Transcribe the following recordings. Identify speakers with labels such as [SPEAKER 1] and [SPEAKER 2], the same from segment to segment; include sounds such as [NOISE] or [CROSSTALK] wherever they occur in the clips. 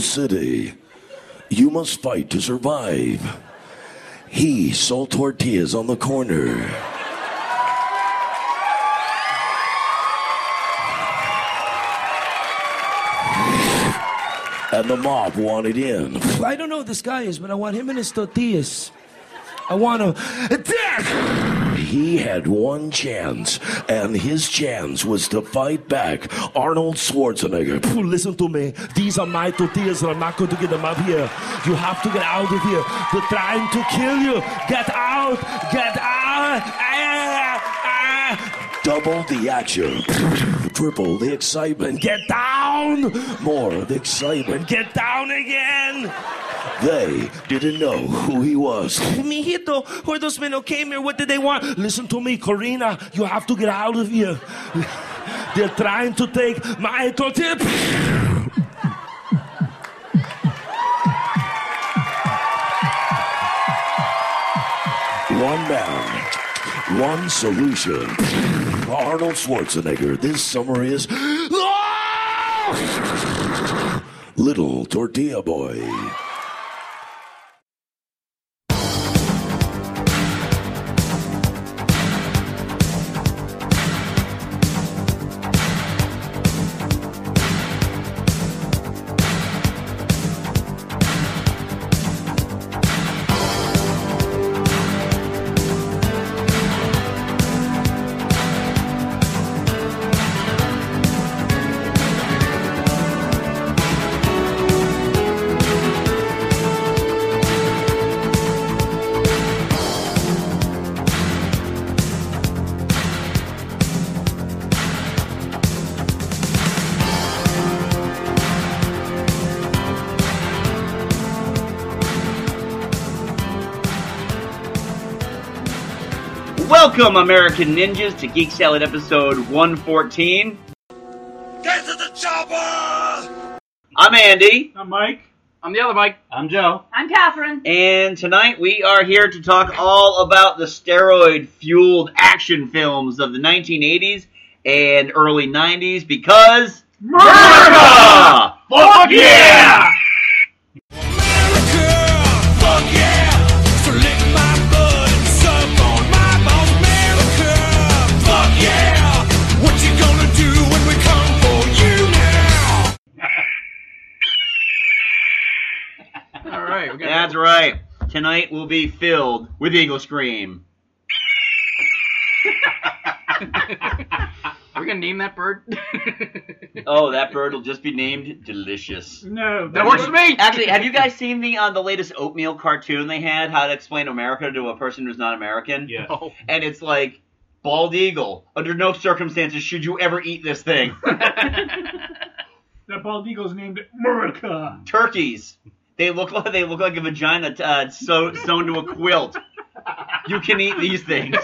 [SPEAKER 1] city. You must fight to survive. He sold tortillas on the corner. And the mob wanted in.
[SPEAKER 2] I don't know who this guy is, but I want him and his tortillas. I want to.
[SPEAKER 1] He had one chance, and his chance was to fight back Arnold Schwarzenegger.
[SPEAKER 2] Phew, Listen to me. These are my tortillas, and I'm not going to get them out here. You have to get out of here. They're trying to kill you. Get out. Get out. Ah, ah.
[SPEAKER 1] Double the action, triple the excitement,
[SPEAKER 2] Get down.
[SPEAKER 1] more of the excitement.
[SPEAKER 2] Get down again.
[SPEAKER 1] They didn't know who he was.
[SPEAKER 2] Mijito, who are those men who came here? What did they want? Listen to me, Corina. You have to get out of here. [LAUGHS] They're trying to take my tortilla.
[SPEAKER 1] One man, one solution. Arnold Schwarzenegger, this summer is Little Tortilla Boy.
[SPEAKER 3] Welcome, American Ninjas, to Geek Salad episode 114.
[SPEAKER 4] Get to the chopper!
[SPEAKER 3] I'm Andy,
[SPEAKER 5] I'm Mike.
[SPEAKER 6] I'm the other Mike.
[SPEAKER 5] I'm Joe.
[SPEAKER 7] I'm Catherine.
[SPEAKER 3] and tonight we are here to talk all about the steroid fueled action films of the 1980s and early 90s because. America!
[SPEAKER 5] Fuck yeah!
[SPEAKER 4] America! Fuck yeah! So lick my blood and suck on my bones. America! Fuck yeah! What you gonna do when we come for you now?
[SPEAKER 6] All right, we're gonna
[SPEAKER 3] That's right. Tonight will be filled with Eagle Scream.
[SPEAKER 6] we're gonna name that bird. [LAUGHS]
[SPEAKER 3] Oh, that bird will just be named Delicious.
[SPEAKER 5] No,
[SPEAKER 6] that works for me.
[SPEAKER 3] Actually, have you guys seen the uh, the latest oatmeal cartoon they had? How to explain America to a person who's not American?
[SPEAKER 5] Yeah.
[SPEAKER 6] Oh.
[SPEAKER 3] And it's like bald eagle. Under no circumstances should you ever eat this thing.
[SPEAKER 6] [LAUGHS]
[SPEAKER 5] [LAUGHS] That bald eagle's named America.
[SPEAKER 3] Turkeys. They look like they look like a vagina uh, sew, sewn to a quilt. You can eat these
[SPEAKER 6] [LAUGHS]
[SPEAKER 3] things.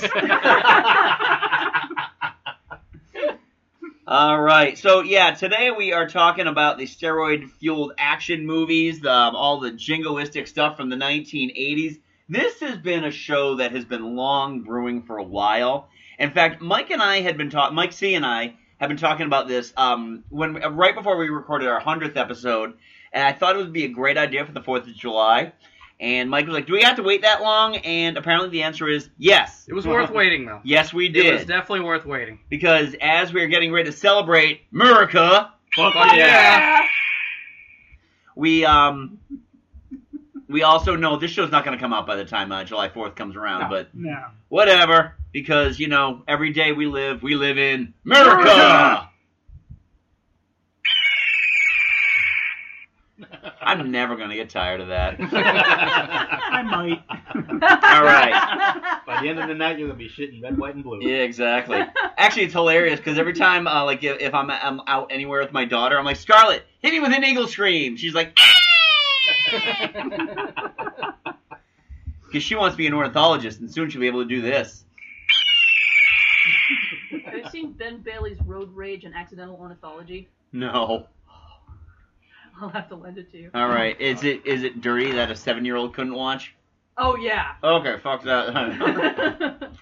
[SPEAKER 3] All right, so yeah, today we are talking about the steroid-fueled action movies, um, all the jingoistic stuff from the 1980s. This has been a show that has been long brewing for a while. In fact, Mike and I had been talking, Mike C and I have been talking about this um, when right before we recorded our hundredth episode, and I thought it would be a great idea for the Fourth of July. And Mike was like, "Do we have to wait that long?" And apparently, the answer is yes.
[SPEAKER 6] It was worth waiting though.
[SPEAKER 3] Yes, we
[SPEAKER 6] It was
[SPEAKER 3] did
[SPEAKER 6] definitely worth waiting.
[SPEAKER 3] because as we are getting ready to celebrate America,
[SPEAKER 5] Fuck,
[SPEAKER 3] we um we also know this show's not going to come out by the time uh, July 4th comes around, but
[SPEAKER 5] No.
[SPEAKER 3] whatever because you know every day we live, we live in America.
[SPEAKER 5] America!
[SPEAKER 3] [LAUGHS] I'm never going to get tired of that.
[SPEAKER 5] [LAUGHS] I might.
[SPEAKER 3] All right.
[SPEAKER 8] By the end of the night, you're gonna be shitting red, white, and blue.
[SPEAKER 3] Yeah, exactly. Actually, it's hilarious because every time, uh, like, if, if I'm, I'm out anywhere with my daughter, I'm like, Scarlett, hit me with an eagle scream. She's like, "Ah!" [LAUGHS] because she wants to be an ornithologist, and soon she'll be able to do this.
[SPEAKER 7] Have you seen Ben Bailey's Road Rage and Accidental Ornithology? [LAUGHS]
[SPEAKER 3] No.
[SPEAKER 7] I'll have to lend it to you.
[SPEAKER 3] All right. Is it is it dirty that a seven year old couldn't watch?
[SPEAKER 7] Oh yeah. [LAUGHS]
[SPEAKER 3] Okay, fuck that.
[SPEAKER 7] That's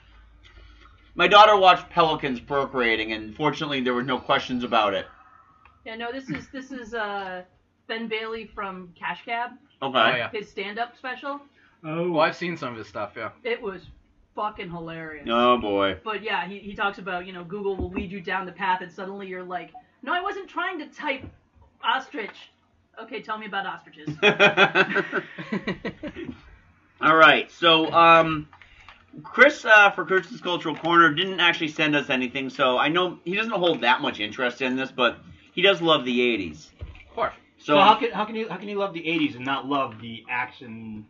[SPEAKER 3] [LAUGHS] my daughter watched Pelicans procreating, and fortunately, there were no questions about it.
[SPEAKER 7] Yeah, no, this is this is uh Ben Bailey from Cash Cab,
[SPEAKER 3] Okay.
[SPEAKER 6] Oh yeah.
[SPEAKER 7] his stand-up special.
[SPEAKER 9] Oh,
[SPEAKER 6] Well, I've seen some of his stuff. Yeah.
[SPEAKER 7] It was fucking hilarious.
[SPEAKER 3] Oh boy.
[SPEAKER 7] But yeah, he, he talks about, you know, Google will lead you down the path and suddenly you're like, no, I wasn't trying to type ostrich. Okay, tell me
[SPEAKER 3] [LAUGHS]
[SPEAKER 7] about ostriches. [LAUGHS]
[SPEAKER 3] All right. So, um, Chris uh, for Chris's Cultural Corner didn't actually send us anything, so I know he doesn't hold that much interest in this, but he does love the '80s.
[SPEAKER 6] Of course.
[SPEAKER 3] So
[SPEAKER 8] how can how can you how can you love the '80s and not love the action?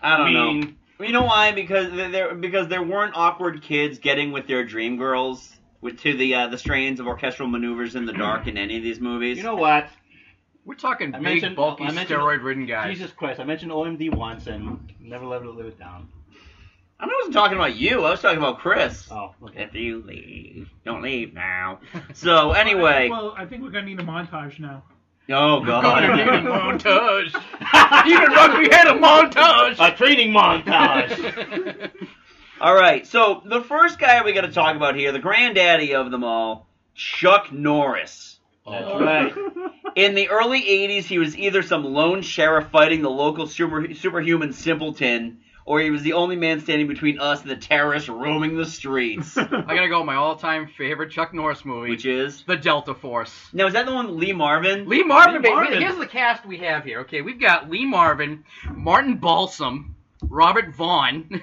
[SPEAKER 3] I don't know.
[SPEAKER 8] mean,
[SPEAKER 3] You know why? Because th- there because there weren't awkward kids getting with their dream girls with to the uh, the strains of orchestral maneuvers in the dark in any of these movies.
[SPEAKER 8] You know what?
[SPEAKER 6] We're talking
[SPEAKER 8] I
[SPEAKER 6] big,
[SPEAKER 8] mentioned-
[SPEAKER 6] bulky,
[SPEAKER 8] I mentioned-
[SPEAKER 6] steroid-ridden guys. [LAUGHS]
[SPEAKER 8] Jesus Christ! I mentioned OMD once and never let it live it down.
[SPEAKER 3] I wasn't talking about you. I was talking about Chris.
[SPEAKER 8] Oh, okay.
[SPEAKER 3] If you leave, don't leave now. So anyway,
[SPEAKER 9] Well, I think we're gonna need a montage now.
[SPEAKER 3] oh
[SPEAKER 6] Gonna need
[SPEAKER 3] god. [LAUGHS]
[SPEAKER 6] a montage. Even rugby had a montage.
[SPEAKER 8] [LAUGHS] A training Oh, montage.
[SPEAKER 6] [LAUGHS]
[SPEAKER 3] All right. So the first guy we got to talk about here, the granddaddy of them all, Chuck Norris.
[SPEAKER 8] That's right.
[SPEAKER 3] In the early 80s, he was either some lone sheriff fighting the local super, superhuman simpleton, or he was the only man standing between us and the terrorists roaming the streets,
[SPEAKER 6] I gotta go with my all-time favorite Chuck Norris movie,
[SPEAKER 3] which is.
[SPEAKER 6] The Delta Force.
[SPEAKER 3] Now, is that the one with Lee Marvin?
[SPEAKER 6] Lee Marvin,
[SPEAKER 8] Lee
[SPEAKER 6] ba-
[SPEAKER 8] Marvin.
[SPEAKER 6] Here's the cast we have here. Okay, we've got Lee Marvin, Martin Balsam, Robert Vaughn,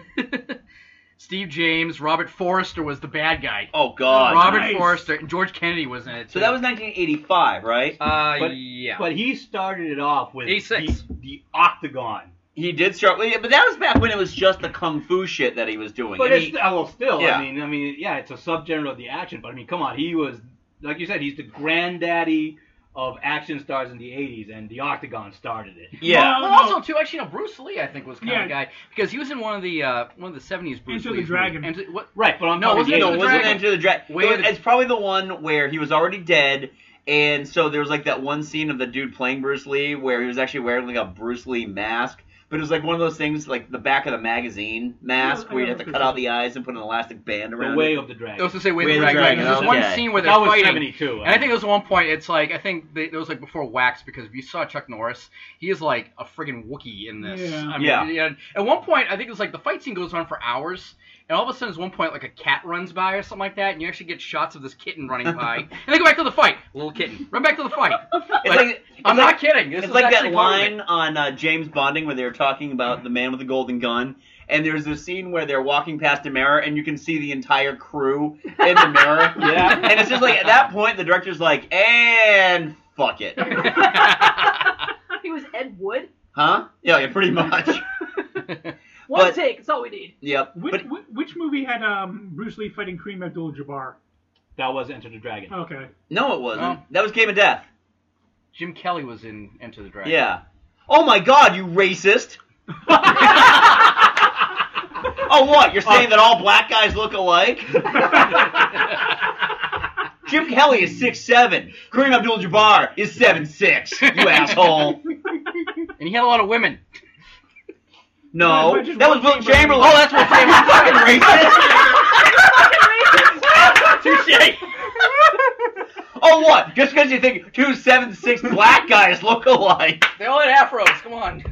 [SPEAKER 6] [LAUGHS] Steve James, Robert Forrester was the bad guy.
[SPEAKER 3] Oh, God.
[SPEAKER 6] Robert
[SPEAKER 9] nice.
[SPEAKER 6] Forrester and George Kennedy was in it.
[SPEAKER 3] So
[SPEAKER 6] too.
[SPEAKER 3] that was 1985, right?
[SPEAKER 6] Uh,
[SPEAKER 8] But-
[SPEAKER 6] yeah.
[SPEAKER 8] But he started it off with
[SPEAKER 6] A6.
[SPEAKER 8] The, the octagon.
[SPEAKER 3] He did start. well, yeah, But that was back when it was just the kung fu shit that he was doing.
[SPEAKER 8] But
[SPEAKER 3] I
[SPEAKER 8] it's
[SPEAKER 3] mean,
[SPEAKER 8] uh, well, still,
[SPEAKER 3] yeah.
[SPEAKER 8] I mean, I mean, yeah, it's a subgenre of the action. But I mean, come on, he was like you said, he's the granddaddy of action stars in the '80s, and the octagon started it.
[SPEAKER 3] yeah.
[SPEAKER 9] Well,
[SPEAKER 6] well,
[SPEAKER 9] no.
[SPEAKER 6] also too, actually, no. Bruce Lee, I think, was kind
[SPEAKER 9] Yeah.
[SPEAKER 6] of guy because he was in one of the uh, one of the seventies Bruce
[SPEAKER 9] Enter the
[SPEAKER 6] Lee's
[SPEAKER 9] Dragon.
[SPEAKER 6] movies. Enter- what?
[SPEAKER 8] Right, but I'm
[SPEAKER 6] No,
[SPEAKER 8] talking
[SPEAKER 6] wasn't it
[SPEAKER 3] no,
[SPEAKER 6] the
[SPEAKER 8] the
[SPEAKER 3] Oh, it
[SPEAKER 8] 80s.
[SPEAKER 3] wasn't
[SPEAKER 6] Dragon.
[SPEAKER 3] Enter the Dragon.
[SPEAKER 6] Wait a minute.
[SPEAKER 3] It's probably the one where he was already dead, and so there was like that one scene of the dude playing Bruce Lee where he was actually wearing like a Bruce Lee mask, but it was like one of those things like the back of the magazine mask
[SPEAKER 9] Yeah, I
[SPEAKER 3] where you
[SPEAKER 9] know
[SPEAKER 3] have to
[SPEAKER 9] what
[SPEAKER 3] cut
[SPEAKER 9] this
[SPEAKER 3] out the eyes and put an elastic band around
[SPEAKER 8] the way
[SPEAKER 3] it.
[SPEAKER 8] of the dragon.
[SPEAKER 6] That was to say, Way of the Dragon. There's this one
[SPEAKER 3] okay.
[SPEAKER 6] scene where they're
[SPEAKER 8] that was
[SPEAKER 6] fighting.
[SPEAKER 8] '72.
[SPEAKER 6] And I think it was one point. It's like I think they, it was like before Wax because if you saw Chuck Norris, he is like a friggin' Wookiee in this.
[SPEAKER 9] Yeah.
[SPEAKER 6] I mean,
[SPEAKER 3] Yeah.
[SPEAKER 6] and At one point, I think it was like the fight scene goes on for hours, and all of a sudden, there's one point like a cat runs by or something like that, and you actually get shots of this
[SPEAKER 3] [LAUGHS]
[SPEAKER 6] kitten running by, and they go back to the fight. Little kitten, run back to the [LAUGHS] fight.
[SPEAKER 3] It's like, it's
[SPEAKER 6] I'm
[SPEAKER 3] like-
[SPEAKER 6] not kidding. This
[SPEAKER 3] It's
[SPEAKER 6] is
[SPEAKER 3] like that
[SPEAKER 6] actually part of it.
[SPEAKER 3] line on uh, James Bonding where they were talking about the man with the golden gun, and there's a scene where they're walking past a mirror and you can see the entire crew in the
[SPEAKER 6] [LAUGHS]
[SPEAKER 3] mirror.
[SPEAKER 8] Yeah.
[SPEAKER 3] And it's just like at that point the director's like, and fuck
[SPEAKER 6] [LAUGHS]
[SPEAKER 3] it.
[SPEAKER 7] he was Ed Wood.
[SPEAKER 3] Huh? Yeah, yeah pretty
[SPEAKER 6] [LAUGHS]
[SPEAKER 3] much.
[SPEAKER 7] One
[SPEAKER 3] But-
[SPEAKER 7] take, it's all we need.
[SPEAKER 3] yep.
[SPEAKER 9] Which,
[SPEAKER 3] But
[SPEAKER 9] whi- which movie had um, Bruce Lee fighting Kareem Abdul-Jabbar?
[SPEAKER 8] that was Enter the Dragon.
[SPEAKER 9] Okay.
[SPEAKER 3] no it wasn't.
[SPEAKER 6] Oh.
[SPEAKER 3] That was Game of Death.
[SPEAKER 6] [LAUGHS] Jim Kelly was in Enter the Dragon.
[SPEAKER 3] Yeah. Oh my god, you racist. oh what? You're saying that all black guys look alike? Jim Kelly is six seven. Kareem Abdul Jabbar is seven six. You asshole.
[SPEAKER 6] and he had a lot of women.
[SPEAKER 3] No.
[SPEAKER 9] Which is
[SPEAKER 3] That was
[SPEAKER 9] Will
[SPEAKER 3] Will Chamberlain. Oh, that's Will Chamberlain. Fucking racist. [LAUGHS] Touche. Oh what? Just because you think two seven six black guys look alike.
[SPEAKER 6] They all had afros. Come on.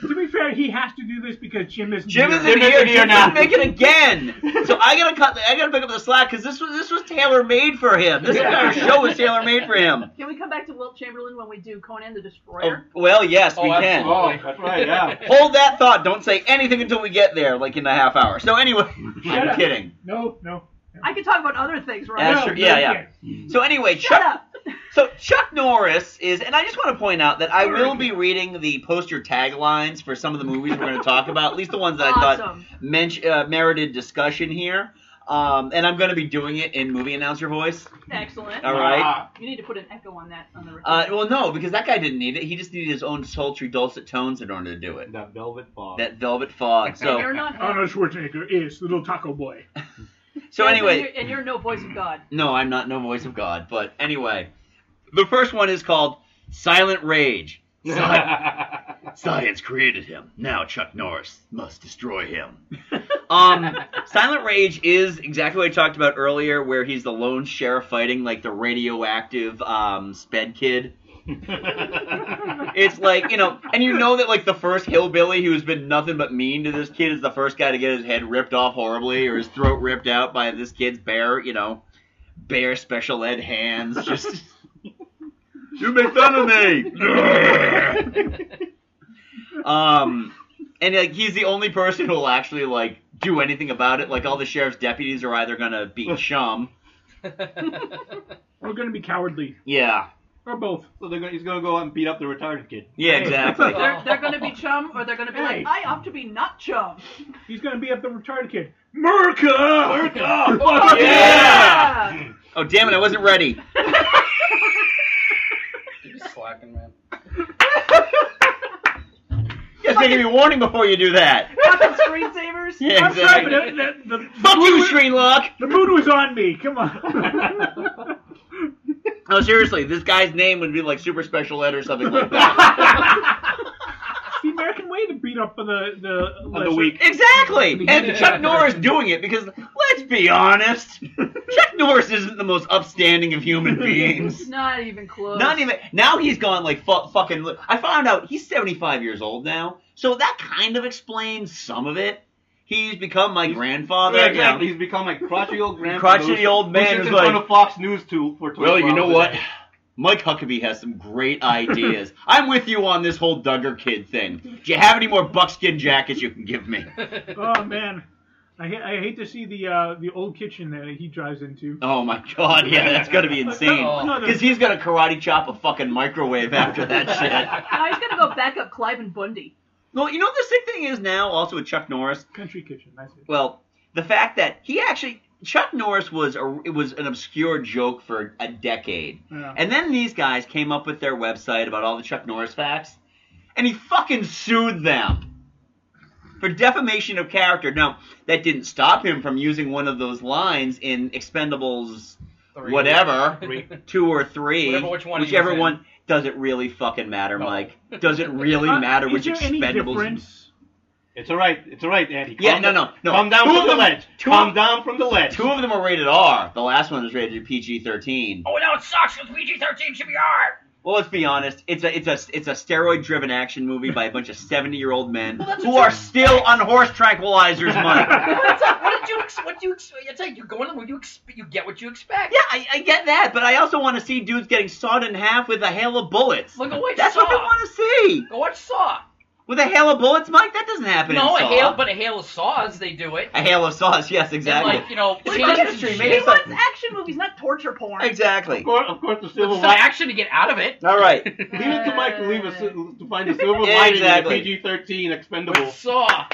[SPEAKER 9] To be fair, he has to do this because Jim isn't
[SPEAKER 3] Jim
[SPEAKER 9] here.
[SPEAKER 3] is in here. Jim now. make it again. So I gotta cut. I gotta pick up the slack because this was this was tailor made for him. This entire show was tailor made for him.
[SPEAKER 7] Can we come back to Wilt Chamberlain when we do Conan the
[SPEAKER 3] Oh,
[SPEAKER 7] Destroyer?
[SPEAKER 3] well, yes, we
[SPEAKER 6] Oh,
[SPEAKER 3] can.
[SPEAKER 6] absolutely.
[SPEAKER 8] Oh, that's
[SPEAKER 3] [LAUGHS]
[SPEAKER 8] right. Yeah.
[SPEAKER 3] Hold that thought. Don't say anything until we get there, like in a half hour. So anyway, [LAUGHS]
[SPEAKER 9] Shut
[SPEAKER 3] I'm
[SPEAKER 9] up.
[SPEAKER 3] kidding.
[SPEAKER 9] No, no.
[SPEAKER 7] I could talk about other things, right?
[SPEAKER 3] That's
[SPEAKER 9] no,
[SPEAKER 3] true. Yeah,
[SPEAKER 9] no,
[SPEAKER 3] yeah. So anyway, Chuck.
[SPEAKER 7] Shut up.
[SPEAKER 3] So Chuck Norris is, and I just want to point out that I will be reading the poster taglines for some of the movies we're going to talk about, at least the ones that I thought
[SPEAKER 7] Awesome.
[SPEAKER 3] men- uh, merited discussion here. Um, and I'm going to be doing it in movie announcer voice.
[SPEAKER 7] Excellent.
[SPEAKER 3] All right.
[SPEAKER 8] Ah.
[SPEAKER 7] You need to put an echo on that on the recording.
[SPEAKER 3] Uh, well, no, because that guy didn't need it. He just needed his own sultry, dulcet tones in order to do it.
[SPEAKER 8] That velvet fog. [LAUGHS]
[SPEAKER 3] That velvet fog.
[SPEAKER 7] [LAUGHS] you're
[SPEAKER 3] So,
[SPEAKER 7] not
[SPEAKER 8] Oh,
[SPEAKER 9] Arnold Schwarzenegger is the little taco boy.
[SPEAKER 3] so
[SPEAKER 7] Yes, and
[SPEAKER 3] anyway,
[SPEAKER 7] you're- and you're no voice of God.
[SPEAKER 3] no, I'm not no voice of God, but anyway, the first one is called Silent Rage. Sci-
[SPEAKER 9] [LAUGHS]
[SPEAKER 3] Science created him. Now Chuck Norris must destroy him. um, Silent Rage is exactly what I talked about earlier, where he's the lone sheriff fighting like the radioactive um, sped kid. It's like, you know, and you know that like the first hillbilly who's been nothing but mean to this kid is the first guy to get his head ripped off horribly or his throat ripped out by this kid's bare, you know, bare special ed hands. Just You make fun of me. um and like he's the only person who'll actually like do anything about it. Like all the sheriff's deputies are either gonna be chum.
[SPEAKER 9] We're going to be cowardly.
[SPEAKER 3] Yeah.
[SPEAKER 9] Or both.
[SPEAKER 8] So they're gonna, he's gonna go out and beat up the retarded kid.
[SPEAKER 3] Yeah, exactly. [LAUGHS]
[SPEAKER 7] They're,
[SPEAKER 8] Oh.
[SPEAKER 7] they're going to be chum, or they're going to be
[SPEAKER 9] Hey.
[SPEAKER 7] like, I opt to be not chum.
[SPEAKER 9] He's going to be up the retarded kid.
[SPEAKER 8] America!
[SPEAKER 9] [LAUGHS]
[SPEAKER 8] America! Fuck
[SPEAKER 3] Yeah! Oh damn it, I wasn't ready.
[SPEAKER 6] [LAUGHS] You're slacking, man.
[SPEAKER 3] You guys gotta give me a warning before you do [LAUGHS] that.
[SPEAKER 7] Fucking screensavers.
[SPEAKER 3] [LAUGHS] Yeah,
[SPEAKER 9] I'm sorry,
[SPEAKER 3] exactly.
[SPEAKER 9] but the, the, the,
[SPEAKER 3] Fuck you, Shreenlock!
[SPEAKER 9] the mood was on me. Come
[SPEAKER 8] [LAUGHS]
[SPEAKER 9] on.
[SPEAKER 3] No, seriously, this guy's name would be like Super Special Ed or something like that. [LAUGHS]
[SPEAKER 9] It's the American way to beat up for the the,
[SPEAKER 8] Of the week.
[SPEAKER 3] [LAUGHS] exactly! And Chuck Norris doing it because, let's be [LAUGHS] honest, Chuck Norris isn't the most upstanding of human beings.
[SPEAKER 7] Not even close.
[SPEAKER 3] Not even. Now he's gone like fu- fucking. li- I found out he's 75 years old now, so that kind of explains some of it. He's become my grandfather.
[SPEAKER 8] Yeah,
[SPEAKER 3] you know.
[SPEAKER 8] exactly. He's become like crotchety old grandpa.
[SPEAKER 3] Crotchety
[SPEAKER 8] who-
[SPEAKER 3] old
[SPEAKER 8] who
[SPEAKER 3] man
[SPEAKER 8] sits
[SPEAKER 3] who's
[SPEAKER 8] in
[SPEAKER 3] like-
[SPEAKER 8] front of Fox News too for 24
[SPEAKER 3] Well, you know
[SPEAKER 8] hours a
[SPEAKER 3] what?
[SPEAKER 8] day.
[SPEAKER 3] Mike Huckabee has some great ideas. [LAUGHS] I'm with you on this whole Duggar kid thing. Do you have any more buckskin jackets you can give me?
[SPEAKER 9] Oh man, I, ha- I hate to see the uh, the old kitchen that he drives into.
[SPEAKER 3] Oh my god, yeah, that's gonna be insane.
[SPEAKER 9] No, no,
[SPEAKER 3] Because he's gonna karate chop a fucking microwave after [LAUGHS] that shit.
[SPEAKER 7] Now he's going to go back up Clive and Bundy.
[SPEAKER 3] Well, you know what the sick thing is now, also with Chuck Norris?
[SPEAKER 9] country kitchen. That's it.
[SPEAKER 3] Well, the fact that he actually. Chuck Norris was a, it was an obscure joke for a decade.
[SPEAKER 9] Yeah.
[SPEAKER 3] And then these guys came up with their website about all the Chuck Norris facts, and he fucking sued them for defamation of character. Now, that didn't stop him from using one of those lines in Expendables,
[SPEAKER 6] Three.
[SPEAKER 3] whatever, two or three,
[SPEAKER 6] Whatever which one he
[SPEAKER 3] whichever
[SPEAKER 6] was in.
[SPEAKER 3] one. Does it really fucking matter,
[SPEAKER 6] No.
[SPEAKER 3] Mike? Does it really
[SPEAKER 9] Uh,
[SPEAKER 3] matter
[SPEAKER 9] is
[SPEAKER 3] which
[SPEAKER 9] there any
[SPEAKER 3] Expendables?
[SPEAKER 9] difference?
[SPEAKER 8] It's all right. It's all right, Andy. Calm
[SPEAKER 3] Yeah, no, no,
[SPEAKER 8] down-
[SPEAKER 3] no.
[SPEAKER 8] Calm down
[SPEAKER 3] Two of
[SPEAKER 8] from the
[SPEAKER 3] them-
[SPEAKER 8] ledge.
[SPEAKER 3] two
[SPEAKER 8] Calm
[SPEAKER 3] of-
[SPEAKER 8] down from the ledge. [LAUGHS]
[SPEAKER 3] Two of them are rated R. The last one was rated PG-13.
[SPEAKER 6] Oh, now it sucks because PG-13 should be R.
[SPEAKER 3] Well, let's be honest. It's a it's a it's a steroid driven action movie by a bunch of seventy year old men who are still on horse tranquilizers,
[SPEAKER 6] [LAUGHS]
[SPEAKER 3] Mike.
[SPEAKER 6] That's like, what did you ex- what do you ex- it's like you go in the movie you exp- you get what you expect.
[SPEAKER 3] yeah, I, I get that, but I also want to see dudes getting sawed in half with a hail of bullets.
[SPEAKER 6] Look at what
[SPEAKER 3] That's
[SPEAKER 6] Saw.
[SPEAKER 3] what I want to see.
[SPEAKER 6] Go watch Saw.
[SPEAKER 3] With a hail of bullets, Mike. That doesn't happen.
[SPEAKER 6] No,
[SPEAKER 3] in
[SPEAKER 6] a
[SPEAKER 3] Saw.
[SPEAKER 6] hail, but a hail of saws they do it.
[SPEAKER 3] a hail of sauce. Yes,
[SPEAKER 6] And
[SPEAKER 3] exactly.
[SPEAKER 6] like you know,
[SPEAKER 3] Look at
[SPEAKER 6] chains and
[SPEAKER 3] history,
[SPEAKER 6] shit.
[SPEAKER 3] man.
[SPEAKER 7] He
[SPEAKER 3] It's like-
[SPEAKER 7] wants action movies, not torture porn.
[SPEAKER 3] exactly.
[SPEAKER 8] Of course, of course the silver
[SPEAKER 6] It's not
[SPEAKER 8] lining.
[SPEAKER 6] action to get out of it.
[SPEAKER 3] All right.
[SPEAKER 8] Leave it to Mike to leave us to find a silver
[SPEAKER 3] Yeah,
[SPEAKER 8] lining
[SPEAKER 3] exactly.
[SPEAKER 8] in the PG-13 expendable.
[SPEAKER 6] With Saw.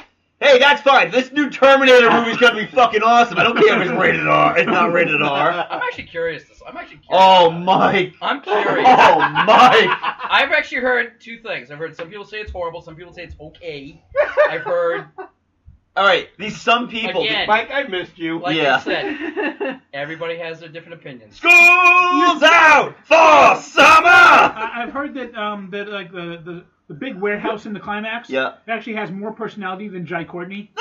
[SPEAKER 3] Hey, that's fine. This new Terminator movie's gonna be fucking awesome. I don't care if it's rated R. It's not rated
[SPEAKER 8] [LAUGHS]
[SPEAKER 3] R.
[SPEAKER 6] I'm actually curious. This I'm actually curious.
[SPEAKER 3] Oh, Mike.
[SPEAKER 6] I'm curious.
[SPEAKER 3] Oh, Mike.
[SPEAKER 6] I've actually heard two things. I've heard some people say it's horrible. Some people say it's okay. I've heard,
[SPEAKER 3] All right. These some people.
[SPEAKER 6] Again.
[SPEAKER 8] Mike, I missed you.
[SPEAKER 6] like
[SPEAKER 3] Yeah.
[SPEAKER 6] I said,
[SPEAKER 7] [LAUGHS]
[SPEAKER 6] everybody has their different opinions.
[SPEAKER 3] School's out for summer.
[SPEAKER 9] I, I've heard that um that like the, the the big warehouse in the climax
[SPEAKER 3] Yeah.
[SPEAKER 9] actually has more personality than Jai Courtney.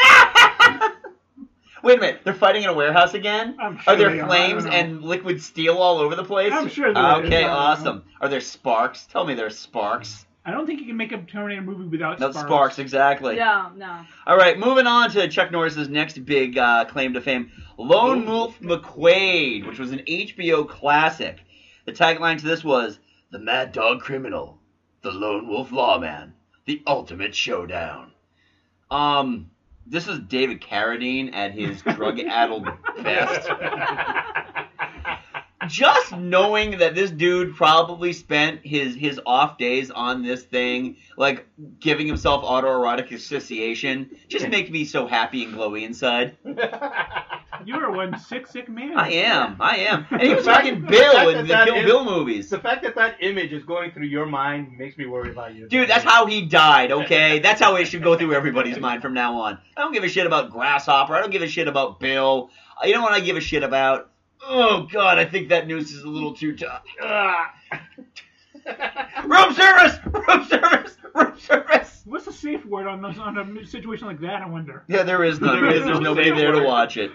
[SPEAKER 3] Wait a minute, they're fighting in a warehouse again?
[SPEAKER 9] I'm
[SPEAKER 3] are
[SPEAKER 9] sure
[SPEAKER 3] there
[SPEAKER 9] they are, I
[SPEAKER 3] flames
[SPEAKER 9] don't know.
[SPEAKER 3] and liquid steel all over the place?
[SPEAKER 9] I'm sure there is, I
[SPEAKER 3] Okay,
[SPEAKER 9] don't know.
[SPEAKER 3] awesome. Are there sparks? Tell me there's sparks.
[SPEAKER 9] I don't think you can make a Terminator movie without
[SPEAKER 3] No
[SPEAKER 9] sparks.
[SPEAKER 3] sparks, exactly.
[SPEAKER 7] No, no.
[SPEAKER 3] All right, moving on to Chuck Norris's next big uh, claim to fame, Lone Wolf McQuade, which was an HBO classic. The tagline to this was "The Mad Dog Criminal, the Lone Wolf Lawman, the Ultimate Showdown." Um, this is David Carradine at his drug-addled best. Just knowing that this dude probably spent his his off days on this thing, like giving himself autoerotic asphyxiation, just makes me so happy and glowy inside.
[SPEAKER 9] You're one sick sick man.
[SPEAKER 3] I am, I am. And
[SPEAKER 8] [LAUGHS]
[SPEAKER 3] he was
[SPEAKER 8] Right?
[SPEAKER 3] fucking Bill in
[SPEAKER 8] That's-
[SPEAKER 3] the
[SPEAKER 8] that
[SPEAKER 3] Kill
[SPEAKER 8] is-
[SPEAKER 3] Bill movies.
[SPEAKER 8] The fact that that image is going through your mind makes me worry about you.
[SPEAKER 3] Dude, that's how he
[SPEAKER 8] [LAUGHS]
[SPEAKER 3] died, okay? That's how it should go through everybody's mind from now on. I don't give a shit about Grasshopper. I don't give a shit about Bill. Uh, You know what I give a shit about? Oh, God, I think that noose is a little too tough. Ah. room service! [LAUGHS] Room service! Room service!
[SPEAKER 9] What's the safe word on those, on a situation like that? I wonder.
[SPEAKER 3] Yeah, there is none because there's nobody there to
[SPEAKER 8] word.
[SPEAKER 3] watch it.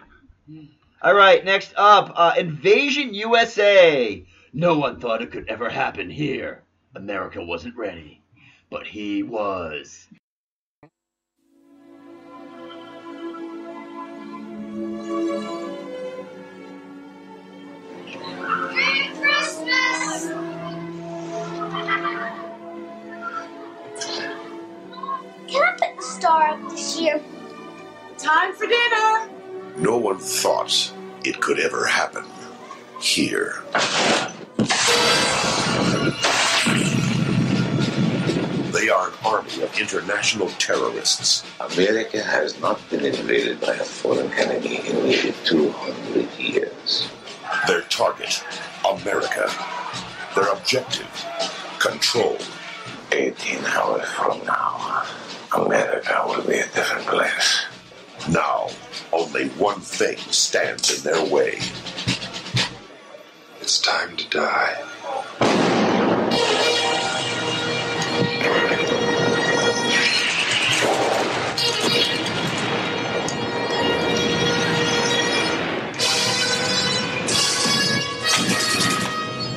[SPEAKER 3] All right, next up, uh, Invasion USA. No one thought it could ever happen here. America wasn't ready, but he was.
[SPEAKER 4] Merry Christmas! Can I put the star up this year? Time for dinner!
[SPEAKER 10] No one thought it could ever happen here. They are an army of international terrorists.
[SPEAKER 11] America has not been invaded by a foreign enemy in nearly 200
[SPEAKER 8] [LAUGHS]
[SPEAKER 11] years.
[SPEAKER 10] Their target, America. Their objective, control.
[SPEAKER 11] 18 hours from now, America will be a different place.
[SPEAKER 10] Now, only one thing stands in their way.
[SPEAKER 11] It's time to die.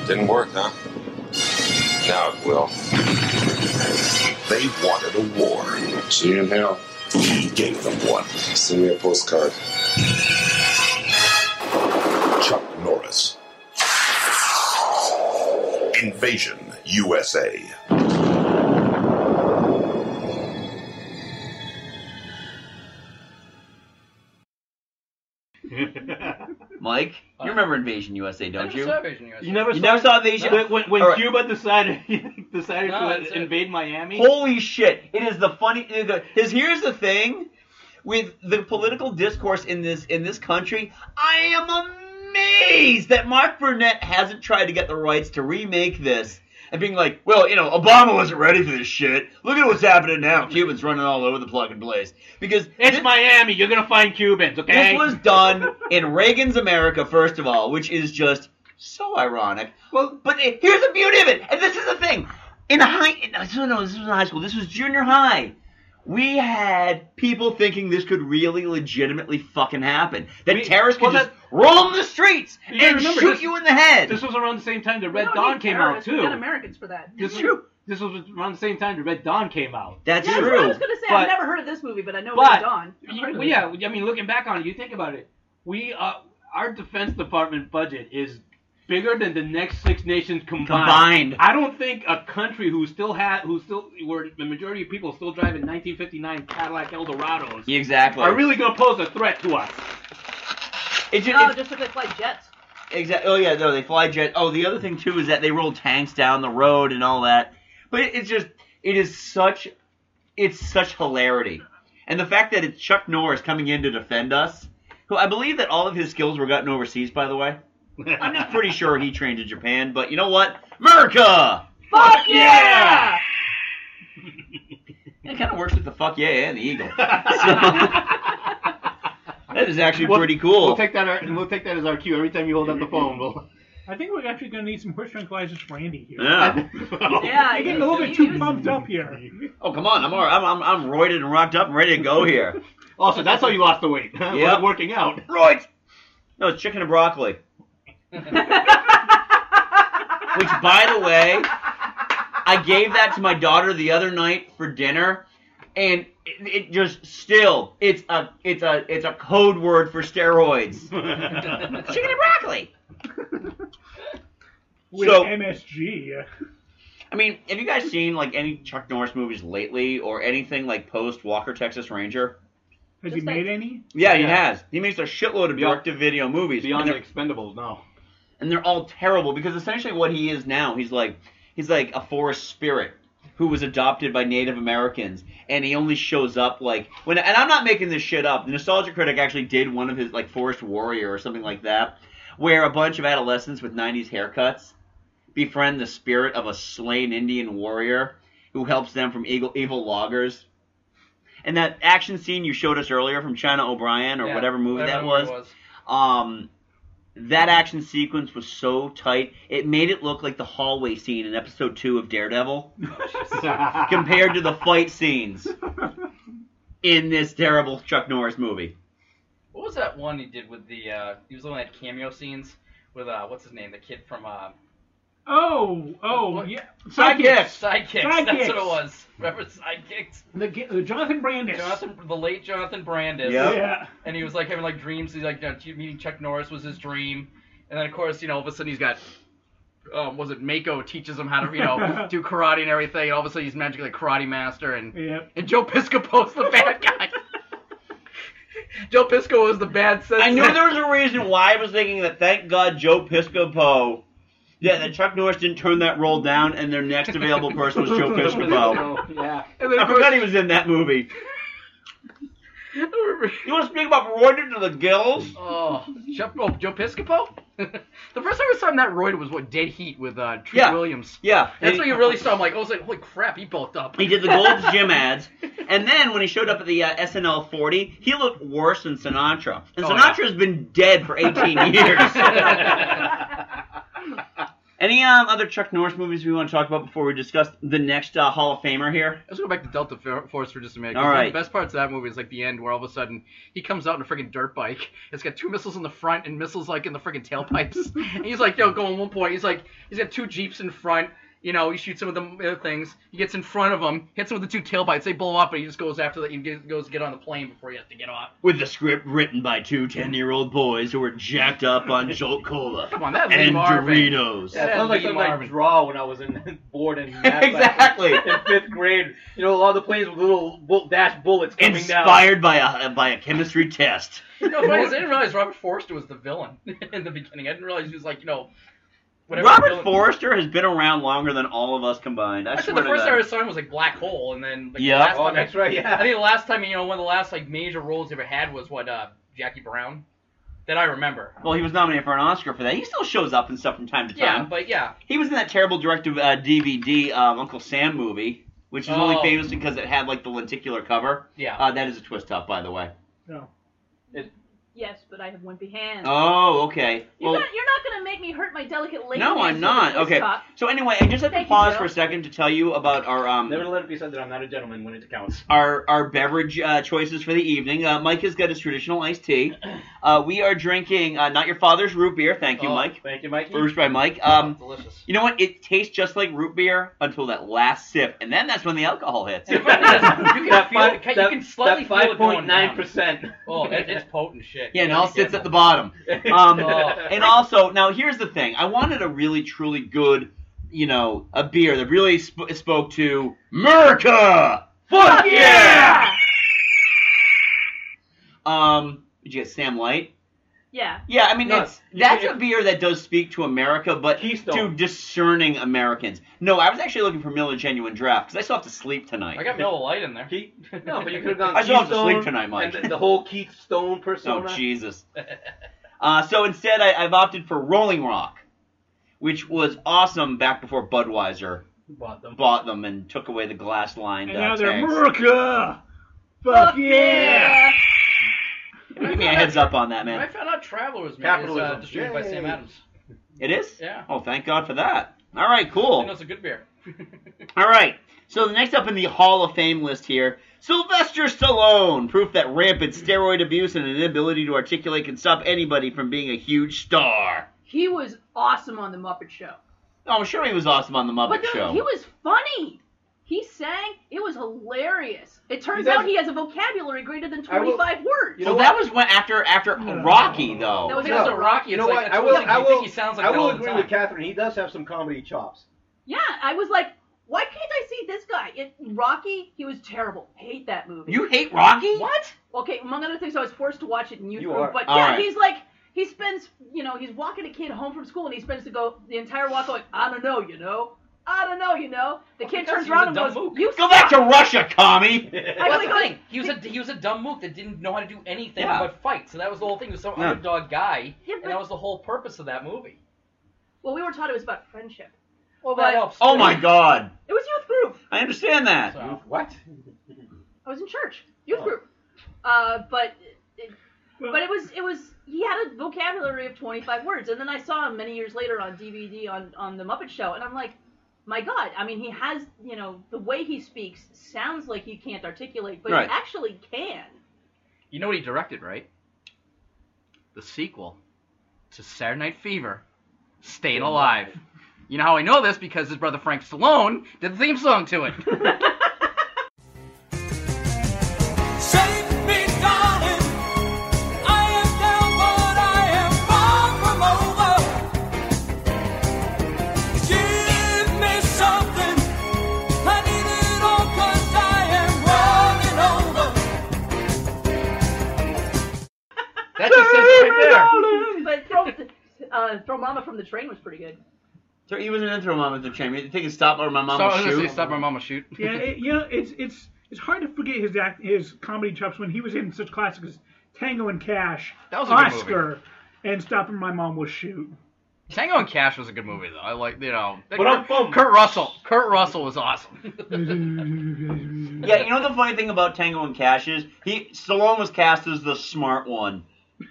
[SPEAKER 11] Didn't work, huh? Now it will.
[SPEAKER 10] They wanted a war.
[SPEAKER 11] See you in hell.
[SPEAKER 10] He gave them one.
[SPEAKER 11] Send me a postcard.
[SPEAKER 10] Chuck Norris. Invasion USA.
[SPEAKER 3] Mike, you remember Invasion USA, don't you?
[SPEAKER 8] You Uh, never
[SPEAKER 3] You
[SPEAKER 8] saw,
[SPEAKER 3] never saw Invasion?
[SPEAKER 8] When- when, when
[SPEAKER 3] All right.
[SPEAKER 8] Cuba decided [LAUGHS] decided
[SPEAKER 6] No, that's
[SPEAKER 8] to
[SPEAKER 6] it.
[SPEAKER 8] invade Miami.
[SPEAKER 3] Holy shit! It is the funny. Because here's the thing, with the political discourse in this in this country, I am amazed that Mark Burnett hasn't tried to get the rights to remake this and being like, well, you know, Obama wasn't ready for this shit. Look at what's happening now. Cubans running all over the plug and place because
[SPEAKER 8] It's Miami. You're gonna find Cubans, okay?
[SPEAKER 3] This was done in Reagan's America, first of all, which is just so ironic. Well, but it- here's the beauty of it, and this is the thing. In high, in, no, no, this was in high school. This was junior high. We had people thinking this could really, legitimately fucking happen. That
[SPEAKER 8] We-
[SPEAKER 3] terrorists could
[SPEAKER 8] well,
[SPEAKER 3] just roam the streets
[SPEAKER 8] You gotta
[SPEAKER 3] and
[SPEAKER 8] remember,
[SPEAKER 3] shoot
[SPEAKER 8] this-
[SPEAKER 3] you in the head.
[SPEAKER 8] This was around the same time the
[SPEAKER 7] We
[SPEAKER 8] Red
[SPEAKER 7] don't
[SPEAKER 8] Dawn
[SPEAKER 7] need
[SPEAKER 8] came out
[SPEAKER 7] terrorists.
[SPEAKER 8] too.
[SPEAKER 7] We got Americans for that.
[SPEAKER 8] This was, this was around the same time the Red Dawn came out.
[SPEAKER 3] That's
[SPEAKER 7] yeah, that's what I
[SPEAKER 3] true.
[SPEAKER 7] was gonna say.
[SPEAKER 8] but-
[SPEAKER 7] I've never heard of this movie, but I know
[SPEAKER 8] but-
[SPEAKER 7] Red Dawn. I've
[SPEAKER 8] You-
[SPEAKER 7] heard of
[SPEAKER 8] well,
[SPEAKER 7] it.
[SPEAKER 8] yeah, I mean, looking back on it, you think about it. We uh, our Defense Department budget is bigger than the next six nations combined.
[SPEAKER 3] Combined.
[SPEAKER 8] I don't think a country who still had, who still, where the majority of people still driving 1959 Cadillac Eldorados
[SPEAKER 3] Exactly.
[SPEAKER 8] are really gonna pose a threat to us.
[SPEAKER 3] It ju-
[SPEAKER 7] No,
[SPEAKER 3] it-
[SPEAKER 7] just because like jets.
[SPEAKER 3] Exactly. Oh yeah, no, they fly jet. Oh, the other thing too is that they roll tanks down the road and all that. But it- it's just, it is such, it's such hilarity, and the fact that it's Chuck Norris coming in to defend us, who I believe that all of his skills were gotten overseas, by the way. I'm not pretty sure he trained in Japan, but you know what, America.
[SPEAKER 7] Fuck yeah!
[SPEAKER 3] It kind of works with the fuck yeah and the
[SPEAKER 8] [LAUGHS]
[SPEAKER 3] eagle. So, that is actually
[SPEAKER 8] We'll-
[SPEAKER 3] pretty cool.
[SPEAKER 8] We'll take that our, and we'll take that as our cue every time you hold up the phone. We'll,
[SPEAKER 9] I think we're actually gonna need some horse tranquilizers for Andy here.
[SPEAKER 3] yeah.
[SPEAKER 8] [LAUGHS]
[SPEAKER 7] Yeah,
[SPEAKER 9] You're getting
[SPEAKER 7] you-
[SPEAKER 9] a little
[SPEAKER 7] you-
[SPEAKER 9] bit too
[SPEAKER 7] you-
[SPEAKER 9] pumped up here.
[SPEAKER 3] Oh come on, I'm all, I'm, I'm I'm roided and rocked up and ready to go here.
[SPEAKER 8] Also, that's how you lost the weight. [LAUGHS] Wasn't
[SPEAKER 3] Yep.
[SPEAKER 8] working
[SPEAKER 3] [LAUGHS]
[SPEAKER 8] out.
[SPEAKER 3] Right. No, it's chicken and broccoli.
[SPEAKER 8] [LAUGHS]
[SPEAKER 3] Which, by the way, I gave that to my daughter the other night for dinner, and it, it just still it's a it's a it's a code word for steroids. chicken and broccoli.
[SPEAKER 9] With
[SPEAKER 3] So-
[SPEAKER 9] MSG.
[SPEAKER 3] I mean, have you guys seen like any Chuck Norris movies lately or anything like post Walker Texas Ranger?
[SPEAKER 9] Has he
[SPEAKER 7] Just
[SPEAKER 9] made
[SPEAKER 7] like-
[SPEAKER 9] any?
[SPEAKER 3] Yeah, he
[SPEAKER 8] Yeah.
[SPEAKER 3] has. He makes a shitload of
[SPEAKER 8] Beyond-
[SPEAKER 3] direct-to-video movies. and
[SPEAKER 8] Beyond the
[SPEAKER 3] they're-
[SPEAKER 8] Expendables, no.
[SPEAKER 3] and they're all terrible because essentially what he is now he's like he's like a forest spirit who was adopted by Native Americans and he only shows up like when and I'm not making this shit up. The Nostalgia Critic actually did one of his like Forest Warrior or something like that where a bunch of adolescents with 90s haircuts befriend the spirit of a slain Indian warrior who helps them from evil, evil loggers. And that action scene you showed us earlier from China O'Brien or
[SPEAKER 6] Yeah,
[SPEAKER 3] whatever movie that
[SPEAKER 6] movie
[SPEAKER 3] was, um, that action sequence was so tight. It made it look like the hallway scene in episode two of Daredevil compared to the fight scenes in this terrible Chuck Norris movie.
[SPEAKER 6] What was that one he did with the? Uh, he was the one that had cameo scenes with uh, what's his name, the kid from uh,
[SPEAKER 9] Oh, oh, yeah.
[SPEAKER 6] Sidekicks.
[SPEAKER 9] Sidekicks.
[SPEAKER 6] Sidekicks. That's what it was. Remember sidekicks?
[SPEAKER 9] The, g- uh, Jonathan Brandis.
[SPEAKER 6] Jonathan, the late Jonathan Brandis.
[SPEAKER 9] Yep. Yeah.
[SPEAKER 6] And he was like having like dreams. He's like you know, meeting Chuck Norris was his dream, and then of course you know all of a sudden he's got. Um, was it Mako teaches him how to
[SPEAKER 3] [LAUGHS]
[SPEAKER 6] you know do karate and everything? And all of a sudden he's magically a karate master, and
[SPEAKER 9] Yep.
[SPEAKER 6] and Joe Piscopo's the
[SPEAKER 3] [LAUGHS]
[SPEAKER 6] bad guy. Joe Pisco was the bad sense.
[SPEAKER 3] I knew there was a reason why I was thinking that. Thank God Joe Piscopo. Yeah, that Chuck Norris didn't turn that role down, and their next available person was Joe Piscopo.
[SPEAKER 8] yeah.
[SPEAKER 6] And then,
[SPEAKER 3] I
[SPEAKER 6] of course,
[SPEAKER 3] forgot he was in that movie.
[SPEAKER 6] [LAUGHS] you want
[SPEAKER 3] to speak about roided to the gills?
[SPEAKER 6] Oh, Joe, oh, Joe Piscopo? [LAUGHS] the first time I saw him that roid was what Dead Heat with uh, Treat
[SPEAKER 3] Yeah.
[SPEAKER 6] Williams.
[SPEAKER 3] Yeah,
[SPEAKER 6] That's
[SPEAKER 3] And-
[SPEAKER 6] when you really saw him. Like I was like, holy crap, he bulked up.
[SPEAKER 3] He did the
[SPEAKER 6] [LAUGHS]
[SPEAKER 3] Gold's Gym ads, and then when he showed up at the uh, SNL 40, he looked worse than Sinatra. And
[SPEAKER 6] Oh,
[SPEAKER 3] Sinatra has been dead for
[SPEAKER 6] [LAUGHS]
[SPEAKER 3] 18 years. Any um, other Chuck Norris movies we want to talk about before we discuss the next uh, Hall of Famer here?
[SPEAKER 6] Let's go back to Delta Fer- Force for just a minute. 'cause
[SPEAKER 3] All right.
[SPEAKER 6] The best parts of that movie is like the end where all of a sudden he comes out on a freaking dirt bike. It's got two missiles in the front and missiles like in the freaking
[SPEAKER 3] [LAUGHS]
[SPEAKER 6] tailpipes. and he's like, yo, going one point. He's like, he's got two jeeps in front. You know, he shoots some of the other things. He gets in front of them, hits him with the two tailpipes. They blow up, but he just goes after that. He get- goes to get on the plane before he has to get off.
[SPEAKER 3] With the script written by two 10 year old boys who were jacked up on Jolt Cola
[SPEAKER 6] Come on, that Lee
[SPEAKER 3] and
[SPEAKER 6] Marvin.
[SPEAKER 3] Doritos.
[SPEAKER 6] That
[SPEAKER 8] sounds like
[SPEAKER 6] Lee
[SPEAKER 8] something I
[SPEAKER 6] Marvin.
[SPEAKER 8] draw when I was in [LAUGHS]
[SPEAKER 3] [LAUGHS]
[SPEAKER 8] board and math
[SPEAKER 3] Exactly.
[SPEAKER 8] back in fifth grade. You know, all the planes with little bu- dash bullets coming down.
[SPEAKER 3] Inspired by a, by a chemistry test.
[SPEAKER 6] [LAUGHS] You know, funny is I didn't realize Robert Forster was the villain [LAUGHS] in the beginning. I didn't realize he was like, you know, whatever.
[SPEAKER 3] Robert
[SPEAKER 6] villain-
[SPEAKER 3] Forrester has been around longer than all of us combined. I,
[SPEAKER 6] I said
[SPEAKER 3] swear
[SPEAKER 6] the
[SPEAKER 3] to
[SPEAKER 6] first
[SPEAKER 3] God.
[SPEAKER 6] time I saw him was like Black Hole, and then like,
[SPEAKER 3] Yeah.
[SPEAKER 6] the last
[SPEAKER 3] Oh,
[SPEAKER 6] time
[SPEAKER 3] that's
[SPEAKER 6] I,
[SPEAKER 3] right, yeah.
[SPEAKER 6] I think the last time you know one of the last like major roles he ever had was what uh, Jackie Brown, that I remember.
[SPEAKER 3] [LAUGHS] Well, he was nominated for an Oscar for that. He still shows up and stuff from time to time.
[SPEAKER 6] Yeah, Um, but yeah,
[SPEAKER 3] He was in that terrible director of, uh, DVD um, Uncle Sam movie, which is only
[SPEAKER 6] Oh.
[SPEAKER 3] famous because it had like the lenticular cover.
[SPEAKER 6] Yeah.
[SPEAKER 3] Uh, that is a twist up, by the way.
[SPEAKER 9] No.
[SPEAKER 7] Yes, but I have wimpy hands.
[SPEAKER 3] Oh, okay.
[SPEAKER 7] You're,
[SPEAKER 3] Well,
[SPEAKER 7] not, you're not gonna make me hurt my delicate lady.
[SPEAKER 3] no, I'm not. Okay. So anyway, I just have to
[SPEAKER 7] Thank you,
[SPEAKER 3] pause
[SPEAKER 7] Joe.
[SPEAKER 3] for a second to tell you about our um
[SPEAKER 8] Never let it be said that I'm not a gentleman when it counts.
[SPEAKER 3] our our beverage uh, choices for the evening. Uh, Mike has got his traditional iced [CLEARS THROAT] tea. Uh, we are drinking uh, not your father's root beer. Thank you,
[SPEAKER 8] Oh,
[SPEAKER 3] Mike.
[SPEAKER 8] Thank you, Mikey.
[SPEAKER 3] Brewed by Mike. Um, [LAUGHS]
[SPEAKER 6] delicious.
[SPEAKER 3] You know what? It tastes just like root beer until that last sip, and then that's when the alcohol hits. [LAUGHS]
[SPEAKER 6] you can feel
[SPEAKER 8] five-
[SPEAKER 6] it. ca-
[SPEAKER 8] that-
[SPEAKER 6] you can slightly
[SPEAKER 8] that
[SPEAKER 6] feel it going
[SPEAKER 8] 5.9%.
[SPEAKER 3] [LAUGHS]
[SPEAKER 6] down. Oh, it, it's potent shit.
[SPEAKER 3] Yeah, and it all sits at the
[SPEAKER 6] the
[SPEAKER 3] bottom.
[SPEAKER 8] uh,
[SPEAKER 3] Um,
[SPEAKER 6] Oh.
[SPEAKER 3] And also, now here's the thing: I wanted a really, truly good, you know, a beer that really sp- spoke to America. Fuck yeah! Um, did you get Sam Light?
[SPEAKER 7] Yeah.
[SPEAKER 3] Yeah, I mean,
[SPEAKER 7] No,
[SPEAKER 3] it's, that's a beer that does speak to America, but to discerning Americans. No, I was actually looking for Miller Genuine Draft because I still have to sleep tonight.
[SPEAKER 6] I got Miller Light in there.
[SPEAKER 8] No, but you could have gone.
[SPEAKER 3] I still have to
[SPEAKER 8] Keystone
[SPEAKER 3] sleep tonight, Mike.
[SPEAKER 8] And the, the whole Keith Stone
[SPEAKER 3] Oh,
[SPEAKER 8] persona.
[SPEAKER 3] Jesus. Uh, so instead, I, I've opted for Rolling Rock, which was awesome back before Budweiser
[SPEAKER 8] Bought them.
[SPEAKER 3] bought them and took away the glass lined
[SPEAKER 9] And
[SPEAKER 3] uh,
[SPEAKER 9] now they're
[SPEAKER 3] tanks.
[SPEAKER 9] [LAUGHS] America. Fuck yeah.
[SPEAKER 3] Give me a heads up on that,
[SPEAKER 6] When I
[SPEAKER 3] man.
[SPEAKER 6] found out Travelers man, is uh,
[SPEAKER 8] Capitalism.
[SPEAKER 6] distributed by
[SPEAKER 8] Yay.
[SPEAKER 6] Sam Adams.
[SPEAKER 3] It is?
[SPEAKER 6] Yeah.
[SPEAKER 3] Oh, thank God for that. All right,
[SPEAKER 6] I know
[SPEAKER 3] cool.
[SPEAKER 6] it's a good beer. [LAUGHS]
[SPEAKER 3] All right. So the next up in the Hall of Fame list here, Sylvester Stallone, proof that rampant steroid abuse and an inability to articulate can stop anybody from being a huge star.
[SPEAKER 7] He was awesome on the Muppet Show.
[SPEAKER 3] Oh, I'm sure he was awesome on the Muppet
[SPEAKER 7] but dude,
[SPEAKER 3] Show.
[SPEAKER 7] he was funny. He sang. It was hilarious. It turns
[SPEAKER 8] does-
[SPEAKER 7] out he has a vocabulary greater than
[SPEAKER 8] I will-
[SPEAKER 7] 25 words.
[SPEAKER 3] well, that was when after after Rocky though.
[SPEAKER 7] That was
[SPEAKER 6] Because
[SPEAKER 8] No.
[SPEAKER 6] of Rocky,
[SPEAKER 8] You
[SPEAKER 6] it's
[SPEAKER 8] know
[SPEAKER 6] like,
[SPEAKER 8] what?
[SPEAKER 6] that's
[SPEAKER 8] I
[SPEAKER 6] what,
[SPEAKER 8] will.
[SPEAKER 6] like,
[SPEAKER 8] I
[SPEAKER 6] you
[SPEAKER 8] will.
[SPEAKER 6] think he sounds like
[SPEAKER 8] I
[SPEAKER 6] that
[SPEAKER 8] will
[SPEAKER 6] all the
[SPEAKER 8] agree
[SPEAKER 6] time.
[SPEAKER 8] with Catherine. He does have some comedy chops.
[SPEAKER 7] yeah, I was like, why can't I see this guy? It, Rocky, he was terrible. I hate that movie.
[SPEAKER 3] You hate Rocky?
[SPEAKER 7] What? Okay, among other things, I was forced to watch it in youth
[SPEAKER 8] You
[SPEAKER 7] group.
[SPEAKER 8] are.
[SPEAKER 7] But
[SPEAKER 3] All
[SPEAKER 7] yeah,
[SPEAKER 3] right.
[SPEAKER 7] he's like, he spends, you know, he's walking a kid home from school, and he spends to go the entire walk going, I don't know, you know, I don't know, you know. The kid
[SPEAKER 6] because
[SPEAKER 7] turns
[SPEAKER 6] he was
[SPEAKER 7] around
[SPEAKER 6] a
[SPEAKER 7] and
[SPEAKER 6] dumb
[SPEAKER 7] goes,
[SPEAKER 6] mook.
[SPEAKER 7] you
[SPEAKER 3] Go back to
[SPEAKER 7] suck."
[SPEAKER 3] Russia, commie. [LAUGHS]
[SPEAKER 6] Well,
[SPEAKER 7] I really
[SPEAKER 6] that's the
[SPEAKER 7] go,
[SPEAKER 6] thing. He was a he was a dumb mook that didn't know how to do anything
[SPEAKER 3] Yeah.
[SPEAKER 6] but fight. So that was the whole thing. He was some
[SPEAKER 3] Yeah.
[SPEAKER 6] underdog guy,
[SPEAKER 7] Yeah, but-
[SPEAKER 6] and that was the whole purpose of that movie.
[SPEAKER 7] Well, we were taught it was about friendship.
[SPEAKER 6] Well,
[SPEAKER 7] But-
[SPEAKER 6] that helps.
[SPEAKER 3] Oh
[SPEAKER 6] too.
[SPEAKER 3] my God!
[SPEAKER 7] It was youth group.
[SPEAKER 3] I understand that.
[SPEAKER 6] So,
[SPEAKER 8] What?
[SPEAKER 7] I was in church, youth
[SPEAKER 8] Oh.
[SPEAKER 7] group. Uh, but it,
[SPEAKER 9] Well-
[SPEAKER 7] but it was it was he had a vocabulary of 25 words, and then I saw him many years later on DVD on on the Muppet Show, and I'm like, my God! I mean, he has you know the way he speaks sounds like he can't articulate, but
[SPEAKER 3] Right.
[SPEAKER 7] he actually can.
[SPEAKER 6] you know what he directed, right? The sequel to Saturday Night Fever, Staying Alive. You know how I know this? Because his brother Frank Stallone did the theme song to it. That just says it right
[SPEAKER 7] But throw, uh, throw Mama from the Train was pretty good.
[SPEAKER 3] So he was an intro mom at the train. You think it's stop or my mom
[SPEAKER 6] Stop-
[SPEAKER 3] will
[SPEAKER 6] I was gonna
[SPEAKER 3] shoot.
[SPEAKER 6] say Stop or Mama shoot.
[SPEAKER 9] yeah, it, you know, it's it's it's hard to forget his act, his comedy chops when he was in such classics as Tango and Cash,
[SPEAKER 6] That was a good movie.
[SPEAKER 9] Oscar, and Stopping My Mom Will Shoot.
[SPEAKER 6] Tango and Cash was a good movie though. I like you know.
[SPEAKER 9] But
[SPEAKER 6] Kurt,
[SPEAKER 9] I'm bummed.
[SPEAKER 6] Kurt Russell. Kurt Russell was
[SPEAKER 3] [LAUGHS]
[SPEAKER 6] awesome.
[SPEAKER 3] Yeah, you know what the funny thing about Tango and Cash is he Stallone was cast as the smart one.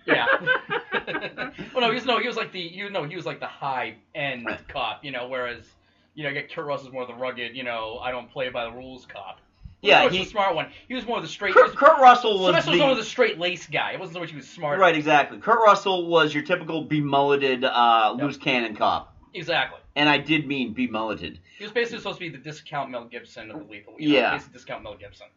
[SPEAKER 6] Yeah. [LAUGHS] well, no, he was no, he was like the you know he was like the high end cop, you know, whereas you know, you got Kurt Russell's more the rugged, you know, I don't play by the rules cop.
[SPEAKER 3] Yeah,
[SPEAKER 6] he was
[SPEAKER 3] he-
[SPEAKER 6] the smart one. He was more of the straight.
[SPEAKER 3] Kurt, Kurt Russell was
[SPEAKER 6] Sylvester
[SPEAKER 3] the-
[SPEAKER 6] more of the straight lace guy. It wasn't so much he was smart.
[SPEAKER 3] Right, exactly. Kurt Russell was your typical bemulleted uh, loose cannon cop,
[SPEAKER 6] Exactly.
[SPEAKER 3] and I did mean bemulleted.
[SPEAKER 6] He was basically supposed to be the discount Mel Gibson of the lethal.
[SPEAKER 3] Yeah.
[SPEAKER 6] Know, basically discount Mel Gibson.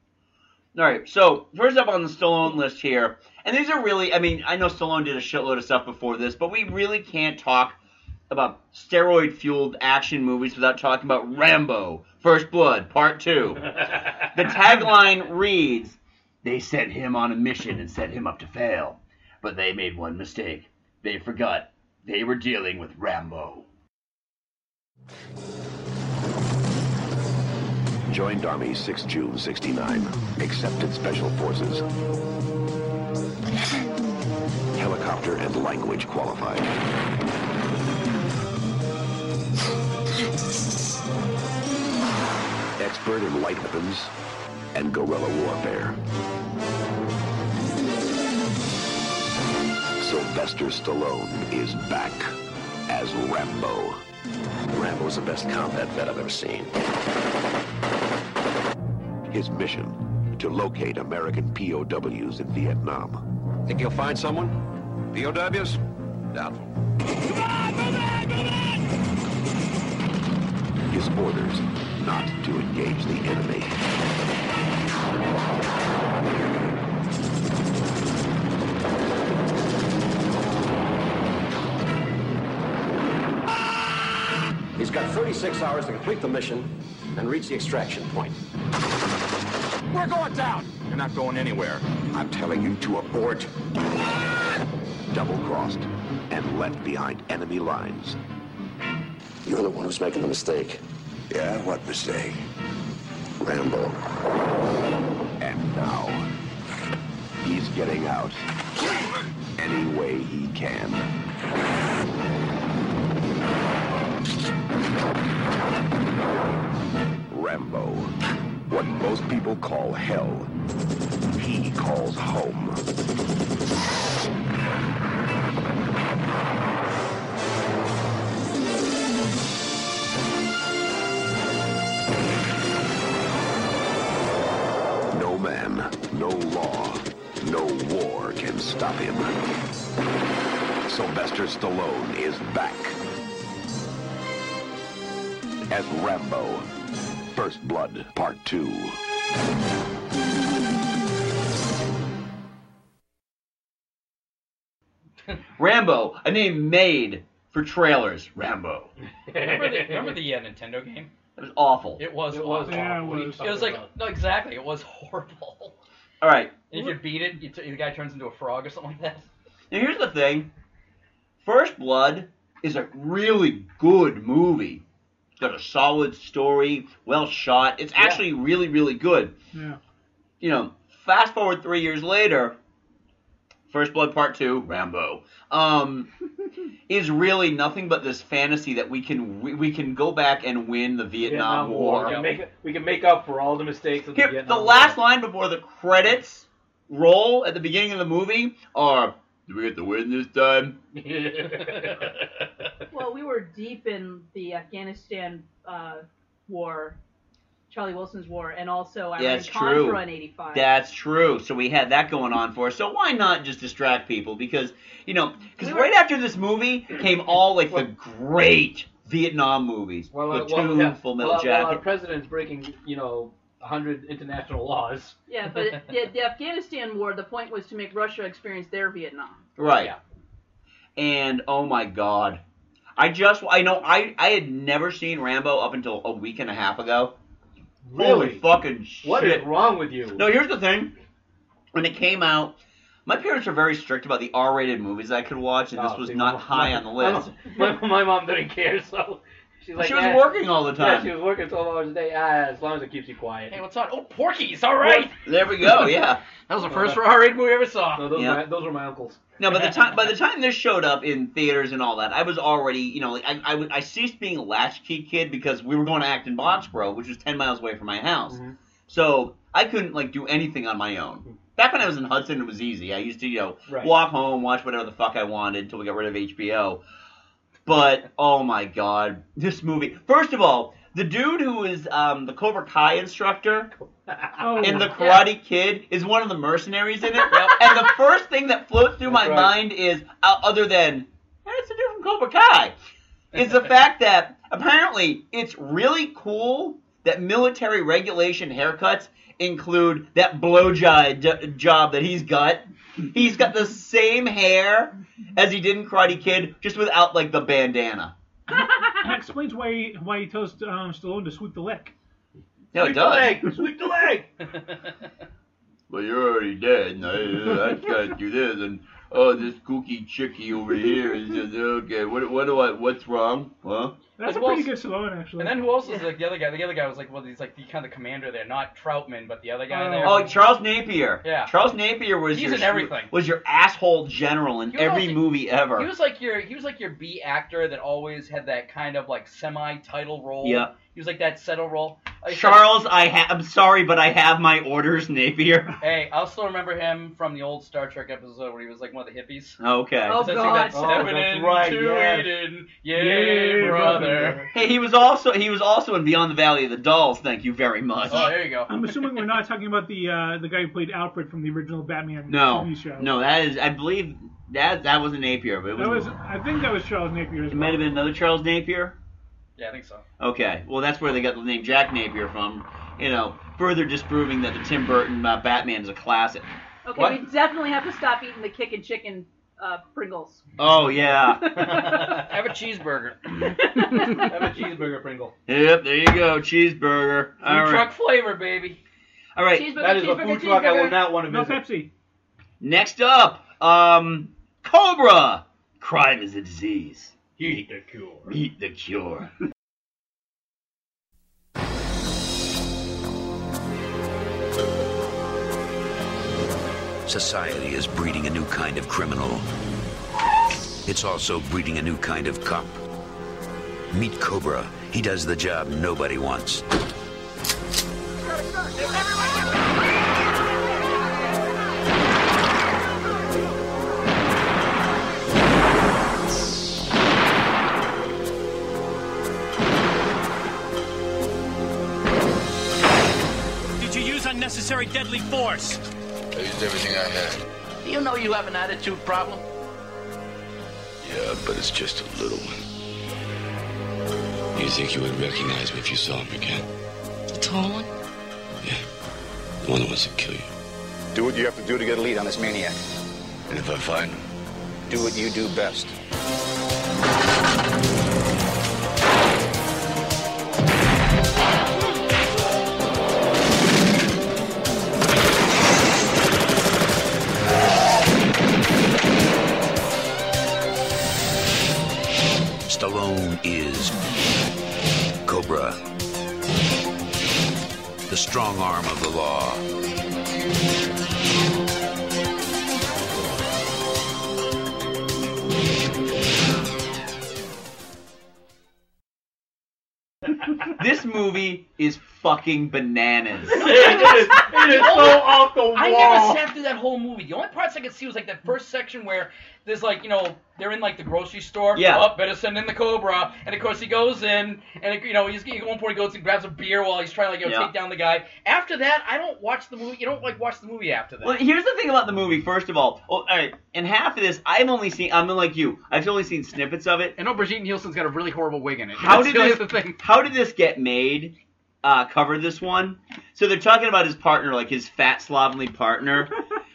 [SPEAKER 3] All right, so first up on the Stallone list here, and these are really, I mean, I know Stallone did a shitload of stuff before this, but we really can't talk about steroid fueled action movies without talking about Rambo First Blood Part 2. the tagline reads They sent him on a mission and set him up to fail, but they made one mistake. They forgot they were dealing with Rambo.
[SPEAKER 1] Joined Army 6 June 69. Accepted Special Forces. Helicopter and language qualified. Expert in light weapons and guerrilla warfare. Sylvester Stallone is back as Rambo. Rambo's the best combat vet I've ever seen. His mission to locate American POWs in Vietnam. Think he'll find someone? POWs? Doubtful. His orders not to engage the enemy.
[SPEAKER 12] He's got 36 hours to complete the mission and reach the extraction point.
[SPEAKER 1] We're going down! You're not going anywhere. I'm telling you to abort. Double crossed and left behind enemy lines. You're the one who's making the mistake. Yeah, what mistake? Rambo. And now, he's getting out any way he can. Rambo, what most people call hell, he calls home. No man, no law, no war can stop him. Sylvester Stallone is back as Rambo. First Blood, Part 2.
[SPEAKER 3] Rambo, a name made for trailers. Rambo.
[SPEAKER 6] remember the, remember the uh, Nintendo game?
[SPEAKER 3] It was awful.
[SPEAKER 6] It was. It
[SPEAKER 3] was
[SPEAKER 6] awful.
[SPEAKER 3] Yeah, it was.
[SPEAKER 6] It was like no, exactly. It was [LAUGHS] horrible.
[SPEAKER 3] All right.
[SPEAKER 6] And if you beat it, you t- the guy turns into a frog or something like that.
[SPEAKER 3] Now here's the thing. First Blood is a really good movie. It's got a solid story, well shot. It's actually really, really good.
[SPEAKER 9] Yeah.
[SPEAKER 3] You know, fast forward three years later, First Blood Part Two, Rambo,
[SPEAKER 8] [LAUGHS]
[SPEAKER 3] um, is really nothing but this fantasy that we can we, we can go back and win the Vietnam,
[SPEAKER 8] Vietnam
[SPEAKER 3] War.
[SPEAKER 8] War. We can make it- we can make up for all the mistakes of the
[SPEAKER 3] Here, the
[SPEAKER 8] Vietnam
[SPEAKER 3] last line before the credits roll at the beginning of the movie are, "Do we get the win this time?"
[SPEAKER 6] [LAUGHS]
[SPEAKER 7] Well, we were deep in the Afghanistan uh, war, Charlie Wilson's war, and also I
[SPEAKER 3] That's
[SPEAKER 7] ran Contra
[SPEAKER 3] true.
[SPEAKER 7] in '85.
[SPEAKER 3] That's true. So we had that going on for us. So why not just distract people? Because you know, because right after this movie came all like the great Vietnam movies.
[SPEAKER 6] While,
[SPEAKER 3] the
[SPEAKER 6] our-
[SPEAKER 3] two
[SPEAKER 6] while, uh, yeah,
[SPEAKER 3] Full
[SPEAKER 6] while
[SPEAKER 3] Metal
[SPEAKER 6] our- while our
[SPEAKER 3] Jacket.
[SPEAKER 6] president's breaking, you know, a hundred international laws.
[SPEAKER 7] Yeah, but it, the, the Afghanistan war, the point was to make Russia experience their Vietnam.
[SPEAKER 3] Right. And oh my god. I just I know I I had never seen Rambo up until a week and a half ago. Holy
[SPEAKER 6] Really?
[SPEAKER 3] fucking shit.
[SPEAKER 6] What is wrong with you?
[SPEAKER 3] No, here's the thing. When it came out, my parents were very strict about the R-rated movies I could watch, and this
[SPEAKER 6] Oh,
[SPEAKER 3] was
[SPEAKER 6] see,
[SPEAKER 3] not
[SPEAKER 6] my-
[SPEAKER 3] high on the list.
[SPEAKER 6] [LAUGHS] My, my mom didn't care, so she's like,
[SPEAKER 3] She was
[SPEAKER 6] "Yeah."
[SPEAKER 3] working all the
[SPEAKER 6] Yeah,
[SPEAKER 3] time.
[SPEAKER 6] she was working twelve hours a day. Ah, as long as it keeps you quiet. Hey, what's on? Oh, Porky's, all
[SPEAKER 3] right. There we go, yeah.
[SPEAKER 6] that was the [LAUGHS] first R-rated movie I ever saw. No,
[SPEAKER 3] those Yeah. were-
[SPEAKER 6] those were my uncles.
[SPEAKER 3] No, by the time by the time this showed up in theaters and all that, I was already you know like I I, was- I ceased being a latchkey kid because we were going to Acton Boxborough, which was ten miles away from my house, so I couldn't like do anything on my own. Back when I was in Hudson, it was easy. I used to you know
[SPEAKER 6] Right.
[SPEAKER 3] walk home, watch whatever the fuck I wanted until we got rid of HBO. But oh my god, this movie! First of all, the dude who is um, the Cobra Kai instructor
[SPEAKER 9] oh,
[SPEAKER 3] and the Karate Kid is one of the mercenaries in it. and the first thing that floats through my
[SPEAKER 6] right.
[SPEAKER 3] mind is, uh, other than that's a dude from Cobra Kai, is the fact that apparently it's really cool that military regulation haircuts include that blow job, job that he's got. He's got the same hair as he did in Karate Kid, just without like the bandana.
[SPEAKER 9] that explains why he, why he tells um, Stallone to sweep the lick.
[SPEAKER 3] No, it does.
[SPEAKER 6] [LAUGHS]
[SPEAKER 9] sweep the leg.
[SPEAKER 3] Well, you're already dead, and I, I gotta do this, and oh, this kooky chickie over here is just okay. What, what do I? What's wrong? Huh?
[SPEAKER 6] As
[SPEAKER 9] That's a
[SPEAKER 6] well
[SPEAKER 9] pretty
[SPEAKER 6] as-
[SPEAKER 9] good Stallone, actually.
[SPEAKER 6] And then who else is like the other guy? The other guy was like, well, he's like the kind of commander there, not Troutman, but the other guy there.
[SPEAKER 3] Oh, Charles Napier.
[SPEAKER 6] Yeah.
[SPEAKER 3] Charles Napier was
[SPEAKER 6] He's
[SPEAKER 3] your
[SPEAKER 6] in everything.
[SPEAKER 3] was your asshole general in
[SPEAKER 6] He was
[SPEAKER 3] every
[SPEAKER 6] also-
[SPEAKER 3] movie ever.
[SPEAKER 6] He was like your he was like your B actor that always had that kind of like semi title role.
[SPEAKER 3] Yeah.
[SPEAKER 6] He was like that settle role. Like I said,
[SPEAKER 3] Charles, I ha- I'm sorry, but I have my orders, Napier. [LAUGHS]
[SPEAKER 6] Hey, I still remember him from the old Star Trek episode where he was like one of the hippies.
[SPEAKER 3] Okay.
[SPEAKER 6] He's that song that
[SPEAKER 3] Oh,
[SPEAKER 6] stepping
[SPEAKER 3] that's
[SPEAKER 6] in,
[SPEAKER 3] right,
[SPEAKER 6] two
[SPEAKER 3] yes.
[SPEAKER 6] eating, yay, brother.
[SPEAKER 3] Hey, he was also he was also in Beyond the Valley of the Dolls. Thank you very much.
[SPEAKER 6] Oh, there you go.
[SPEAKER 9] I'm assuming we're not talking about the uh, the guy who played Alfred from the original Batman
[SPEAKER 3] No,
[SPEAKER 9] TV show.
[SPEAKER 3] no, that is I believe that that wasn't Napier, but it was,
[SPEAKER 9] that was I think that was Charles Napier. As
[SPEAKER 3] it might have been another Charles Napier.
[SPEAKER 6] Yeah, I think so.
[SPEAKER 3] Okay, well that's where they got the name Jack Napier from. You know, further disproving that the Tim Burton uh, Batman is a classic.
[SPEAKER 7] Okay,
[SPEAKER 3] What?
[SPEAKER 7] we definitely have to stop eating the kick and chicken uh,
[SPEAKER 3] [LAUGHS]
[SPEAKER 7] Pringles.
[SPEAKER 3] Oh
[SPEAKER 6] [LAUGHS]
[SPEAKER 3] yeah.
[SPEAKER 6] Have
[SPEAKER 3] [LAUGHS]
[SPEAKER 6] a cheeseburger.
[SPEAKER 7] [LAUGHS]
[SPEAKER 8] Have a cheeseburger, Pringle.
[SPEAKER 3] Yep, there you go, cheeseburger.
[SPEAKER 6] Food
[SPEAKER 3] All right.
[SPEAKER 6] truck flavor, baby.
[SPEAKER 3] All right.
[SPEAKER 6] Cheeseburger, That is a cheeseburger, food truck I will cheeseburger. not want to visit.
[SPEAKER 9] Pepsi.
[SPEAKER 3] Next up, um, Cobra. Crime is a disease. Eat the cure. Eat the
[SPEAKER 6] [LAUGHS]
[SPEAKER 3] cure.
[SPEAKER 13] Society is breeding a new kind of criminal. It's also breeding a new kind of cop. Meet Cobra. He does the job nobody wants.
[SPEAKER 14] Did you use unnecessary deadly force?
[SPEAKER 11] I used everything I had.
[SPEAKER 14] Do you know you have an attitude problem?
[SPEAKER 11] Yeah, but it's just a little one. You think you would recognize me if you saw him again?
[SPEAKER 15] The tall one?
[SPEAKER 11] The one that wants to kill you.
[SPEAKER 13] Do what you have to do to get a lead on this maniac.
[SPEAKER 11] And if I find him,
[SPEAKER 13] Do what you do best. Stallone is Cobra, the strong arm of the law.
[SPEAKER 3] this movie is fucking
[SPEAKER 6] [LAUGHS]
[SPEAKER 3] bananas.
[SPEAKER 6] it
[SPEAKER 3] is so off the
[SPEAKER 6] I
[SPEAKER 3] wall.
[SPEAKER 6] never sat through that whole movie. The only parts I could see was like that first section where there's like, you know, they're in like the grocery store.
[SPEAKER 3] Yeah.
[SPEAKER 6] Oh, better send in the Cobra. And of course he goes in, and it, you know, he's at one point he goes and grabs a beer while he's trying to like, you know,
[SPEAKER 3] Yeah.
[SPEAKER 6] take down the guy. After that, I don't watch the movie. You don't like watch the movie after that.
[SPEAKER 3] Well, here's the thing about the movie. First of all, oh, all right, and half of this I've only seen. I'm like you. I've only seen snippets of it.
[SPEAKER 6] I know Brigitte Nielsen's got a really horrible wig in it.
[SPEAKER 3] How
[SPEAKER 6] That's
[SPEAKER 3] did
[SPEAKER 6] the only
[SPEAKER 3] this?
[SPEAKER 6] other thing.
[SPEAKER 3] How did this get made? Uh, cover this one. So they're talking about his partner, like his fat slovenly partner,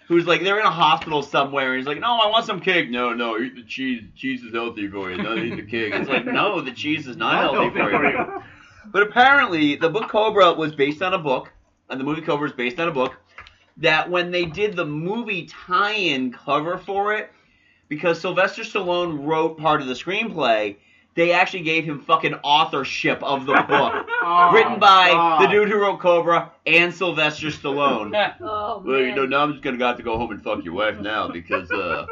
[SPEAKER 3] who's like they're in a hospital somewhere. And he's like, no, I want some cake. No, no, eat the cheese. Cheese is healthy for you. No, eat the cake. It's like no, the cheese is not healthy for you. But apparently, the book Cobra was based on a book, and the movie Cobra is based on a book. That when they did the movie tie-in cover for it, because Sylvester Stallone wrote part of the screenplay, they actually gave him fucking authorship of the book, [LAUGHS]
[SPEAKER 6] Oh,
[SPEAKER 3] written by the dude who wrote Cobra and Sylvester
[SPEAKER 6] [LAUGHS]
[SPEAKER 3] Stallone.
[SPEAKER 7] oh,
[SPEAKER 3] well, you
[SPEAKER 7] man.
[SPEAKER 3] know, now I'm just gonna have to go home and fuck your wife now because uh,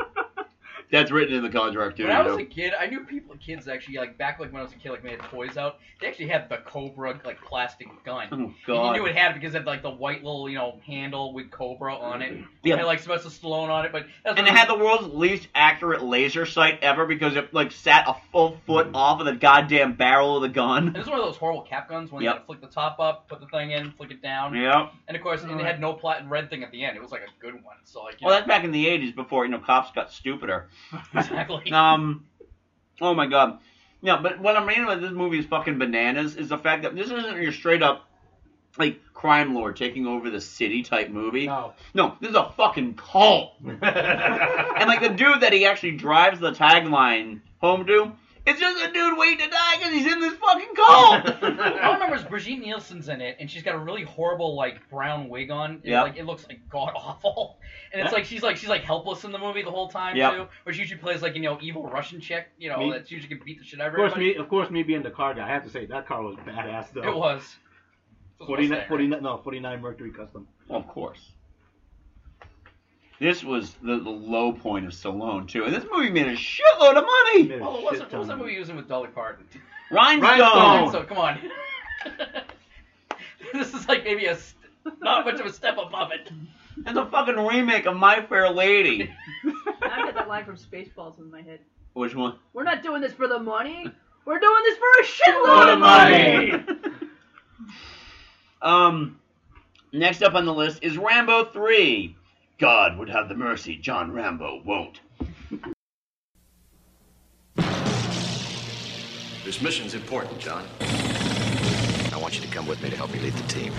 [SPEAKER 3] that's written in the contract too.
[SPEAKER 6] When I
[SPEAKER 3] you
[SPEAKER 6] was
[SPEAKER 3] know?
[SPEAKER 6] a kid, I knew people, kids actually like back like when I was a kid, like when they had toys out. They actually had the Cobra like plastic gun.
[SPEAKER 3] Oh,
[SPEAKER 6] And
[SPEAKER 3] God.
[SPEAKER 6] you knew it had it because it had like the white little you know handle with Cobra on it.
[SPEAKER 3] Yeah.
[SPEAKER 6] It had like Sylvester Stallone on it, but that's
[SPEAKER 3] And
[SPEAKER 6] what-
[SPEAKER 3] it had the world's least accurate laser sight ever because it like sat a full foot off of the goddamn barrel of the
[SPEAKER 6] [LAUGHS] It
[SPEAKER 3] gun.
[SPEAKER 6] was one of those horrible cap guns when
[SPEAKER 3] Yep. Mm-hmm.
[SPEAKER 6] you had to flick the top up, put the thing in, flick it down.
[SPEAKER 3] Yep.
[SPEAKER 6] And of course, and it had no platinum red thing at the end. It was like a good one. So like, you
[SPEAKER 3] Well,
[SPEAKER 6] know,
[SPEAKER 3] that's back in the '80s before you know cops got stupider.
[SPEAKER 6] [LAUGHS] exactly.
[SPEAKER 3] Um, oh my god. Yeah, but what I'm reading about this movie is fucking bananas. Is the fact that this isn't your straight up like crime lord taking over the city type
[SPEAKER 6] [LAUGHS]
[SPEAKER 3] movie. No, no, this is a fucking cult. and like the dude that he actually drives the tagline home to. It's just a dude waiting to die because he's in this fucking
[SPEAKER 8] [LAUGHS]
[SPEAKER 3] cult.
[SPEAKER 6] All I remember is Brigitte Nielsen's in it, and she's got a really horrible like brown wig on. It,
[SPEAKER 3] Yep.
[SPEAKER 6] like it looks like god awful, [LAUGHS] and it's like she's like she's like helpless in the movie the whole time
[SPEAKER 3] Yep.
[SPEAKER 6] too. Where she usually plays like you know evil Russian chick, you know
[SPEAKER 8] Me-
[SPEAKER 6] that's usually can beat the shit out of
[SPEAKER 8] [LAUGHS] Of course,
[SPEAKER 6] everybody.
[SPEAKER 8] me, of course, me being the car guy, I have to say that car was badass though.
[SPEAKER 6] It was. It was
[SPEAKER 8] 49,
[SPEAKER 6] Mustang.
[SPEAKER 8] 49 no, 49 Mercury Custom.
[SPEAKER 6] Oh,
[SPEAKER 3] Of course. This was the, the low point of Stallone too, and this movie made a shitload of money.
[SPEAKER 6] Oh, what was, it, what was that movie using with Dolly Parton? [LAUGHS]
[SPEAKER 3] Rhinestone.
[SPEAKER 6] So come on. [LAUGHS] this is like maybe a st- not much of a step above it.
[SPEAKER 3] It's a fucking remake of My Fair Lady.
[SPEAKER 7] I've got that line from Spaceballs in my head.
[SPEAKER 3] Which one?
[SPEAKER 7] We're not doing this for the money. We're doing this for a shitload
[SPEAKER 3] Load
[SPEAKER 7] of money.
[SPEAKER 3] [LAUGHS] um, next up on the list is Rambo 3. God would have the mercy, John Rambo won't.
[SPEAKER 16] This mission's important, John. I want you to come with me to help me lead the team.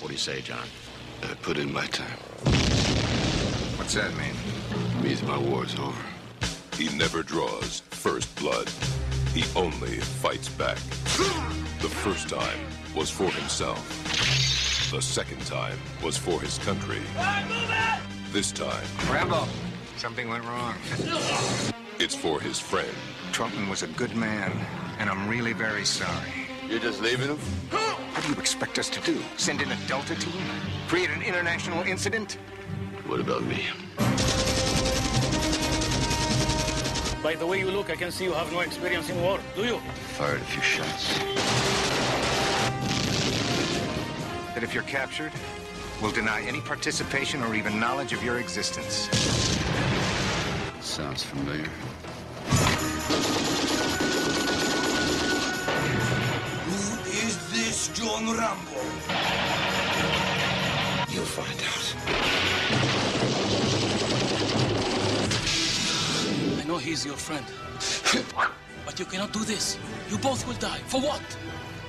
[SPEAKER 16] What do you say, John?
[SPEAKER 11] I put in my time.
[SPEAKER 13] What's that mean?
[SPEAKER 11] Means my war's over.
[SPEAKER 15] He never draws first blood. He only fights back. The first time was for himself. The second time was for his country. This time,
[SPEAKER 13] Rambo, something went wrong.
[SPEAKER 15] it's for his friend.
[SPEAKER 13] Trumpen was a good man, and I'm really very sorry.
[SPEAKER 15] You're just leaving him?
[SPEAKER 13] What do you expect us to do? Send in a Delta team? Create an international incident?
[SPEAKER 11] What about me?
[SPEAKER 14] By the way you look, I can see you have no experience in war, do you?
[SPEAKER 11] Fired a few shots.
[SPEAKER 13] That if you're captured, we'll deny any participation or even knowledge of your existence.
[SPEAKER 11] Sounds familiar.
[SPEAKER 17] Who is this John Rambo? You'll find
[SPEAKER 14] I know he's your friend.
[SPEAKER 13] [LAUGHS]
[SPEAKER 14] but you cannot do this. You both will die. For what?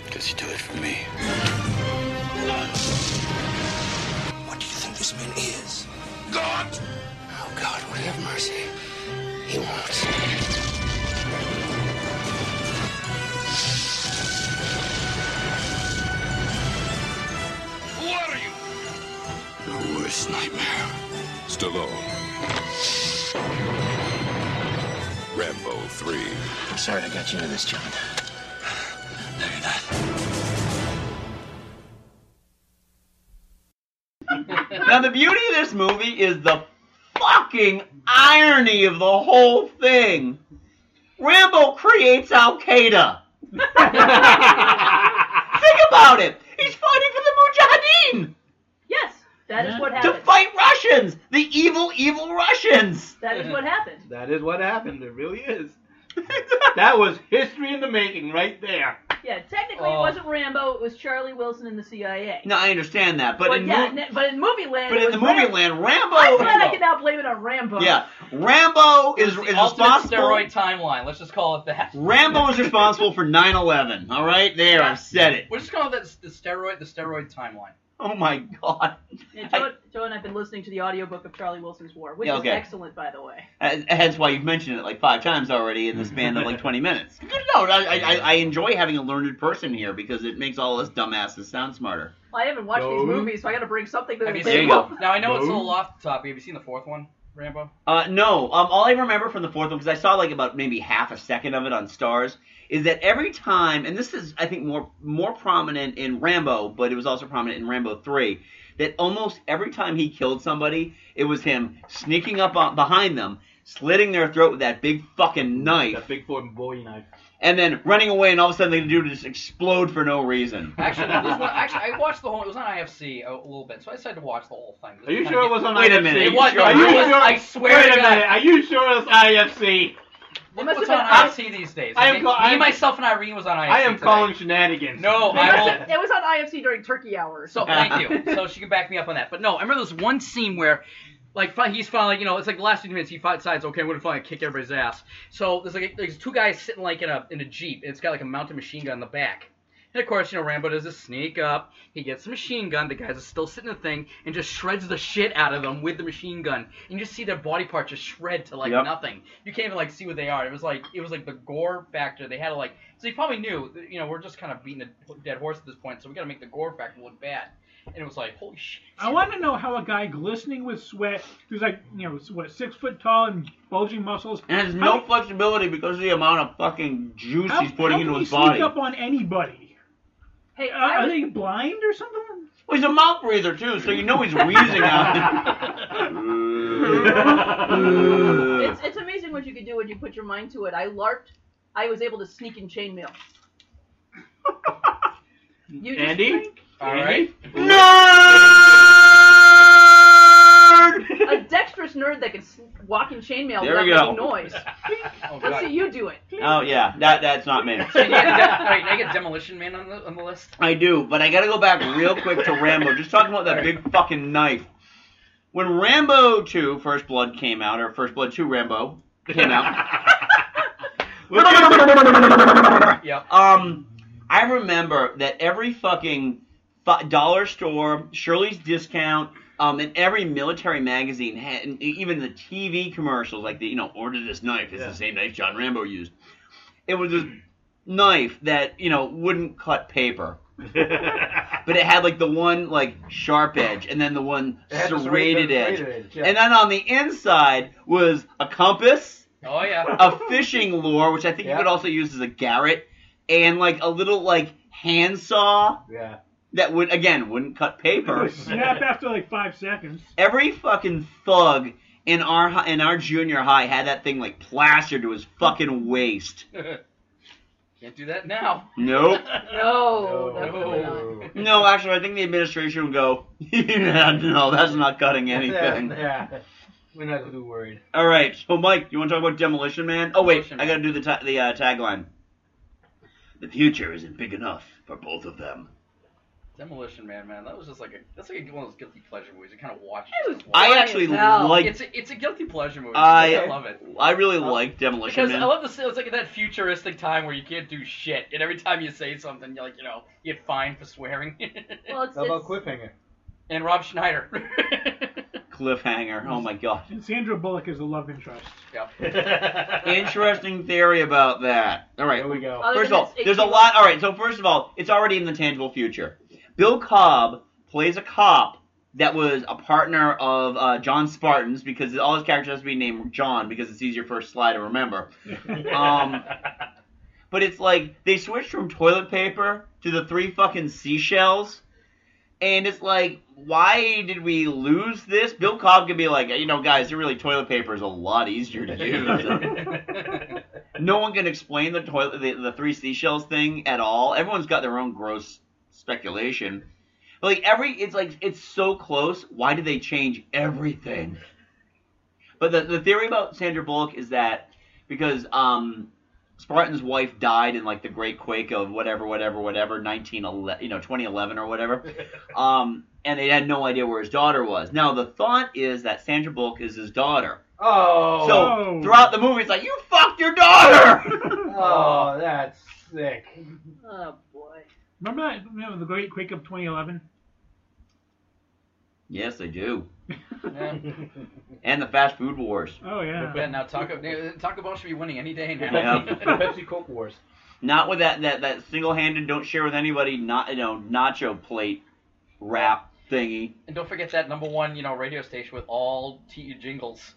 [SPEAKER 11] Because you do it for me.
[SPEAKER 17] What do you think this man is? God! Oh, God, would have mercy. He won't. Who are you?
[SPEAKER 15] Your worst nightmare. Stallone. Rambo 3.
[SPEAKER 17] I'm sorry I got you into this, John. No, you're not.
[SPEAKER 3] now the beauty of this movie is the fucking irony of the whole thing. Rambo creates Al Qaeda. Think about it. He's fighting for the Mujahideen.
[SPEAKER 7] [LAUGHS] Yes, that is what
[SPEAKER 3] To
[SPEAKER 7] happened.
[SPEAKER 3] fight Russians, the evil, evil Russians. [LAUGHS]
[SPEAKER 7] That is what happened.
[SPEAKER 8] That is what happened. It really is. that was history in the making, right there.
[SPEAKER 7] Yeah, technically it
[SPEAKER 8] Oh.
[SPEAKER 7] wasn't Rambo. It was Charlie Wilson and the CIA.
[SPEAKER 3] No, I understand that, but
[SPEAKER 7] Well,
[SPEAKER 3] in
[SPEAKER 7] yeah,
[SPEAKER 3] mo-
[SPEAKER 7] ne- but in movie land,
[SPEAKER 3] but
[SPEAKER 7] it
[SPEAKER 3] in
[SPEAKER 7] was
[SPEAKER 3] the movie
[SPEAKER 7] Rambo.
[SPEAKER 3] land, Rambo.
[SPEAKER 7] I'm glad I can now blame it on Rambo.
[SPEAKER 3] Yeah, Rambo is, is
[SPEAKER 6] Ultimate
[SPEAKER 3] responsible.
[SPEAKER 6] steroid timeline. Let's just call it that.
[SPEAKER 3] Rambo is responsible for 9/11. All right, there I've said it.
[SPEAKER 6] We're just calling that the steroid, the steroid timeline.
[SPEAKER 3] Oh my God.
[SPEAKER 7] Yeah, Joe, Joe and I've been listening to the audiobook of Charlie Wilson's War, which
[SPEAKER 3] Yeah, okay.
[SPEAKER 7] is excellent, by the way.
[SPEAKER 3] Uh, Hence why you've mentioned it like five times already in the span of
[SPEAKER 7] [LAUGHS]
[SPEAKER 3] like 20 minutes. Good to know. I, I, I enjoy having a learned person here because it makes all us dumbasses sound smarter.
[SPEAKER 7] Well, I haven't watched
[SPEAKER 3] No.
[SPEAKER 7] these movies, so I got to bring something to
[SPEAKER 6] Have
[SPEAKER 7] the
[SPEAKER 6] you
[SPEAKER 3] There
[SPEAKER 6] seen?
[SPEAKER 3] you go.
[SPEAKER 6] Now I know it's a
[SPEAKER 3] No.
[SPEAKER 6] little off the topic. Have you seen the fourth one, Rambo?
[SPEAKER 3] Uh, no, um, all I remember from the fourth one, because I saw like about maybe half a second of it on Stars, is that every time, and this is I think more more prominent in Rambo, but it was also prominent in Rambo three, that almost every time he killed somebody, it was him sneaking up on, behind them, slitting their throat with that big fucking knife. That
[SPEAKER 8] big fucking Bowie knife.
[SPEAKER 3] And then running away, and all of a sudden the dude just explode for no reason.
[SPEAKER 6] Actually, no, this one, actually, I watched the whole. It was on IFC a, a little bit, so I decided to watch the whole thing.
[SPEAKER 8] Are you sure it was on
[SPEAKER 3] Wait a
[SPEAKER 8] IFC?
[SPEAKER 3] minute.
[SPEAKER 6] It was.
[SPEAKER 8] Are
[SPEAKER 6] no,
[SPEAKER 8] you
[SPEAKER 6] it was,
[SPEAKER 8] sure-
[SPEAKER 6] I swear
[SPEAKER 8] Wait
[SPEAKER 6] to
[SPEAKER 8] a
[SPEAKER 6] God.
[SPEAKER 8] minute. Are you sure it's IFC?
[SPEAKER 6] Look
[SPEAKER 7] must
[SPEAKER 6] what's
[SPEAKER 7] have
[SPEAKER 6] on
[SPEAKER 7] been-
[SPEAKER 6] IFC these days.
[SPEAKER 8] I am
[SPEAKER 6] okay?
[SPEAKER 8] call-
[SPEAKER 6] Me,
[SPEAKER 8] I'm-
[SPEAKER 6] myself, and Irene was on IFC.
[SPEAKER 8] I am
[SPEAKER 6] today.
[SPEAKER 8] calling shenanigans.
[SPEAKER 6] No,
[SPEAKER 8] [LAUGHS]
[SPEAKER 7] It
[SPEAKER 6] I
[SPEAKER 7] was,
[SPEAKER 6] will.
[SPEAKER 7] on, it was on IFC during turkey hour.
[SPEAKER 6] So thank you. So she can back me up on that. But no, I remember this one scene where, like, fi- he's finally, you know, it's like the last few minutes. He fi- decides, okay, I'm gonna finally kick everybody's ass. So there's like there's two guys sitting like in a in a jeep, and it's got like a mounted machine gun in the back. And of course, you know, Rambo does this sneak up. He gets the machine gun. The guys are still sitting in the thing, and just shreds the shit out of them with the machine gun. And you just see their body parts just shred to like
[SPEAKER 3] Yep.
[SPEAKER 6] nothing. You can't even like see what they are. It was like it was like the gore factor. They had to like so he probably knew. that, You know, we're just kind of beating a dead horse at this point, so we got to make the gore factor look bad. And it was like, holy shit.
[SPEAKER 9] I want to know how a guy glistening with sweat, who's like, you know, what, six foot tall and bulging muscles,
[SPEAKER 3] [LAUGHS] And has
[SPEAKER 9] how,
[SPEAKER 3] no flexibility because of the amount of fucking juice
[SPEAKER 9] how,
[SPEAKER 3] he's putting
[SPEAKER 9] how
[SPEAKER 3] into
[SPEAKER 9] can
[SPEAKER 3] his
[SPEAKER 9] he
[SPEAKER 3] body.
[SPEAKER 9] sneak up on anybody?
[SPEAKER 7] Hey,
[SPEAKER 9] Are,
[SPEAKER 7] I
[SPEAKER 9] are
[SPEAKER 7] was-
[SPEAKER 9] they blind or something?
[SPEAKER 3] Well, he's a mouth breather too, so you know he's wheezing
[SPEAKER 9] [LAUGHS]
[SPEAKER 3] out.
[SPEAKER 8] [LAUGHS] uh,
[SPEAKER 7] it's, it's amazing what you could do when you put your mind to it. I LARPed. I was able to sneak
[SPEAKER 8] [LAUGHS]
[SPEAKER 7] in chainmail. you just
[SPEAKER 8] Andy?
[SPEAKER 6] [LAUGHS] All right.
[SPEAKER 7] a dexterous nerd that can s- walk in chainmail
[SPEAKER 3] There
[SPEAKER 7] without
[SPEAKER 3] we
[SPEAKER 7] making
[SPEAKER 3] go. [LAUGHS]
[SPEAKER 7] noise.
[SPEAKER 6] Oh,
[SPEAKER 7] Let's
[SPEAKER 6] God.
[SPEAKER 7] see
[SPEAKER 8] [LAUGHS]
[SPEAKER 7] you do it.
[SPEAKER 3] Oh yeah, that that's not me.
[SPEAKER 6] So you get de- all right, I get Demolition Man on the on the list.
[SPEAKER 3] I do, but I gotta go back real quick to Rambo. Just talking about that big fucking knife. When Rambo 2 First Blood came out, or First Blood 2 Rambo came out. Um, I remember that every fucking fu- dollar store, Shirley's Discount, um, and every military magazine had, and e-, even the TV commercials, like the you know, order this knife. It's the same knife John Rambo used. It was this knife that you know wouldn't cut paper.
[SPEAKER 8] [LAUGHS]
[SPEAKER 3] but it had like the one like sharp edge and then the one
[SPEAKER 8] It had the
[SPEAKER 3] serrated
[SPEAKER 8] serrated-
[SPEAKER 3] edge.
[SPEAKER 8] serrated edge, yeah.
[SPEAKER 3] And then on the inside was a compass,
[SPEAKER 6] Oh yeah.
[SPEAKER 3] [LAUGHS]
[SPEAKER 6] [LAUGHS]
[SPEAKER 8] [LAUGHS]
[SPEAKER 3] a fishing lure, which I think you
[SPEAKER 8] Yeah.
[SPEAKER 3] could also use as a garret, and like a little like handsaw
[SPEAKER 8] Yeah.
[SPEAKER 3] that would again wouldn't cut
[SPEAKER 8] [LAUGHS]
[SPEAKER 3] paper.
[SPEAKER 9] Snap after like five seconds.
[SPEAKER 3] Every fucking thug in our hi- in our junior high had that thing like plastered to his fucking waist.
[SPEAKER 6] Can't do that now. [LAUGHS]
[SPEAKER 8] [LAUGHS]
[SPEAKER 3] Nope.
[SPEAKER 7] Oh,
[SPEAKER 8] Oh,
[SPEAKER 7] No, definitely not.
[SPEAKER 6] No.
[SPEAKER 3] No, actually, I think the administration would go, [LAUGHS] yeah, no, that's not cutting anything.
[SPEAKER 8] Yeah. [LAUGHS] We're not too worried.
[SPEAKER 3] All right, so Mike, you want to talk about Demolition Man? Oh wait,
[SPEAKER 6] Demolition
[SPEAKER 3] I gotta do the ta- the uh, tagline. The future isn't big enough for both of them.
[SPEAKER 6] Demolition Man, man, that was just like a that's like a, one of those guilty pleasure movies. You kind of watch.
[SPEAKER 7] It was
[SPEAKER 6] just watch.
[SPEAKER 3] I
[SPEAKER 7] Why
[SPEAKER 3] actually
[SPEAKER 7] as hell?
[SPEAKER 3] like
[SPEAKER 6] it's a, it's a guilty pleasure movie.
[SPEAKER 3] I
[SPEAKER 6] I love it.
[SPEAKER 3] I really like Demolition
[SPEAKER 6] Because
[SPEAKER 3] Man.
[SPEAKER 6] I love this. It's like that futuristic time where you can't do shit, and every time you say something, you're like, you know, you get fined for swearing. [LAUGHS]
[SPEAKER 7] Well, it's,
[SPEAKER 8] How about
[SPEAKER 7] it's,
[SPEAKER 8] cliffhanger?
[SPEAKER 6] and Rob Schneider. [LAUGHS]
[SPEAKER 3] Cliffhanger. Oh my god.
[SPEAKER 9] And Sandra Bullock is the love interest.
[SPEAKER 6] yeah.
[SPEAKER 3] Interesting theory about that. All right.
[SPEAKER 8] [LAUGHS] There we go.
[SPEAKER 7] Other
[SPEAKER 3] First of
[SPEAKER 7] than
[SPEAKER 3] all,
[SPEAKER 7] it's-
[SPEAKER 3] there's a
[SPEAKER 7] it's-
[SPEAKER 3] lot. All right, so first of all, it's already in the tangible future. Bill Cobb plays a cop that was a partner of uh, John Spartan's because all his characters has to be named John because it's easier for a sly to remember.
[SPEAKER 8] [LAUGHS]
[SPEAKER 3] Um, but it's like they switched from toilet paper to the three fucking seashells. And it's like, why did we lose this? Bill Cobb could be like, you know, guys, really toilet paper is a lot easier
[SPEAKER 8] [LAUGHS]
[SPEAKER 3] to use. no one can explain the toilet, the, the three seashells thing at all. Everyone's got their own gross speculation. But like every, it's like it's so close. Why did they change everything? But the the theory about Sandra Bullock is that because um, Spartan's wife died in like the Great Quake of whatever, whatever, whatever, nineteen eleven, you know, twenty eleven or whatever. Um, and they had no idea where his daughter was. Now the thought is that Sandra Bullock is his daughter.
[SPEAKER 8] Oh.
[SPEAKER 3] So throughout the movie, it's like you fucked your daughter. [LAUGHS]
[SPEAKER 8] Oh, that's sick.
[SPEAKER 7] Oh boy.
[SPEAKER 9] Remember that you know, the Great Quake of 2011?
[SPEAKER 3] yes, they do.
[SPEAKER 6] Yeah.
[SPEAKER 3] And the fast food wars.
[SPEAKER 9] Oh yeah.
[SPEAKER 6] Yeah, now Taco uh, Taco Bell should be winning any day now.
[SPEAKER 3] Pepsi
[SPEAKER 8] Coke Wars.
[SPEAKER 3] Not with that that that single-handed don't share with anybody not you know nacho plate wrap thingy.
[SPEAKER 6] [LAUGHS] And don't forget that number one, you know, radio station with all T jingles,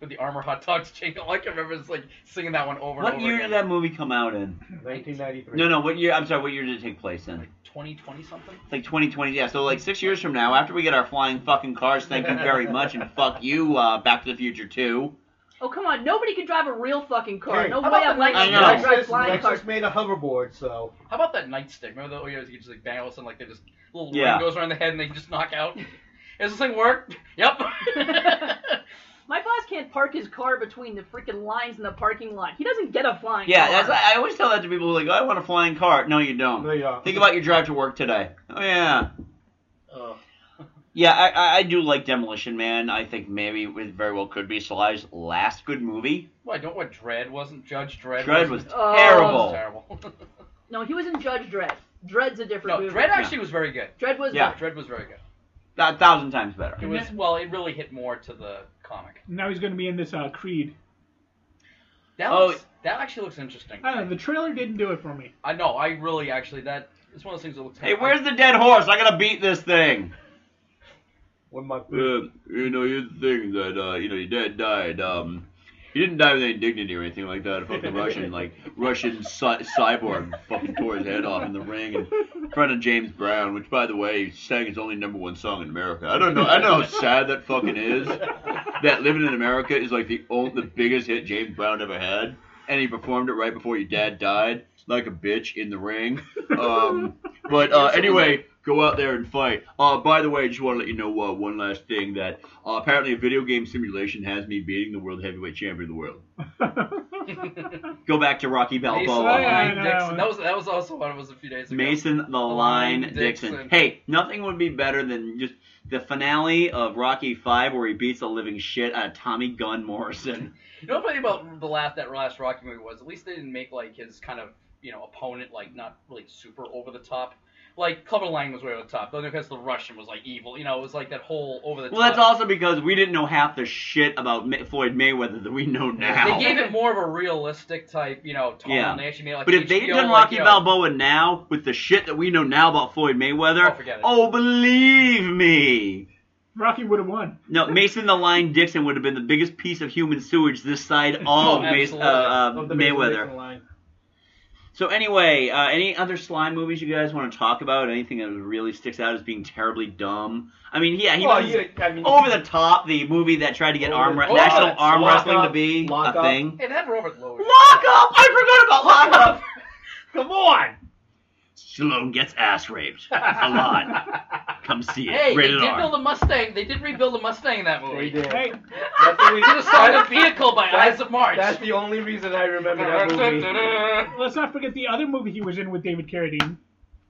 [SPEAKER 6] with the Armor Hot Dogs jingle. All I can remember is like singing that one over
[SPEAKER 3] What
[SPEAKER 6] and over
[SPEAKER 3] year
[SPEAKER 6] again.
[SPEAKER 3] did that movie come out in?
[SPEAKER 8] 1993.
[SPEAKER 3] No, no. What year? I'm sorry. What year did it take place in?
[SPEAKER 6] Twenty twenty something.
[SPEAKER 3] It's like 2020. Yeah. So like six years from now, after we get our flying fucking cars, thank you very much, and fuck you, uh, Back to the Future too.
[SPEAKER 7] Oh come on, nobody can drive a real fucking car. no
[SPEAKER 6] how
[SPEAKER 7] way
[SPEAKER 6] about
[SPEAKER 7] I'm
[SPEAKER 6] the
[SPEAKER 7] like
[SPEAKER 3] I know.
[SPEAKER 7] I drive
[SPEAKER 6] Lexus-
[SPEAKER 7] flying
[SPEAKER 6] Lexus-
[SPEAKER 7] cars.
[SPEAKER 8] made a hoverboard, so.
[SPEAKER 6] How about that nightstick? Remember the oh yeah, you could just like bang all of a sudden like they just little
[SPEAKER 3] Yeah.
[SPEAKER 6] ring goes around the head and they just knock out. [LAUGHS] Does this thing work? [LAUGHS] Yep.
[SPEAKER 7] My boss can't park his car between the freaking lines in the parking lot. He doesn't get a flying
[SPEAKER 3] Yeah.
[SPEAKER 7] car.
[SPEAKER 3] That's, I I always tell that to people like, "Oh, I want a flying car. No, you don't.
[SPEAKER 8] No, you don't.
[SPEAKER 3] Think about your drive to work today. Oh yeah.
[SPEAKER 6] Oh.
[SPEAKER 3] Yeah, I, I, I do like Demolition Man. I think maybe it very well could be Sly's last good movie.
[SPEAKER 6] Why don't what Dread wasn't Judge Dread?
[SPEAKER 3] Dredd
[SPEAKER 6] wasn't-
[SPEAKER 3] was
[SPEAKER 9] Oh.
[SPEAKER 3] terrible.
[SPEAKER 6] was terrible. [LAUGHS]
[SPEAKER 7] No, he was in Judge Dredd. Dredd's a different
[SPEAKER 6] no,
[SPEAKER 7] movie.
[SPEAKER 6] Dread actually was very good.
[SPEAKER 7] Dredd was
[SPEAKER 3] Yeah.
[SPEAKER 7] not-
[SPEAKER 6] Dread was very good.
[SPEAKER 3] A thousand times better.
[SPEAKER 6] It was well, it really hit more to the comic.
[SPEAKER 9] Now he's going to be in this uh, Creed.
[SPEAKER 6] That
[SPEAKER 9] Oh.
[SPEAKER 6] looks, that actually looks interesting.
[SPEAKER 9] I don't know. The trailer didn't do it for me.
[SPEAKER 6] I know. I really actually that it's one of those things that looks.
[SPEAKER 3] Hey, where's the dead horse? I gotta beat this thing.
[SPEAKER 8] When my
[SPEAKER 3] Uh, you know, here's the thing that uh, you know, your dad died. Um, he didn't die with any dignity or anything like that. A fucking Russian, like Russian cy- cyborg, fucking tore his head off in the ring in front of James Brown, which, by the way, sang his only number one song in America. I don't know. I know how sad that fucking is. That living in America is like the old, the biggest hit James Brown ever had, and he performed it right before your dad died, like a bitch in the ring. Um, but uh, anyway, go out there and fight. Uh, by the way, I just want to let you know uh, one last thing that uh, apparently a video game simulation has me beating the world heavyweight champion of the world. go back to Rocky
[SPEAKER 6] Mason uh,
[SPEAKER 3] Balboa.
[SPEAKER 6] Line Dixon. That was that was also one. It was a few days ago.
[SPEAKER 3] Mason the Line Dixon.
[SPEAKER 6] Dixon.
[SPEAKER 3] Hey, nothing would be better than just the finale of Rocky Five, where he beats the living shit out of Tommy Gunn Morrison.
[SPEAKER 6] You know what I about the last that last Rocky movie was? At least they didn't make like his kind of you know opponent like not really super over the top. Like Clubber Lang was way over the top, though because the Russian was like evil. You know, it was like that whole over the
[SPEAKER 3] Well,
[SPEAKER 6] top.
[SPEAKER 3] that's also because we didn't know half the shit about Ma- Floyd Mayweather that we know now.
[SPEAKER 6] They gave it more of a realistic type, you know, tone.
[SPEAKER 3] Yeah.
[SPEAKER 6] They actually made like
[SPEAKER 3] but if they'd
[SPEAKER 6] HBO,
[SPEAKER 3] done
[SPEAKER 6] like,
[SPEAKER 3] Rocky
[SPEAKER 6] you know,
[SPEAKER 3] Balboa now with the shit that we know now about Floyd Mayweather,
[SPEAKER 6] Oh, forget it.
[SPEAKER 3] oh, believe me.
[SPEAKER 9] Rocky would have won.
[SPEAKER 3] No, Mason the Lion Dixon would have been the biggest piece of human sewage this side of
[SPEAKER 9] Oh,
[SPEAKER 3] Mas- uh,
[SPEAKER 9] absolutely.
[SPEAKER 3] uh,
[SPEAKER 9] Of the Mason
[SPEAKER 3] Mayweather. So anyway, uh, any other slime movies you guys want to talk about? Anything that really sticks out as being terribly dumb? I mean, yeah, he
[SPEAKER 8] Well,
[SPEAKER 3] was
[SPEAKER 8] you- Oh, I mean-
[SPEAKER 3] over the top. The movie that tried to get arm
[SPEAKER 8] the
[SPEAKER 3] wre-
[SPEAKER 8] top.
[SPEAKER 3] national arm
[SPEAKER 8] Lock
[SPEAKER 3] wrestling
[SPEAKER 8] up,
[SPEAKER 3] to be a
[SPEAKER 8] lock up.
[SPEAKER 3] thing.
[SPEAKER 6] Hey, that Robert Lowe.
[SPEAKER 3] Lock up! I forgot about lock up.
[SPEAKER 8] Come on.
[SPEAKER 3] Stallone gets ass raped [LAUGHS] a
[SPEAKER 8] [LAUGHS]
[SPEAKER 3] lot. Come see it.
[SPEAKER 6] Hey,
[SPEAKER 3] Rated
[SPEAKER 6] they did
[SPEAKER 3] R.
[SPEAKER 6] build a Mustang. They did rebuild a Mustang in that movie.
[SPEAKER 8] They did.
[SPEAKER 9] Hey,
[SPEAKER 8] That's the reason-
[SPEAKER 6] Just saw the vehicle by
[SPEAKER 8] That's-
[SPEAKER 6] Eyes of March.
[SPEAKER 8] That's the only reason I remember that
[SPEAKER 6] [LAUGHS]
[SPEAKER 8] movie.
[SPEAKER 9] Let's not forget the other movie he was in with David Carradine,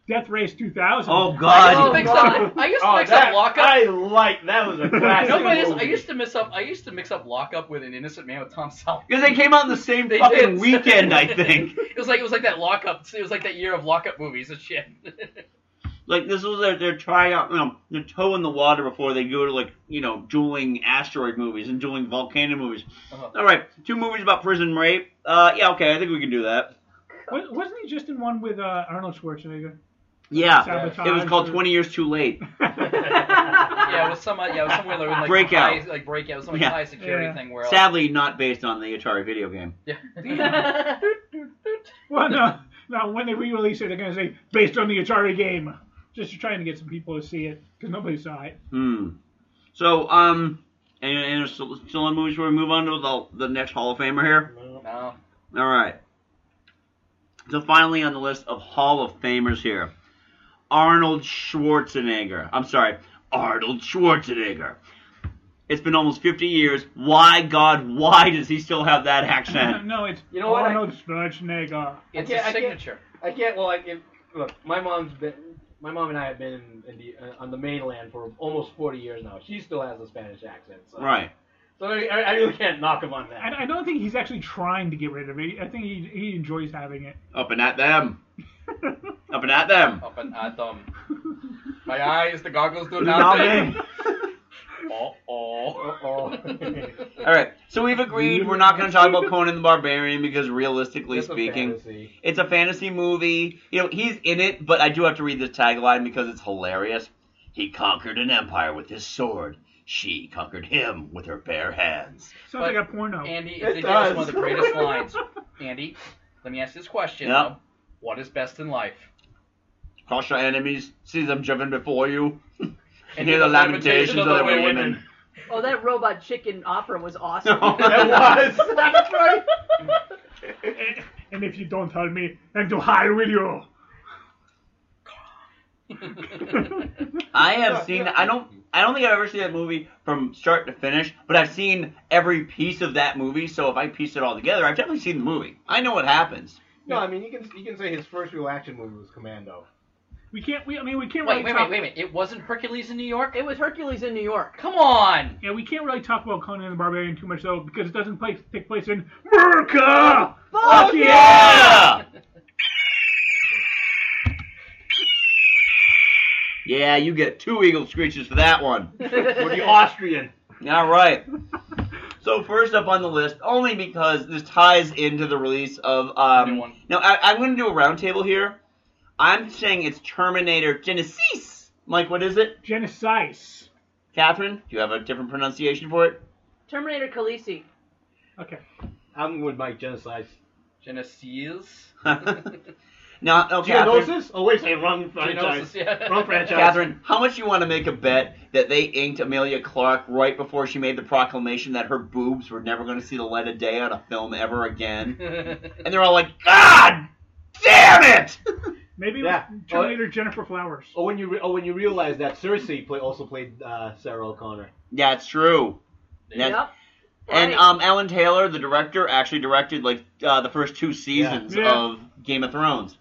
[SPEAKER 9] Death Race 2000.
[SPEAKER 3] Oh
[SPEAKER 6] I used
[SPEAKER 3] God.
[SPEAKER 6] to mix up. I used to
[SPEAKER 8] Oh,
[SPEAKER 6] mix
[SPEAKER 8] that-
[SPEAKER 6] up lock up.
[SPEAKER 8] I like that [LAUGHS] was a classic.
[SPEAKER 6] No, but I used, I
[SPEAKER 8] movie.
[SPEAKER 6] used to mix up. I used to mix up lock up with an innocent man with Tom Selleck.
[SPEAKER 3] Because they came out in the same
[SPEAKER 6] They
[SPEAKER 3] fucking
[SPEAKER 6] did.
[SPEAKER 3] weekend,
[SPEAKER 6] [LAUGHS]
[SPEAKER 3] I think.
[SPEAKER 6] It was like it was like that lock up. It was like that year of lock up movies and
[SPEAKER 9] [LAUGHS]
[SPEAKER 6] shit.
[SPEAKER 3] Like this was their their tryout, you know, their toe in the water before they go to like you know dueling asteroid movies and dueling volcano movies.
[SPEAKER 6] Uh-huh.
[SPEAKER 3] All right, two movies about prison rape. Uh, yeah, okay, I think we can do that.
[SPEAKER 9] Wa- Wasn't he just in one with uh, Arnold Schwarzenegger?
[SPEAKER 3] Yeah,
[SPEAKER 9] Sabotage
[SPEAKER 3] it was called
[SPEAKER 9] or-
[SPEAKER 3] Twenty Years Too Late.
[SPEAKER 6] yeah, it was some. Yeah, it was somewhere like
[SPEAKER 3] Breakout.
[SPEAKER 6] high, like breakout. It was some
[SPEAKER 3] Yeah.
[SPEAKER 6] high security
[SPEAKER 9] Yeah.
[SPEAKER 6] thing where. like-
[SPEAKER 3] Sadly, not based on the Atari video game.
[SPEAKER 9] [LAUGHS] Well, no, no. When they re-release it, they're gonna say based on the Atari game, just trying to get some people to see it because nobody saw it.
[SPEAKER 3] Hmm. So, um, and, and still, still in movies where we move on to the, the next Hall of Famer here.
[SPEAKER 6] No.
[SPEAKER 3] All right. So finally on the list of Hall of Famers here, Arnold Schwarzenegger. I'm sorry, Arnold Schwarzenegger. It's been almost 50 years. Why, God, why does he still have that accent?
[SPEAKER 9] [LAUGHS] no, it's
[SPEAKER 8] You know what? I-
[SPEAKER 9] Arnold Schwarzenegger.
[SPEAKER 8] It's a signature. I can't. Well, I can look. My mom's been. My mom and I have been in, in the uh, on the mainland for almost 40 years now. She still has a Spanish accent. So.
[SPEAKER 3] Right.
[SPEAKER 8] So I, I I really can't knock him on that. [LAUGHS]
[SPEAKER 9] I, I don't think he's actually trying to get rid of it. I think he, he enjoys having it.
[SPEAKER 3] Up and at them. Up and at them.
[SPEAKER 6] Up and at them. uh, My eyes, the goggles do
[SPEAKER 3] Nothing.
[SPEAKER 6] nothing. [LAUGHS] oh, oh,
[SPEAKER 8] [LAUGHS]
[SPEAKER 3] All right, so we've agreed we're not going to talk about Conan the Barbarian because, realistically
[SPEAKER 8] It's a
[SPEAKER 3] speaking,
[SPEAKER 8] fantasy.
[SPEAKER 3] it's a fantasy movie. You know, he's in it, but I do have to read this tagline because it's hilarious. He conquered an empire with his sword. She conquered him with her bare hands.
[SPEAKER 9] Sounds like a porno.
[SPEAKER 6] Andy,
[SPEAKER 9] It
[SPEAKER 6] they did us one
[SPEAKER 9] does.
[SPEAKER 6] of the
[SPEAKER 9] [LAUGHS]
[SPEAKER 6] greatest lines. Andy, let me ask this question.
[SPEAKER 3] Yeah.
[SPEAKER 6] though. What is best in life?
[SPEAKER 3] Crush your enemies, see them driven before you, and,
[SPEAKER 6] And
[SPEAKER 3] hear
[SPEAKER 6] hear
[SPEAKER 3] the
[SPEAKER 6] the
[SPEAKER 3] lamentations of the women. [LAUGHS]
[SPEAKER 7] Oh, that robot chicken opera was awesome.
[SPEAKER 9] That was.
[SPEAKER 7] That's right.
[SPEAKER 9] And if you don't help me, I'm to hire with you.
[SPEAKER 3] I have seen. I don't. I don't think I've ever seen that movie from start to finish, but I've seen every piece of that movie. So if I piece it all together, I've definitely seen the movie. I know what happens.
[SPEAKER 8] No, I mean you can you can say his first real action movie was Commando.
[SPEAKER 9] We can't. We, I mean, we can't
[SPEAKER 6] Wait,
[SPEAKER 9] really
[SPEAKER 6] wait,
[SPEAKER 9] talk.
[SPEAKER 6] wait, wait a minute. It wasn't Hercules in New York?
[SPEAKER 7] [LAUGHS] It was Hercules in New York.
[SPEAKER 6] [LAUGHS] Come on!
[SPEAKER 9] Yeah, we can't really talk about Conan the Barbarian too much though, because it doesn't place, take place in America.
[SPEAKER 17] Fuck
[SPEAKER 3] yeah! Yeah, you get two eagle screeches for that one.
[SPEAKER 8] Or [LAUGHS]
[SPEAKER 7] [LAUGHS]
[SPEAKER 8] the Austrian.
[SPEAKER 3] All right. So first up on the list, only because this ties into the release of um. Now I, I'm going to do a roundtable here. I'm saying it's Terminator Genesis. Mike, what is it?
[SPEAKER 9] Genesis.
[SPEAKER 3] Catherine, do you have a different pronunciation for it? [LAUGHS]
[SPEAKER 7] Terminator Khaleesi.
[SPEAKER 9] Okay.
[SPEAKER 8] I'm with Mike Genocide.
[SPEAKER 6] Genesis.
[SPEAKER 3] No, no, Catherine.
[SPEAKER 8] Geonosis? Oh wait, say wrong franchise.
[SPEAKER 6] Geonosis, yeah. [LAUGHS]
[SPEAKER 8] Wrong franchise.
[SPEAKER 3] Catherine, how much do you want to make a bet that they inked Amelia Clark right before she made the proclamation that her boobs were never going to see the light of day on a film ever
[SPEAKER 8] [LAUGHS]
[SPEAKER 3] again? And they're all like, God damn it! [LAUGHS]
[SPEAKER 9] Maybe
[SPEAKER 8] Yeah.
[SPEAKER 9] it was Terminator Jennifer Flowers.
[SPEAKER 8] Oh, when you re- oh when you realize that Cersei play, also played uh, Sarah O'Connor.
[SPEAKER 3] Yeah, it's true. That's-
[SPEAKER 8] Yep.
[SPEAKER 3] And
[SPEAKER 8] Right.
[SPEAKER 3] um, Alan Taylor, the director, actually directed like uh, the first two seasons
[SPEAKER 8] Yeah.
[SPEAKER 3] of Game of Thrones.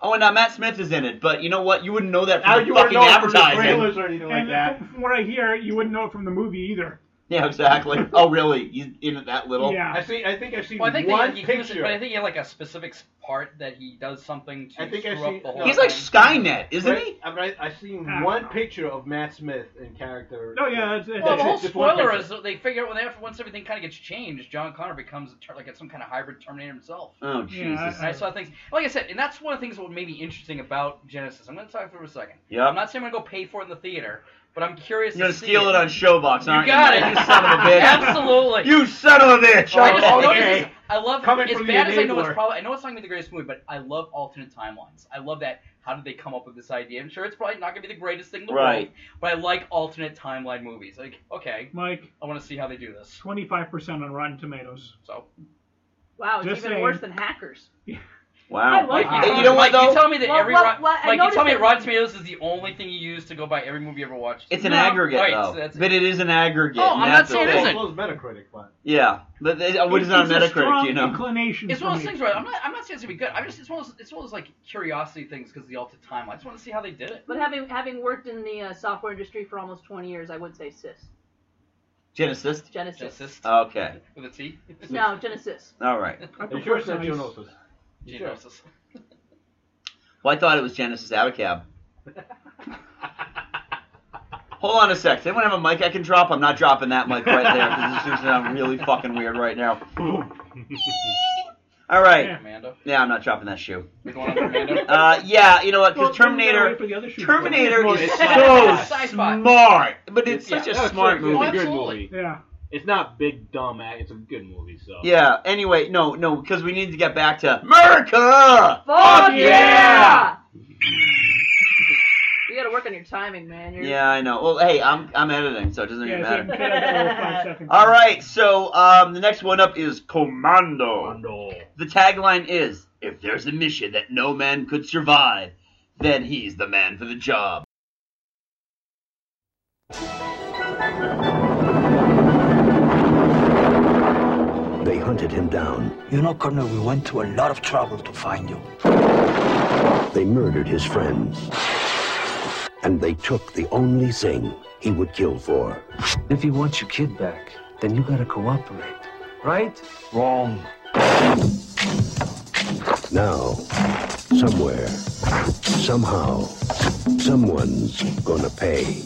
[SPEAKER 3] Oh, and uh, Matt Smith is in it, but you know what? You wouldn't know that
[SPEAKER 8] How
[SPEAKER 3] from
[SPEAKER 8] you
[SPEAKER 3] the
[SPEAKER 8] wouldn't
[SPEAKER 3] fucking
[SPEAKER 8] know it from the
[SPEAKER 3] advertising.
[SPEAKER 8] trailers or anything like
[SPEAKER 9] and [LAUGHS]
[SPEAKER 8] that.
[SPEAKER 9] From what I hear, you wouldn't know it from the movie either.
[SPEAKER 3] [LAUGHS] Yeah, exactly. Oh, really? You in it that little?
[SPEAKER 9] Yeah.
[SPEAKER 8] I've seen. I think I've seen
[SPEAKER 6] Well, I think
[SPEAKER 8] one
[SPEAKER 6] they, he gives it-
[SPEAKER 8] picture.
[SPEAKER 6] but I think he had like a specific part that he does something to
[SPEAKER 8] I think
[SPEAKER 6] screw
[SPEAKER 8] I've
[SPEAKER 6] up
[SPEAKER 8] seen.
[SPEAKER 6] the whole.
[SPEAKER 8] no,
[SPEAKER 6] thing.
[SPEAKER 3] Skynet, isn't
[SPEAKER 8] Right?
[SPEAKER 3] he?
[SPEAKER 8] I've, I- I've seen
[SPEAKER 6] I don't
[SPEAKER 8] one
[SPEAKER 6] know.
[SPEAKER 8] picture of Matt Smith in character.
[SPEAKER 9] Oh, yeah, it's- it's-
[SPEAKER 6] Well, the whole
[SPEAKER 8] Just one
[SPEAKER 6] spoiler
[SPEAKER 8] picture.
[SPEAKER 6] is that they figure out when after once everything kind of gets changed, John Connor becomes a ter- like some kind of hybrid Terminator himself.
[SPEAKER 3] Oh,
[SPEAKER 6] And
[SPEAKER 3] Jesus.
[SPEAKER 6] I saw things like I said, and that's one of the things that made me interesting about Genesis. I'm going to talk for a second.
[SPEAKER 3] Yep.
[SPEAKER 6] I'm not saying I'm going to go pay for it in the theater, but I'm curious.
[SPEAKER 3] You're gonna
[SPEAKER 6] to see
[SPEAKER 3] steal it on Showbox,
[SPEAKER 6] You
[SPEAKER 3] aren't you?
[SPEAKER 6] got it,
[SPEAKER 3] You son of a bitch.
[SPEAKER 6] [LAUGHS] Absolutely.
[SPEAKER 3] You son of a bitch.
[SPEAKER 6] I, just,
[SPEAKER 3] Oh,
[SPEAKER 6] no,
[SPEAKER 3] okay.
[SPEAKER 6] this is- I love
[SPEAKER 3] Coming
[SPEAKER 6] as
[SPEAKER 3] from the
[SPEAKER 6] bad as I know it's
[SPEAKER 3] enabler.
[SPEAKER 6] probably I know it's not gonna be the greatest movie, but I love alternate timelines. I love that. How did they come up with this idea? I'm sure it's probably not gonna be the greatest thing in the world,
[SPEAKER 9] Right.
[SPEAKER 6] but I like alternate timeline movies. Like, okay,
[SPEAKER 9] Mike,
[SPEAKER 6] I want to see how they do this.
[SPEAKER 9] twenty-five percent on Rotten Tomatoes.
[SPEAKER 6] So.
[SPEAKER 7] Wow, it's
[SPEAKER 9] Just
[SPEAKER 7] even
[SPEAKER 9] saying.
[SPEAKER 7] worse than Hackers.
[SPEAKER 3] Wow.
[SPEAKER 7] I like
[SPEAKER 6] Hey,
[SPEAKER 7] it.
[SPEAKER 6] you know what?
[SPEAKER 7] Mike,
[SPEAKER 6] though?
[SPEAKER 7] you
[SPEAKER 6] You tell me that
[SPEAKER 7] Well,
[SPEAKER 6] every
[SPEAKER 7] well,
[SPEAKER 6] Rot-
[SPEAKER 7] well, I
[SPEAKER 6] Mike, you
[SPEAKER 7] noticed
[SPEAKER 6] tell me
[SPEAKER 7] that-
[SPEAKER 6] Rotten Tomatoes is the only thing you use to go by every movie you ever watched.
[SPEAKER 3] It's an aggregate,
[SPEAKER 6] Right,
[SPEAKER 3] though.
[SPEAKER 6] so that's
[SPEAKER 3] but it is an aggregate.
[SPEAKER 6] Oh,
[SPEAKER 3] and
[SPEAKER 6] I'm
[SPEAKER 3] that's
[SPEAKER 6] not saying
[SPEAKER 3] the
[SPEAKER 6] it
[SPEAKER 3] thing.
[SPEAKER 6] isn't.
[SPEAKER 8] Well, it's Metacritic, but
[SPEAKER 3] Yeah, but they, uh, what is it on
[SPEAKER 6] It's a
[SPEAKER 3] Metacritic?
[SPEAKER 6] strong
[SPEAKER 3] You know.
[SPEAKER 9] inclination.
[SPEAKER 6] It's
[SPEAKER 9] for
[SPEAKER 6] one of those
[SPEAKER 9] me.
[SPEAKER 6] things where I'm not, I'm not saying it's gonna be good. I'm just it's one of those, it's one of those like curiosity things because the alternate timeline. I just want to see how they did it.
[SPEAKER 7] But having having worked in the uh, software industry for almost 20 years, I would say sis.
[SPEAKER 3] Genesis.
[SPEAKER 7] Genesis.
[SPEAKER 6] Genesis.
[SPEAKER 3] Okay.
[SPEAKER 6] With a T.
[SPEAKER 7] No, Genesis.
[SPEAKER 3] All right.
[SPEAKER 8] You sure it's not Geonosis?
[SPEAKER 6] Genesis.
[SPEAKER 3] Well, I thought it was Genesis Abacab.
[SPEAKER 6] [LAUGHS]
[SPEAKER 3] Hold on a sec. Does anyone have a mic I can drop? I'm not dropping that mic right there because it's just sound really fucking weird right now. All right.
[SPEAKER 6] Yeah, Amanda.
[SPEAKER 3] Yeah, I'm not dropping that shoe.
[SPEAKER 6] We're going on Amanda.
[SPEAKER 3] Uh, yeah, you know what? Because
[SPEAKER 6] Well, then we gotta
[SPEAKER 3] Terminator,
[SPEAKER 6] wait for the other shoe to
[SPEAKER 3] Terminator
[SPEAKER 6] go.
[SPEAKER 3] is
[SPEAKER 6] It's
[SPEAKER 3] so
[SPEAKER 6] sci-fi. It's sci-fi.
[SPEAKER 3] smart, but it's
[SPEAKER 8] yeah,
[SPEAKER 3] such a
[SPEAKER 8] no,
[SPEAKER 3] smart
[SPEAKER 8] it's a good-
[SPEAKER 3] movie.
[SPEAKER 8] It's a good movie.
[SPEAKER 9] Yeah.
[SPEAKER 8] It's not big dumb. act- It's a good movie. So
[SPEAKER 3] Yeah. Anyway, no, no, because we need to get back to America.
[SPEAKER 7] Fuck yeah! You gotta work on your timing, man. You're...
[SPEAKER 3] Yeah, I know. Well, hey, I'm I'm editing, so it doesn't even
[SPEAKER 7] Yeah,
[SPEAKER 3] matter.
[SPEAKER 7] so you can cut it out
[SPEAKER 6] [LAUGHS]
[SPEAKER 7] five seconds.
[SPEAKER 3] All right, so um, the next one up is Commando. The tagline is: If there's a mission that no man could survive, then he's the man for the job.
[SPEAKER 1] They hunted him down.
[SPEAKER 18] You know, Colonel, we went to a lot of trouble to find you.
[SPEAKER 1] They murdered his friends. And they took the only thing he would kill for.
[SPEAKER 19] If you want your kid back, then you gotta cooperate. Right? Wrong.
[SPEAKER 1] Now, somewhere, somehow, someone's gonna pay.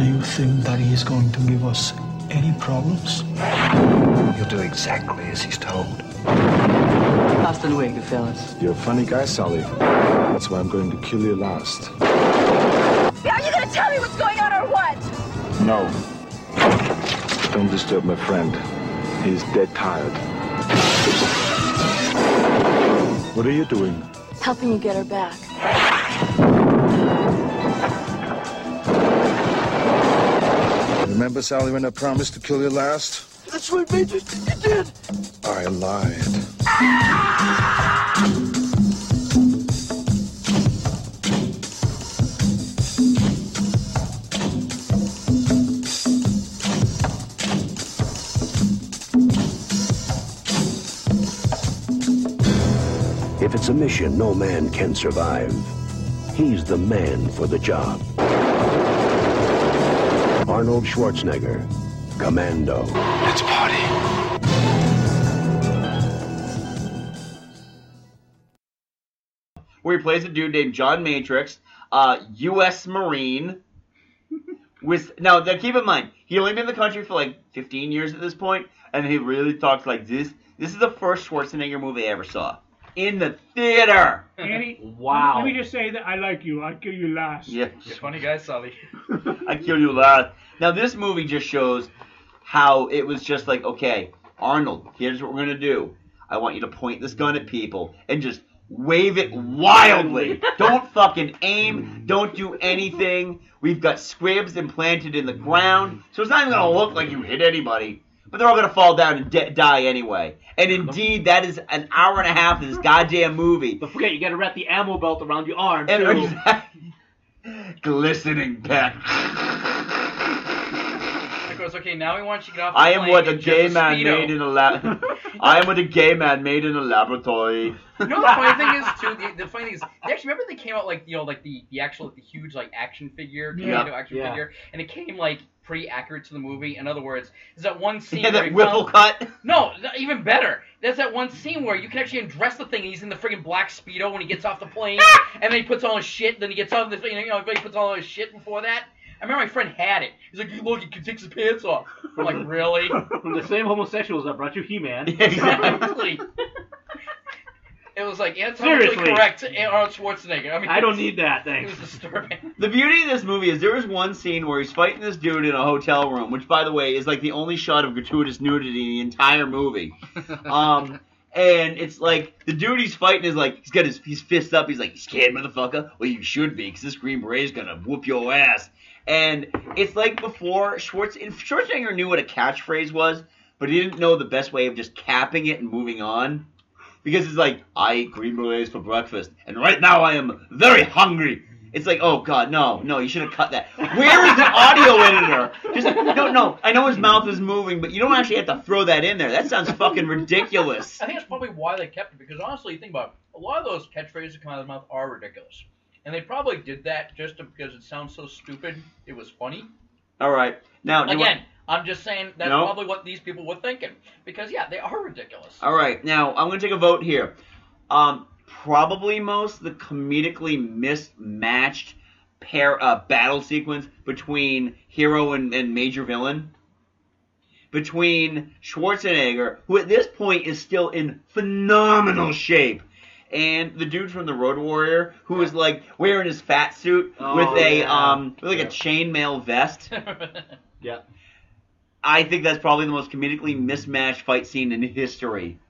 [SPEAKER 18] Do you think that he is going to give us any problems?
[SPEAKER 19] You'll do exactly as he's told.
[SPEAKER 20] Hasta luego, fellas.
[SPEAKER 21] You're a funny guy, Sully. That's why I'm going to kill you last.
[SPEAKER 4] Are you gonna tell me what's going on or what?
[SPEAKER 21] No. Don't disturb my friend. He's dead tired. What are you doing?
[SPEAKER 4] Helping you get her back.
[SPEAKER 21] Remember, Sally, when I promised to kill you last?
[SPEAKER 4] That's what made you think you did.
[SPEAKER 21] I lied.
[SPEAKER 1] If it's a mission no man can survive, he's the man for the job. Arnold Schwarzenegger, Commando. Let's party.
[SPEAKER 3] where he plays a dude named John Matrix, uh, U.S. Marine. With now, now keep in mind, he only been in the country for like 15 years at this point, and he really talks like this. This is the first Schwarzenegger movie I ever saw in the theater.
[SPEAKER 9] Annie,
[SPEAKER 3] Wow.
[SPEAKER 9] Let me just say that I like you. I'll kill you last.
[SPEAKER 3] Yeah,
[SPEAKER 6] Funny guy, Sully.
[SPEAKER 3] I kill you last. Now this movie just shows how it was just like, okay, Arnold, here's what we're gonna do. I want you to point this gun at people and just wave it wildly. don't fucking aim. Don't do anything. We've got squibs implanted in the ground, so it's not even gonna look like you hit anybody. But they're all gonna fall down and de- die anyway. And indeed, that is an hour and a half of this goddamn movie.
[SPEAKER 22] Don't forget, you gotta wrap the ammo belt around your arm.
[SPEAKER 3] And [LAUGHS]
[SPEAKER 22] too.
[SPEAKER 3] glistening back.
[SPEAKER 6] It goes, okay, now we want you to get off the
[SPEAKER 3] I am
[SPEAKER 6] plane
[SPEAKER 3] what a
[SPEAKER 6] and get
[SPEAKER 3] gay man
[SPEAKER 6] speedo."
[SPEAKER 3] made in a lab. [LAUGHS] I am what a gay man made in a laboratory.
[SPEAKER 6] You know the funny
[SPEAKER 3] [LAUGHS]
[SPEAKER 6] thing is too. The, the funny thing is, they actually remember they came out like you know like the the actual like, the huge like action figure,
[SPEAKER 3] Yeah.
[SPEAKER 6] tornado action
[SPEAKER 3] Yeah.
[SPEAKER 6] figure, and it came like pretty accurate to the movie. In other words, is that one scene
[SPEAKER 3] [LAUGHS] Yeah,
[SPEAKER 6] where
[SPEAKER 3] that
[SPEAKER 6] he
[SPEAKER 3] whipple
[SPEAKER 6] found-
[SPEAKER 3] cut. [LAUGHS]
[SPEAKER 6] No, not even better. There's that one scene where you can actually undress the thing, and he's in the friggin' black speedo when he gets off the [LAUGHS] plane, and then he puts on his shit. Then he gets off the thing, you know, he puts on his shit before that. I remember my friend had it. He's like, look, he takes his pants off. I'm
[SPEAKER 22] [LAUGHS]
[SPEAKER 6] like, really?
[SPEAKER 22] From the same homosexuals that brought you He-Man.
[SPEAKER 6] exactly. It was like anatomically
[SPEAKER 22] Seriously.
[SPEAKER 6] correct and Arnold Schwarzenegger. I mean,
[SPEAKER 22] I don't need that, thanks.
[SPEAKER 6] [LAUGHS] It was disturbing.
[SPEAKER 3] The beauty of this movie is there is one scene where he's fighting this dude in a hotel room, which, by the way, is like the only shot of gratuitous nudity in the entire [LAUGHS] movie. Um, and it's like the dude he's fighting is like he's got his he's fist up. He's like, "You scared, motherfucker? Well, you should be, 'cause this Green Beret's gonna whoop your ass." And it's like before Schwartz and Schwarzenegger knew what a catchphrase was, but he didn't know the best way of just capping it and moving on. Because it's like, I eat green berets for breakfast, and right now I am very hungry. It's like, oh god, no, no, you should have cut that. Where is the audio editor? Just no, no. I know his mouth is moving, but you don't actually have to throw that in there. That sounds fucking ridiculous.
[SPEAKER 6] I think that's probably why they kept it because honestly, you think about it, a lot of those catchphrases that come out of the mouth are ridiculous, and they probably did that just to, because it sounds so stupid. It was funny.
[SPEAKER 3] All right, now do you want-
[SPEAKER 6] Again, I'm just saying that's
[SPEAKER 3] No.
[SPEAKER 6] probably what these people were thinking because yeah, they are ridiculous. [LAUGHS]
[SPEAKER 3] All right, now I'm gonna take a vote here. Um, probably most the comedically mismatched pair uh, battle sequence between hero and, and major villain. Between Schwarzenegger, who at this point is still in phenomenal shape, and the dude from the Road Warrior, who is like wearing his fat suit
[SPEAKER 8] Oh,
[SPEAKER 3] with a
[SPEAKER 8] yeah.
[SPEAKER 3] um with like a chainmail vest.
[SPEAKER 22] [LAUGHS]
[SPEAKER 8] Yeah.
[SPEAKER 3] I think that's probably the most comedically mismatched fight scene in history.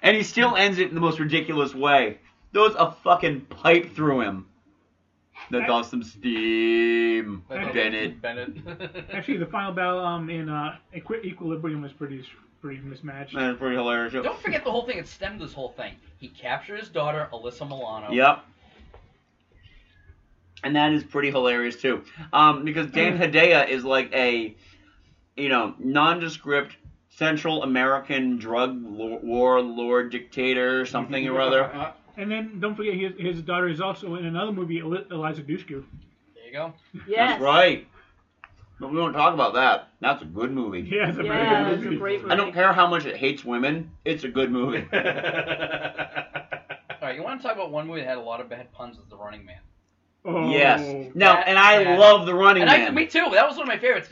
[SPEAKER 3] And he still ends it in the most ridiculous way. Throws a fucking pipe through him. That got some steam.
[SPEAKER 9] That-
[SPEAKER 3] Bennett.
[SPEAKER 9] [LAUGHS] Actually, the final battle um, in uh, Equi- Equilibrium was pretty pretty mismatched.
[SPEAKER 3] That's pretty hilarious.
[SPEAKER 6] [LAUGHS] Don't forget the whole thing. It stemmed this whole thing. He captured his daughter, Alyssa Milano.
[SPEAKER 3] Yep. And that is pretty hilarious too, um, because Dan Hedaya is like a, you know, nondescript Central American drug lo- warlord dictator, something or other.
[SPEAKER 9] And then don't forget his, his daughter is also in another movie, Eli- Eliza Dushku. [LAUGHS]
[SPEAKER 6] There you go.
[SPEAKER 7] Yes.
[SPEAKER 3] That's right. But we don't talk about that. That's a good movie.
[SPEAKER 9] Yeah, it's a
[SPEAKER 7] very Yeah, good it's a movie. great
[SPEAKER 3] I don't care how much it hates women. It's a good movie.
[SPEAKER 6] All right, you want to talk about one movie that had a lot of bad puns? Is The Running Man.
[SPEAKER 3] yes.
[SPEAKER 9] Oh.
[SPEAKER 3] No,
[SPEAKER 6] That-
[SPEAKER 3] and I
[SPEAKER 6] yeah.
[SPEAKER 3] love The Running
[SPEAKER 6] Oh. And I-
[SPEAKER 3] Man.
[SPEAKER 6] me too. That was one of my favorites. [CLEARS THROAT]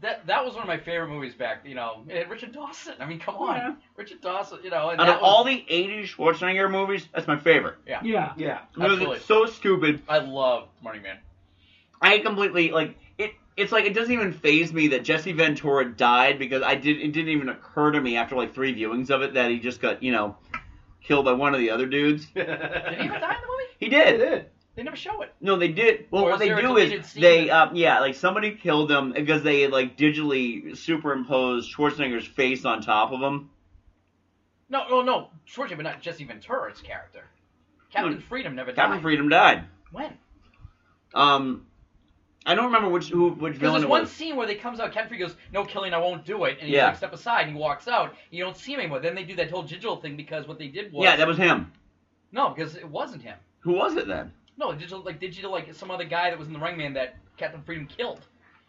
[SPEAKER 6] that that was one of my favorite movies back. You know, it had Richard Dawson. I mean, come on, Richard Dawson. You know, and
[SPEAKER 3] Out
[SPEAKER 6] that
[SPEAKER 3] of
[SPEAKER 6] was,
[SPEAKER 3] all the 80s Schwarzenegger movies, that's my favorite.
[SPEAKER 6] yeah,
[SPEAKER 9] Yeah.
[SPEAKER 8] Yeah.
[SPEAKER 3] Because
[SPEAKER 6] Absolutely.
[SPEAKER 3] it's so stupid.
[SPEAKER 6] I love Running Man.
[SPEAKER 3] I completely like it. It's like it doesn't even phase me that Jesse Ventura died because I did. It didn't even occur to me after like three viewings of it that he just got you know killed by one of the other dudes.
[SPEAKER 6] Did he even die in
[SPEAKER 8] [LAUGHS]
[SPEAKER 6] the movie?
[SPEAKER 3] He did.
[SPEAKER 6] They never show it.
[SPEAKER 3] No, they did. Well,
[SPEAKER 6] Or
[SPEAKER 3] what
[SPEAKER 6] is
[SPEAKER 3] they
[SPEAKER 6] there a
[SPEAKER 3] do
[SPEAKER 6] deleted
[SPEAKER 3] is
[SPEAKER 6] scene
[SPEAKER 3] they, um, yeah, like somebody killed him because they like digitally superimposed Schwarzenegger's face on top of him.
[SPEAKER 6] No, no, no. Schwarzenegger, but not Jesse Ventura's character. Captain Freedom never died.
[SPEAKER 3] Captain Freedom died.
[SPEAKER 6] When?
[SPEAKER 3] Um, I don't remember which who which
[SPEAKER 6] Because
[SPEAKER 3] villain
[SPEAKER 6] there's
[SPEAKER 3] it
[SPEAKER 6] one
[SPEAKER 3] was.
[SPEAKER 6] scene where they comes out, Ken Free goes, "No killing, I won't do it," and he
[SPEAKER 3] Yeah.
[SPEAKER 6] like, step aside and he walks out. And you don't see him anymore. Then they do that whole digital thing because what they did was
[SPEAKER 3] Yeah, that was him.
[SPEAKER 6] No, because it wasn't him.
[SPEAKER 3] Who was it then?
[SPEAKER 6] No, digital like digital like some other guy that was in the Running Man that Captain Freedom killed,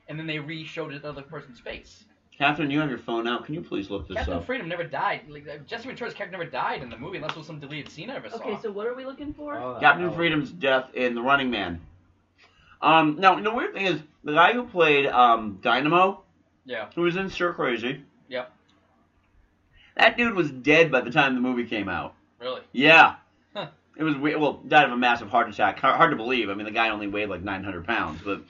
[SPEAKER 6] and then they re-showed another person's face.
[SPEAKER 3] Catherine, you have your phone out. Can you please look this
[SPEAKER 6] Captain
[SPEAKER 3] up?
[SPEAKER 6] Freedom never died. Like uh, Jesse Ventura's character never died in the movie unless it was some deleted scene I ever saw.
[SPEAKER 7] Okay, so what are we looking for?
[SPEAKER 6] Uh,
[SPEAKER 7] [LAUGHS]
[SPEAKER 3] Captain Freedom's death in The Running Man. Um, now the weird thing is the guy who played um Dynamo,
[SPEAKER 6] Yeah.
[SPEAKER 3] who was in Sir Crazy,
[SPEAKER 6] Yep.
[SPEAKER 3] that dude was dead by the time the movie came out.
[SPEAKER 6] Really.
[SPEAKER 3] Yeah.
[SPEAKER 6] Huh.
[SPEAKER 3] It was weird. Well, died of a massive heart attack. Hard, hard to believe. I mean, the guy only weighed like 900 pounds. But,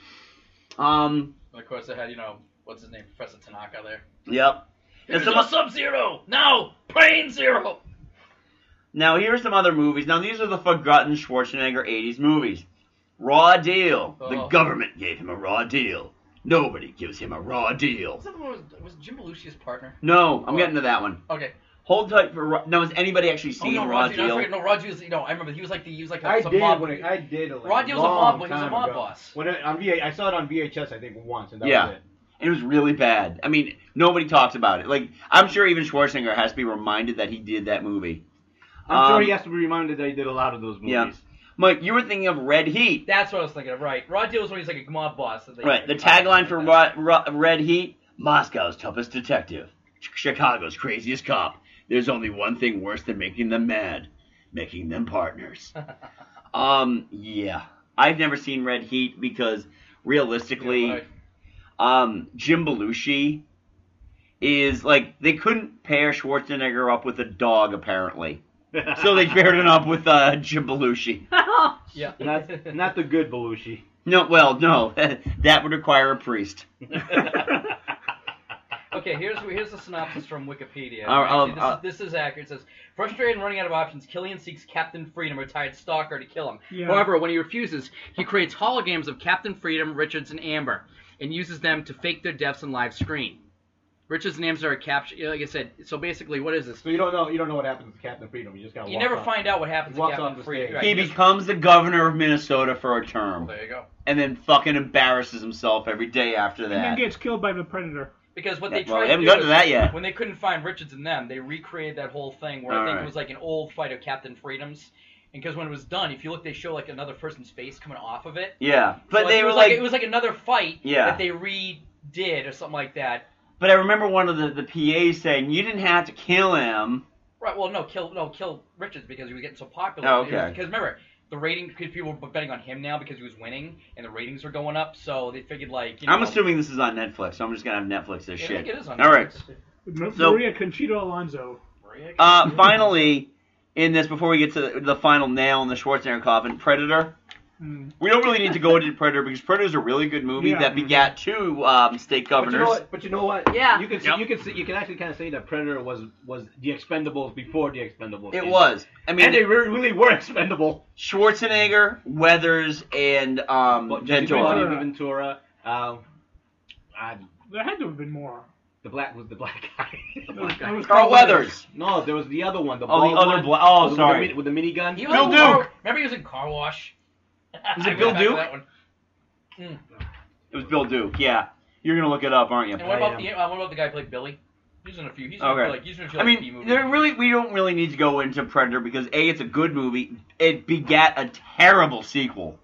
[SPEAKER 3] um,
[SPEAKER 6] And of course they had you know what's his name Professor Tanaka there.
[SPEAKER 3] yep. Now,
[SPEAKER 6] Here's
[SPEAKER 3] some,
[SPEAKER 6] our Sub Zero now, Plane Zero.
[SPEAKER 3] now here's some other movies. Now these are the forgotten Schwarzenegger 80s movies. Raw Deal. The
[SPEAKER 6] Oh.
[SPEAKER 3] government gave him a raw deal. Nobody gives him a raw deal.
[SPEAKER 6] Oh, Was that the one with- was Jim Belushi's partner?
[SPEAKER 3] No, I'm getting to that one.
[SPEAKER 6] Okay.
[SPEAKER 3] Hold tight for Raw. Now, has anybody actually seen
[SPEAKER 6] oh, no,
[SPEAKER 3] Raw
[SPEAKER 6] Roger, no, I
[SPEAKER 3] Deal?
[SPEAKER 6] forget- no, Roger was, you know, I remember he was like the, he was like a,
[SPEAKER 8] I
[SPEAKER 6] some
[SPEAKER 8] did
[SPEAKER 6] mob.
[SPEAKER 8] when it, I did. Like,
[SPEAKER 6] Rod Deal's a
[SPEAKER 8] long
[SPEAKER 6] mob- he was a
[SPEAKER 8] time
[SPEAKER 6] mob
[SPEAKER 8] ago.
[SPEAKER 6] boss.
[SPEAKER 8] When it, on VH, I saw it on VHS, I think once, and that
[SPEAKER 3] yeah.
[SPEAKER 8] was it.
[SPEAKER 3] And it was really bad. I mean, nobody talks about it. Like, I'm sure even Schwarzenegger has to be reminded that he did that movie.
[SPEAKER 23] I'm sure
[SPEAKER 3] Um,
[SPEAKER 23] he has to be reminded that he did a lot of those movies.
[SPEAKER 3] Yeah. Mike, you were thinking of Red Heat.
[SPEAKER 6] That's what I was thinking of, right? Rod Deal was when he's like a mob boss. that they-
[SPEAKER 3] Right. The tagline for Ro- Ro- Red Heat Moscow's toughest detective, Ch- Chicago's craziest cop. There's only one thing worse than making them mad making them partners. um, yeah. I've never seen Red Heat because realistically, um, Jim Belushi is like, they couldn't pair Schwarzenegger up with a dog, apparently. so they paired him up with uh, Jim Belushi.
[SPEAKER 6] yeah. [LAUGHS]
[SPEAKER 23] Not, not the good Belushi.
[SPEAKER 3] No, well, no, [LAUGHS] that would require a priest.
[SPEAKER 6] Okay, here's here's the synopsis from Wikipedia.
[SPEAKER 3] All right, I'll-
[SPEAKER 6] Actually,
[SPEAKER 3] I'll-
[SPEAKER 6] this, is, this is accurate. It says, frustrated and running out of options, Killian seeks Captain Freedom, a retired stalker, to kill him.
[SPEAKER 24] Yeah.
[SPEAKER 6] However, when he refuses, he creates holograms of Captain Freedom, Richards, and Amber, and uses them to fake their deaths on live screen. Richards and Amber are captured. Like I said, so basically, what is this?
[SPEAKER 8] So you don't know you don't know what happens to Captain Freedom. You just got.
[SPEAKER 6] You never find out what happens to
[SPEAKER 8] Walks off
[SPEAKER 6] Captain
[SPEAKER 8] the
[SPEAKER 6] Freedom.
[SPEAKER 8] stage.
[SPEAKER 6] Right,
[SPEAKER 3] He
[SPEAKER 6] here's-
[SPEAKER 3] becomes the governor of Minnesota for a term.
[SPEAKER 6] there you go.
[SPEAKER 3] And then fucking embarrasses himself every day after
[SPEAKER 9] And then
[SPEAKER 3] that.
[SPEAKER 9] gets killed by the Predator.
[SPEAKER 6] Because what
[SPEAKER 3] Yeah,
[SPEAKER 6] they
[SPEAKER 3] well,
[SPEAKER 6] tried
[SPEAKER 3] we
[SPEAKER 6] to
[SPEAKER 3] haven't
[SPEAKER 6] do
[SPEAKER 3] gotten to
[SPEAKER 6] is
[SPEAKER 3] that yet.
[SPEAKER 6] when they couldn't find Richards and them, they recreated that whole thing where I
[SPEAKER 3] All
[SPEAKER 6] think
[SPEAKER 3] right.
[SPEAKER 6] it was like an old fight of Captain Freedom's. And because when it was done, if you look, they show like another person's face coming off of it.
[SPEAKER 3] Yeah, but
[SPEAKER 6] So,
[SPEAKER 3] they
[SPEAKER 6] it
[SPEAKER 3] were
[SPEAKER 6] was like,
[SPEAKER 3] like-
[SPEAKER 6] it was like another fight
[SPEAKER 3] Yeah.
[SPEAKER 6] that they redid or something like that.
[SPEAKER 3] But I remember one of the, the PAs saying, You didn't have to kill him.
[SPEAKER 6] Right? Well, no, kill no kill Richards because he was getting so popular.
[SPEAKER 3] Oh,
[SPEAKER 6] It was-
[SPEAKER 3] okay.
[SPEAKER 6] Because remember the rating because people were betting on him now because he was winning and the ratings were going up, so they figured like you know,
[SPEAKER 3] I'm assuming this is on Netflix, so I'm just going to have Netflix this
[SPEAKER 6] Yeah, I
[SPEAKER 3] shit.
[SPEAKER 6] think it is on
[SPEAKER 3] All right. Uh,
[SPEAKER 6] Netflix.
[SPEAKER 9] Ma-
[SPEAKER 3] So-
[SPEAKER 9] Maria Conchita Alonso.
[SPEAKER 3] Uh, finally, in this, before we get to the, the final nail in the Schwarzenegger coffin, Predator.
[SPEAKER 9] Hmm.
[SPEAKER 3] We don't really need to go into [LAUGHS] Predator because Predator is a really good movie
[SPEAKER 8] Yeah.
[SPEAKER 3] that begat two um, state governors.
[SPEAKER 8] But you know what? But you know what?
[SPEAKER 7] Yeah.
[SPEAKER 8] You can see, you can see, you can actually kind of say that Predator was was the Expendables before the Expendables.
[SPEAKER 3] It
[SPEAKER 8] came.
[SPEAKER 3] was. I mean,
[SPEAKER 8] and they re- really were expendable.
[SPEAKER 3] Schwarzenegger, Weathers, and um,
[SPEAKER 8] Ventura.
[SPEAKER 3] Ventura.
[SPEAKER 8] Ventura. Um, I,
[SPEAKER 9] there had to have been more.
[SPEAKER 8] The black was the black guy. [LAUGHS] the
[SPEAKER 9] black guy.
[SPEAKER 3] Carl Weathers.
[SPEAKER 8] No, there was the other one. The
[SPEAKER 3] Oh, the
[SPEAKER 8] bald
[SPEAKER 3] other
[SPEAKER 8] one,
[SPEAKER 3] bla- oh,
[SPEAKER 8] with
[SPEAKER 3] sorry.
[SPEAKER 8] The, mini- with the minigun.
[SPEAKER 6] He was in Car- remember he was in Car Wash?
[SPEAKER 3] [LAUGHS] Is
[SPEAKER 6] I
[SPEAKER 3] it Bill
[SPEAKER 6] went back to
[SPEAKER 3] Duke?
[SPEAKER 6] that one. Mm.
[SPEAKER 3] It was Bill Duke. Yeah, you're gonna look it up, aren't you?
[SPEAKER 6] And what about, the, uh, what about the guy who played Billy? He's in a few. He's in
[SPEAKER 3] Okay.
[SPEAKER 6] a, like he's in a few
[SPEAKER 3] I
[SPEAKER 6] like, B
[SPEAKER 3] mean,
[SPEAKER 6] movies.
[SPEAKER 3] there really we don't really need to go into Predator because a it's a good movie. It begat a terrible sequel.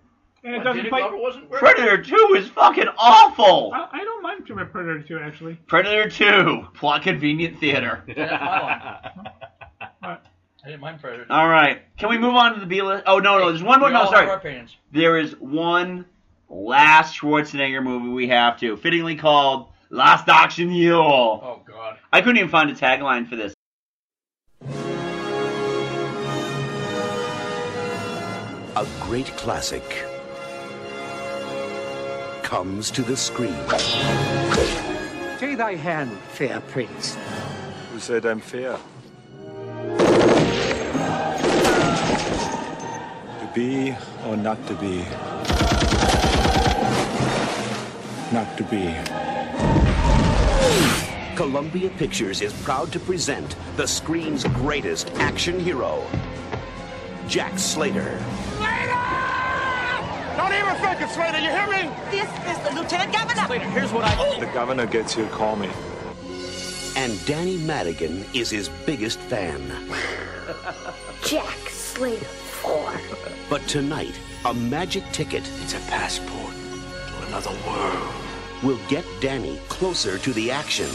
[SPEAKER 9] And it
[SPEAKER 6] What,
[SPEAKER 9] doesn't
[SPEAKER 6] Danny
[SPEAKER 9] fight.
[SPEAKER 6] Glover wasn't worth it?
[SPEAKER 3] Predator Two is fucking awful.
[SPEAKER 9] I, I don't mind Jim Predator 2, actually.
[SPEAKER 3] Predator Two, plot convenient theater.
[SPEAKER 6] Yeah, that's my
[SPEAKER 3] [LAUGHS]
[SPEAKER 6] line. I didn't mind Predator.
[SPEAKER 3] All right, can we move on to the B list? Oh no, no, there's one more.
[SPEAKER 6] We
[SPEAKER 3] No,
[SPEAKER 6] all have our
[SPEAKER 3] sorry.
[SPEAKER 6] opinions.
[SPEAKER 3] There is one last Schwarzenegger movie we have to, fittingly called Last Action Hero. Oh
[SPEAKER 6] God.
[SPEAKER 3] I couldn't even find a tagline for this.
[SPEAKER 1] A great classic comes to the screen.
[SPEAKER 25] Take thy hand, fair prince.
[SPEAKER 21] Who said I'm fair? To be or not to be?
[SPEAKER 1] Not to be. Columbia Pictures is proud to present the screen's greatest action hero, Jack Slater.
[SPEAKER 17] Don't even think it, Slater. You hear me? This is the lieutenant governor. Slater, here's what I.
[SPEAKER 21] The governor gets here, call me.
[SPEAKER 1] And Danny Madigan is his biggest fan.
[SPEAKER 4] Jack Slater 4.
[SPEAKER 1] But tonight, a magic ticket. It's a passport to another world. Will get Danny closer to the action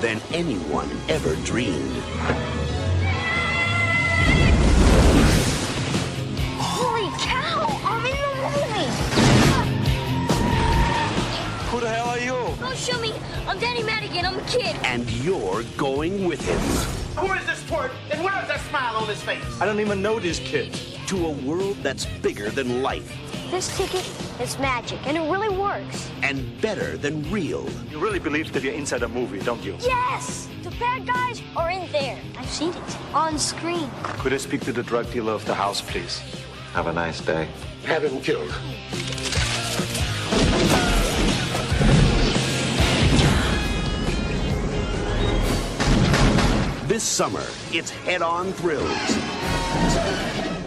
[SPEAKER 1] than anyone ever dreamed.
[SPEAKER 17] Holy cow! I'm in the movie. Who the hell are you? Don't show me. I'm Danny Madigan. I'm a kid.
[SPEAKER 1] And you're going with him
[SPEAKER 17] Who is this twerp? And where is that smile on his face?
[SPEAKER 1] I don't even know this kid. to a world that's bigger than life
[SPEAKER 4] This ticket is magic, and it really works.
[SPEAKER 1] and better than real.
[SPEAKER 21] You really believe that you're inside a movie, don't you?
[SPEAKER 4] Yes! The bad guys are in there. I've seen it on screen.
[SPEAKER 21] Could I speak to the drug dealer of the house, please? Have a nice day.
[SPEAKER 1] Have him killed. This summer, it's head on thrills.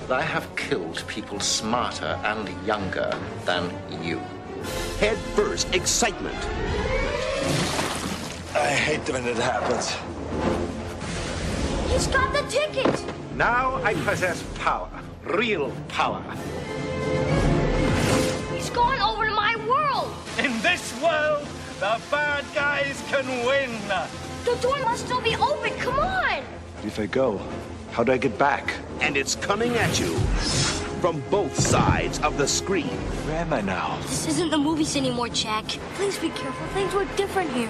[SPEAKER 26] I have killed people smarter and younger than you.
[SPEAKER 1] Head first excitement.
[SPEAKER 21] I hate when it happens.
[SPEAKER 4] He's got the ticket!
[SPEAKER 21] Now I possess power. Real power.
[SPEAKER 4] He's going over to my world!
[SPEAKER 17] In this world, the bad guys can win.
[SPEAKER 4] The door must still be open, come on!
[SPEAKER 21] If I go, how do I get back?
[SPEAKER 1] And it's coming at you from both sides of the screen.
[SPEAKER 21] Where am I now?
[SPEAKER 4] This isn't the movies anymore, Jack. Please be careful. Things were different here.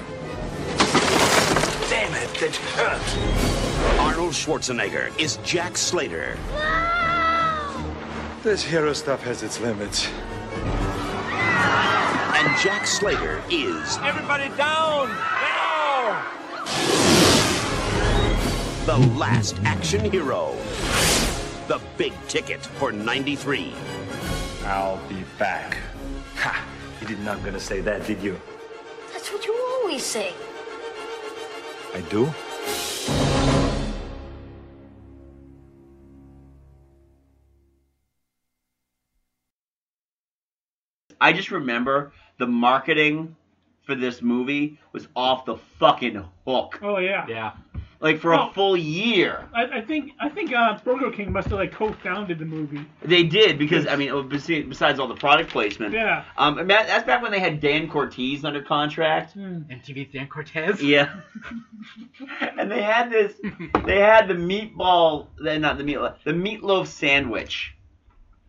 [SPEAKER 1] Damn it, that hurt. Arnold Schwarzenegger is Jack Slater.
[SPEAKER 21] This hero stuff has its limits.
[SPEAKER 1] And Jack Slater is
[SPEAKER 17] Everybody down! Now!
[SPEAKER 1] the last action hero. The big ticket for 93.
[SPEAKER 21] I'll be back. Ha! You did not gonna say that, did you?
[SPEAKER 4] That's what you always say.
[SPEAKER 21] I do?
[SPEAKER 3] I just remember the marketing for this movie was off the fucking hook.
[SPEAKER 9] Oh, yeah.
[SPEAKER 3] Yeah. Like for a
[SPEAKER 9] Well-
[SPEAKER 3] full year.
[SPEAKER 9] I, I think I think uh, Burger King must have like co-founded the movie.
[SPEAKER 3] They did because I mean, it was besi- besides all the product placement.
[SPEAKER 9] Yeah.
[SPEAKER 3] Um, and that, that's back when they had Dan Cortez under contract.
[SPEAKER 6] MTV Dan Cortez.
[SPEAKER 3] Yeah. [LAUGHS] and they had this. They had the meatball. Then not the meatloaf. The meatloaf sandwich.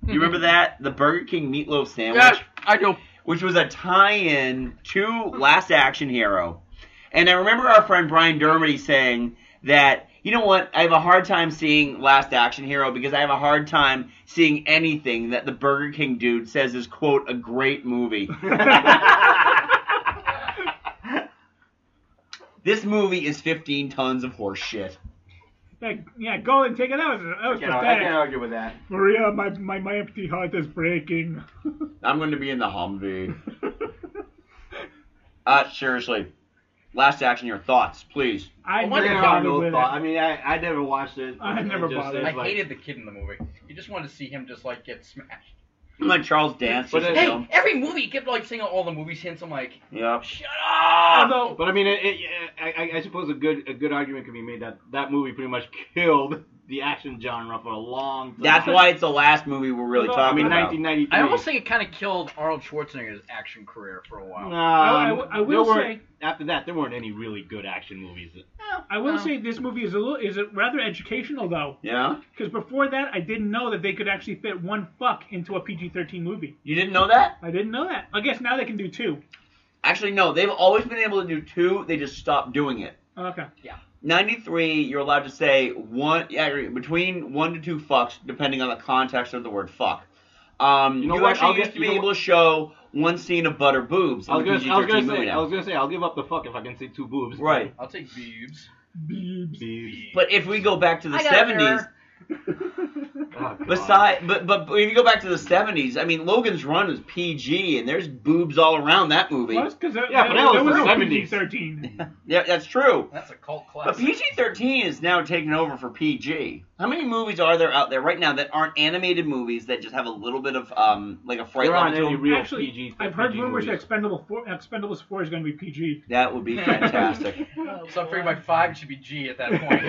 [SPEAKER 3] You
[SPEAKER 6] [LAUGHS]
[SPEAKER 3] remember that? The Burger King meatloaf sandwich.
[SPEAKER 6] Yes, I do.
[SPEAKER 3] Which was a tie-in to Last Action Hero. And I remember our friend Brian Dermody saying that you know what? I have a hard time seeing Last Action Hero because I have a hard time seeing anything that the Burger King dude says is quote a great movie. this movie is 15 tons of horse shit.
[SPEAKER 9] Yeah, yeah, go and take it. That was that was
[SPEAKER 8] I can't, I
[SPEAKER 9] pathetic.
[SPEAKER 8] can't argue with that.
[SPEAKER 9] Maria, my, my my empty heart is breaking. [LAUGHS]
[SPEAKER 3] I'm going to be in the Humvee. [LAUGHS] uh, seriously. Last action, your thoughts, please.
[SPEAKER 9] I
[SPEAKER 22] Well,
[SPEAKER 9] never
[SPEAKER 22] didn't have
[SPEAKER 9] bothered
[SPEAKER 22] no
[SPEAKER 9] with
[SPEAKER 22] thought.
[SPEAKER 9] it.
[SPEAKER 22] I mean, I, I never watched it.
[SPEAKER 9] I never bothered.
[SPEAKER 6] I hated the kid in the movie. You just wanted to see him just like get smashed.
[SPEAKER 3] Like Charles Dance.
[SPEAKER 6] But hey, every movie you kept like seeing all the movies hints. I'm like,
[SPEAKER 3] yeah.
[SPEAKER 6] shut up.
[SPEAKER 22] But I mean, it, it, I, I- I suppose a good a good argument can be made that that movie pretty much [LAUGHS] killed the action genre for a long time.
[SPEAKER 3] That's why it's the last movie we're really
[SPEAKER 22] Well, no, I
[SPEAKER 3] talking
[SPEAKER 22] mean,
[SPEAKER 3] about.
[SPEAKER 22] 1993.
[SPEAKER 6] I almost think it kind of killed Arnold Schwarzenegger's action career for a
[SPEAKER 8] Mm.
[SPEAKER 6] while.
[SPEAKER 22] Um,
[SPEAKER 9] I will
[SPEAKER 22] there weren't-
[SPEAKER 9] say-
[SPEAKER 22] after that there weren't any really good action movies.
[SPEAKER 9] I will say this movie is a little is it rather educational though.
[SPEAKER 3] Yeah.
[SPEAKER 9] Because before that, I didn't know that they could actually fit one fuck into a PG-13 movie.
[SPEAKER 3] You didn't know that?
[SPEAKER 9] I didn't know that. I guess now they can do two.
[SPEAKER 3] Actually, no. They've always been able to do two. They just stopped doing it.
[SPEAKER 9] Okay.
[SPEAKER 6] Yeah.
[SPEAKER 3] 93, you're allowed to say one, yeah, between one to two fucks, depending on the context of the word fuck. Um, you
[SPEAKER 22] know what?
[SPEAKER 3] actually
[SPEAKER 22] I'll
[SPEAKER 3] used
[SPEAKER 22] get-
[SPEAKER 3] to
[SPEAKER 22] you
[SPEAKER 3] be
[SPEAKER 22] know
[SPEAKER 3] able to show one scene of butter boobs. in
[SPEAKER 22] I was
[SPEAKER 3] the
[SPEAKER 22] gonna, I was gonna
[SPEAKER 3] PG-13 movie
[SPEAKER 22] say, I
[SPEAKER 3] now.
[SPEAKER 22] was gonna say, I'll give up the fuck if I can see two boobs.
[SPEAKER 3] Right.
[SPEAKER 6] I'll take boobs.
[SPEAKER 22] [LAUGHS]
[SPEAKER 3] But if we go back to the
[SPEAKER 6] I got a
[SPEAKER 3] 70s,
[SPEAKER 6] mirror.
[SPEAKER 22] Oh,
[SPEAKER 3] besides, but, but if you go back to the 70s, I mean, Logan's Run is PG, and there's boobs all around that movie.
[SPEAKER 9] Well, because
[SPEAKER 22] Yeah, but that was the 70s.
[SPEAKER 9] PG-13.
[SPEAKER 3] Yeah, that's true.
[SPEAKER 6] That's a cult
[SPEAKER 3] But
[SPEAKER 6] classic.
[SPEAKER 3] PG 13 is now taking over for PG. How many movies are there out there right now that aren't animated movies that just have a little bit of, um, like a fright
[SPEAKER 22] There
[SPEAKER 3] level
[SPEAKER 22] aren't
[SPEAKER 3] to
[SPEAKER 22] any
[SPEAKER 3] them?
[SPEAKER 22] real
[SPEAKER 9] Actually, I've heard rumors that Expendable four, Expendables Four is going to be PG.
[SPEAKER 3] That would be fantastic.
[SPEAKER 6] so I'm afraid by five should be G at that point.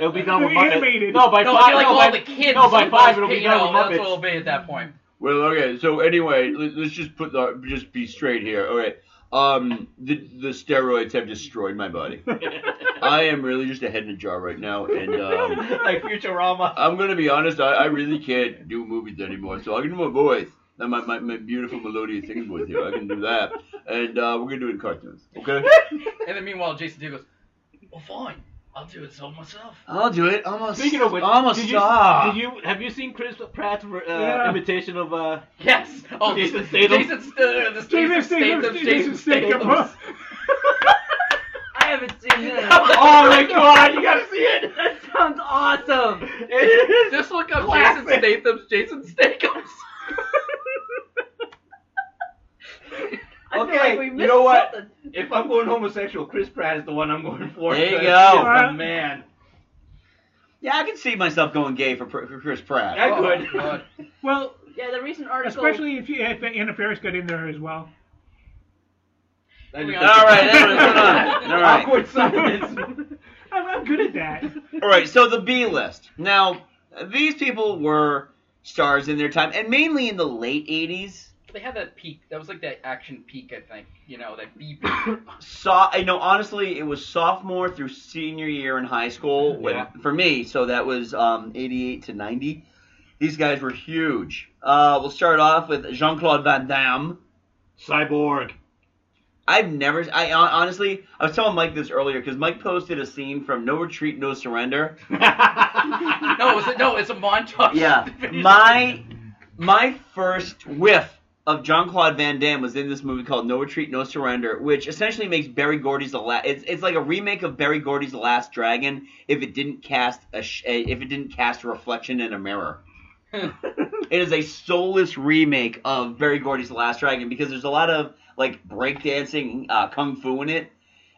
[SPEAKER 6] [LAUGHS]
[SPEAKER 22] [LAUGHS] It'll be done with
[SPEAKER 9] They're animated.
[SPEAKER 22] Muppet. No, by
[SPEAKER 6] no, it'll
[SPEAKER 22] five.
[SPEAKER 6] be like
[SPEAKER 22] no,
[SPEAKER 6] all
[SPEAKER 22] by,
[SPEAKER 6] the kids.
[SPEAKER 22] No, by five it'll
[SPEAKER 6] you
[SPEAKER 22] be
[SPEAKER 6] know,
[SPEAKER 22] done with
[SPEAKER 6] That's what
[SPEAKER 22] Muppets.
[SPEAKER 6] it'll be at that point.
[SPEAKER 3] Well, okay. So anyway, let- let's just put the, just be straight here. All right. Um, the the steroids have destroyed my body. I am really just a head in a jar right now, and um,
[SPEAKER 22] like Futurama.
[SPEAKER 3] I'm gonna be honest. I, I really can't do movies anymore. So I can do my voice, and my, my, my beautiful melodious singing voice here. I can do that, and uh, we're gonna do it in cartoons. Okay.
[SPEAKER 6] And then meanwhile, Jason D goes, "Well, fine, I'll do it so myself."
[SPEAKER 3] I'll do it. Almost.
[SPEAKER 22] Speaking of which,
[SPEAKER 3] almost
[SPEAKER 22] did you,
[SPEAKER 3] stop.
[SPEAKER 22] did you have you seen Chris Pratt's uh,
[SPEAKER 9] Yeah.
[SPEAKER 22] imitation of uh,
[SPEAKER 6] Yes. Oh,
[SPEAKER 22] Jason
[SPEAKER 6] this-
[SPEAKER 22] Statham?
[SPEAKER 6] Jason uh, Statham. this
[SPEAKER 9] Jason
[SPEAKER 6] Jason
[SPEAKER 9] Statham,
[SPEAKER 6] Statham.
[SPEAKER 9] Jason
[SPEAKER 6] Jason
[SPEAKER 9] Statham.
[SPEAKER 6] Statham.
[SPEAKER 7] I haven't
[SPEAKER 6] [LAUGHS]
[SPEAKER 7] seen this.
[SPEAKER 22] oh my god, you gotta see it!
[SPEAKER 7] that sounds awesome.
[SPEAKER 22] [LAUGHS] It is.
[SPEAKER 6] Just look up
[SPEAKER 22] Classic.
[SPEAKER 6] Jason Statham's Jason Statham's.
[SPEAKER 7] I
[SPEAKER 22] Okay,
[SPEAKER 7] feel like we
[SPEAKER 22] you
[SPEAKER 7] missed
[SPEAKER 22] know what?
[SPEAKER 7] something.
[SPEAKER 22] If I'm going homosexual, Chris Pratt is the one I'm going for.
[SPEAKER 3] There you
[SPEAKER 22] He
[SPEAKER 3] go.
[SPEAKER 22] is the man.
[SPEAKER 3] [LAUGHS] Yeah, I can see myself going gay for, Pr- for Chris Pratt.
[SPEAKER 22] I
[SPEAKER 6] Oh,
[SPEAKER 22] could. [LAUGHS]
[SPEAKER 6] God.
[SPEAKER 9] Well,
[SPEAKER 7] Yeah, the recent article.
[SPEAKER 9] especially if, you, if Anna Faris got in there as well.
[SPEAKER 22] All
[SPEAKER 3] All right, anyway,
[SPEAKER 22] [LAUGHS]
[SPEAKER 3] hold on. All right.
[SPEAKER 22] Awkward silence.
[SPEAKER 9] I'm, I'm good at that.
[SPEAKER 3] All right, so the B list. Now, these people were stars in their time, and mainly in the late 80s.
[SPEAKER 6] [LAUGHS] They had that peak. That was like that action peak, I think. You know, that B
[SPEAKER 3] So, I know, honestly, it was sophomore through senior year in high school when,
[SPEAKER 22] Yeah.
[SPEAKER 3] for me, so that was um, 88 to 90. These guys were huge. Uh, we'll start off with Jean Claude Van Damme.
[SPEAKER 22] [LAUGHS] Cyborg.
[SPEAKER 3] I've never, I hon- honestly, I was telling Mike this earlier because Mike posted a scene from No Retreat, No Surrender.
[SPEAKER 6] No, it's a, no, it's a montage. [LAUGHS]
[SPEAKER 3] Yeah. My my first whiff of John Claude Van Damme was in this movie called No Retreat, No Surrender, which essentially makes Barry Gordy's the last. It's, it's like a remake of Barry Gordy's The Last Dragon if it didn't cast a sh- a- if it didn't cast a reflection in a mirror. [LAUGHS] it is a soulless remake of Barry Gordy's The Last Dragon because there's a lot of like breakdancing, uh, kung fu in it,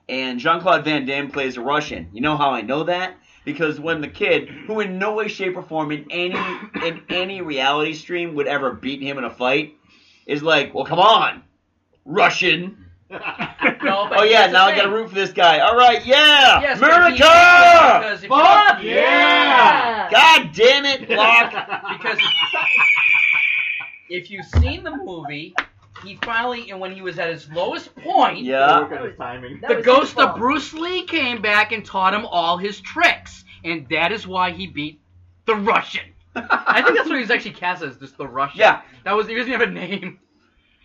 [SPEAKER 3] and Jean Claude Van Damme plays a Russian. You know how I know that? Because when the kid, who in no way, shape, or form in any in any reality stream would ever beat him in a fight, is like, well, come on, Russian.
[SPEAKER 6] No, but
[SPEAKER 3] Oh yeah,
[SPEAKER 6] here's the
[SPEAKER 3] now I
[SPEAKER 6] thing.
[SPEAKER 3] gotta root for this guy. All right, yeah,
[SPEAKER 6] Yes, but he-
[SPEAKER 3] America.
[SPEAKER 6] because if you-
[SPEAKER 3] Fuck
[SPEAKER 7] Yeah.
[SPEAKER 3] yeah! God damn it,
[SPEAKER 6] [LAUGHS]
[SPEAKER 3] Locke.
[SPEAKER 6] because if you've seen the movie, he finally and when he was at his lowest point,
[SPEAKER 3] yeah.
[SPEAKER 22] Work on his timing.
[SPEAKER 7] That
[SPEAKER 6] the
[SPEAKER 7] was
[SPEAKER 6] ghost
[SPEAKER 7] his fault.
[SPEAKER 6] of Bruce Lee came back and taught him all his tricks, and that is why he beat the Russian.
[SPEAKER 3] [LAUGHS]
[SPEAKER 6] I think that's what he was actually cast as, just the Russian.
[SPEAKER 3] Yeah.
[SPEAKER 6] that was he doesn't have a name.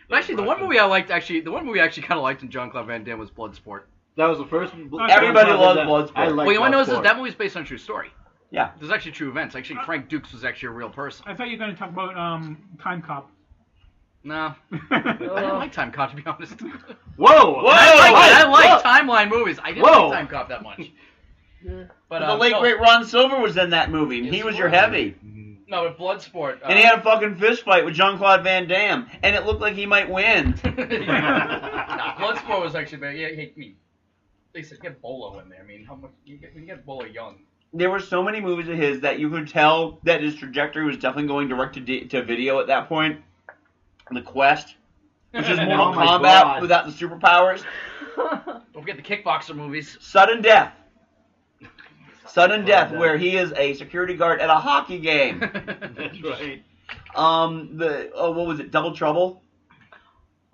[SPEAKER 6] But actually, the one movie I liked actually, the one movie I actually kind of liked in John Claude Van Damme was Bloodsport.
[SPEAKER 8] That was the first.
[SPEAKER 3] Everybody loves Bloodsport.
[SPEAKER 8] I like
[SPEAKER 6] well, you want to know is
[SPEAKER 8] Bloodsport.
[SPEAKER 6] this, that movie's based on a true story.
[SPEAKER 3] Yeah.
[SPEAKER 6] There's actually true events. Actually, Frank Dukes was actually a real person.
[SPEAKER 9] I thought you were going to talk about um,
[SPEAKER 22] [LAUGHS]
[SPEAKER 9] Time Cop.
[SPEAKER 6] No. I
[SPEAKER 7] Oh.
[SPEAKER 6] didn't like Time Cop, to be honest. [LAUGHS]
[SPEAKER 8] Whoa!
[SPEAKER 6] I like, I like timeline movies. I didn't
[SPEAKER 3] Whoa.
[SPEAKER 6] like Time Cop that much. But,
[SPEAKER 3] the
[SPEAKER 6] um,
[SPEAKER 3] late
[SPEAKER 6] no,
[SPEAKER 3] great Ron Silver was in that movie. and he was your heavy,
[SPEAKER 6] No, but Bloodsport. Uh,
[SPEAKER 3] and he had a fucking fist fight with Jean Claude Van Damme, and it looked like he might win. [LAUGHS]
[SPEAKER 6] [LAUGHS] nah, Bloodsport was actually better. Yeah, he, he, they said get Bolo in there. I mean, how much you get, you can get Bolo young.
[SPEAKER 3] there were so many movies of his that you could tell that his trajectory was definitely going direct to, di- to video at that point. The Quest, which
[SPEAKER 6] [LAUGHS]
[SPEAKER 3] is Mortal
[SPEAKER 6] Oh my
[SPEAKER 3] Kombat
[SPEAKER 6] God.
[SPEAKER 3] without the superpowers.
[SPEAKER 6] Don't forget the kickboxer movies. [LAUGHS]
[SPEAKER 3] Sudden Death. Sudden Death, where he is a security guard at a hockey game.
[SPEAKER 6] [LAUGHS]
[SPEAKER 8] That's right.
[SPEAKER 3] Um, the oh, what was it? Double Trouble. [LAUGHS]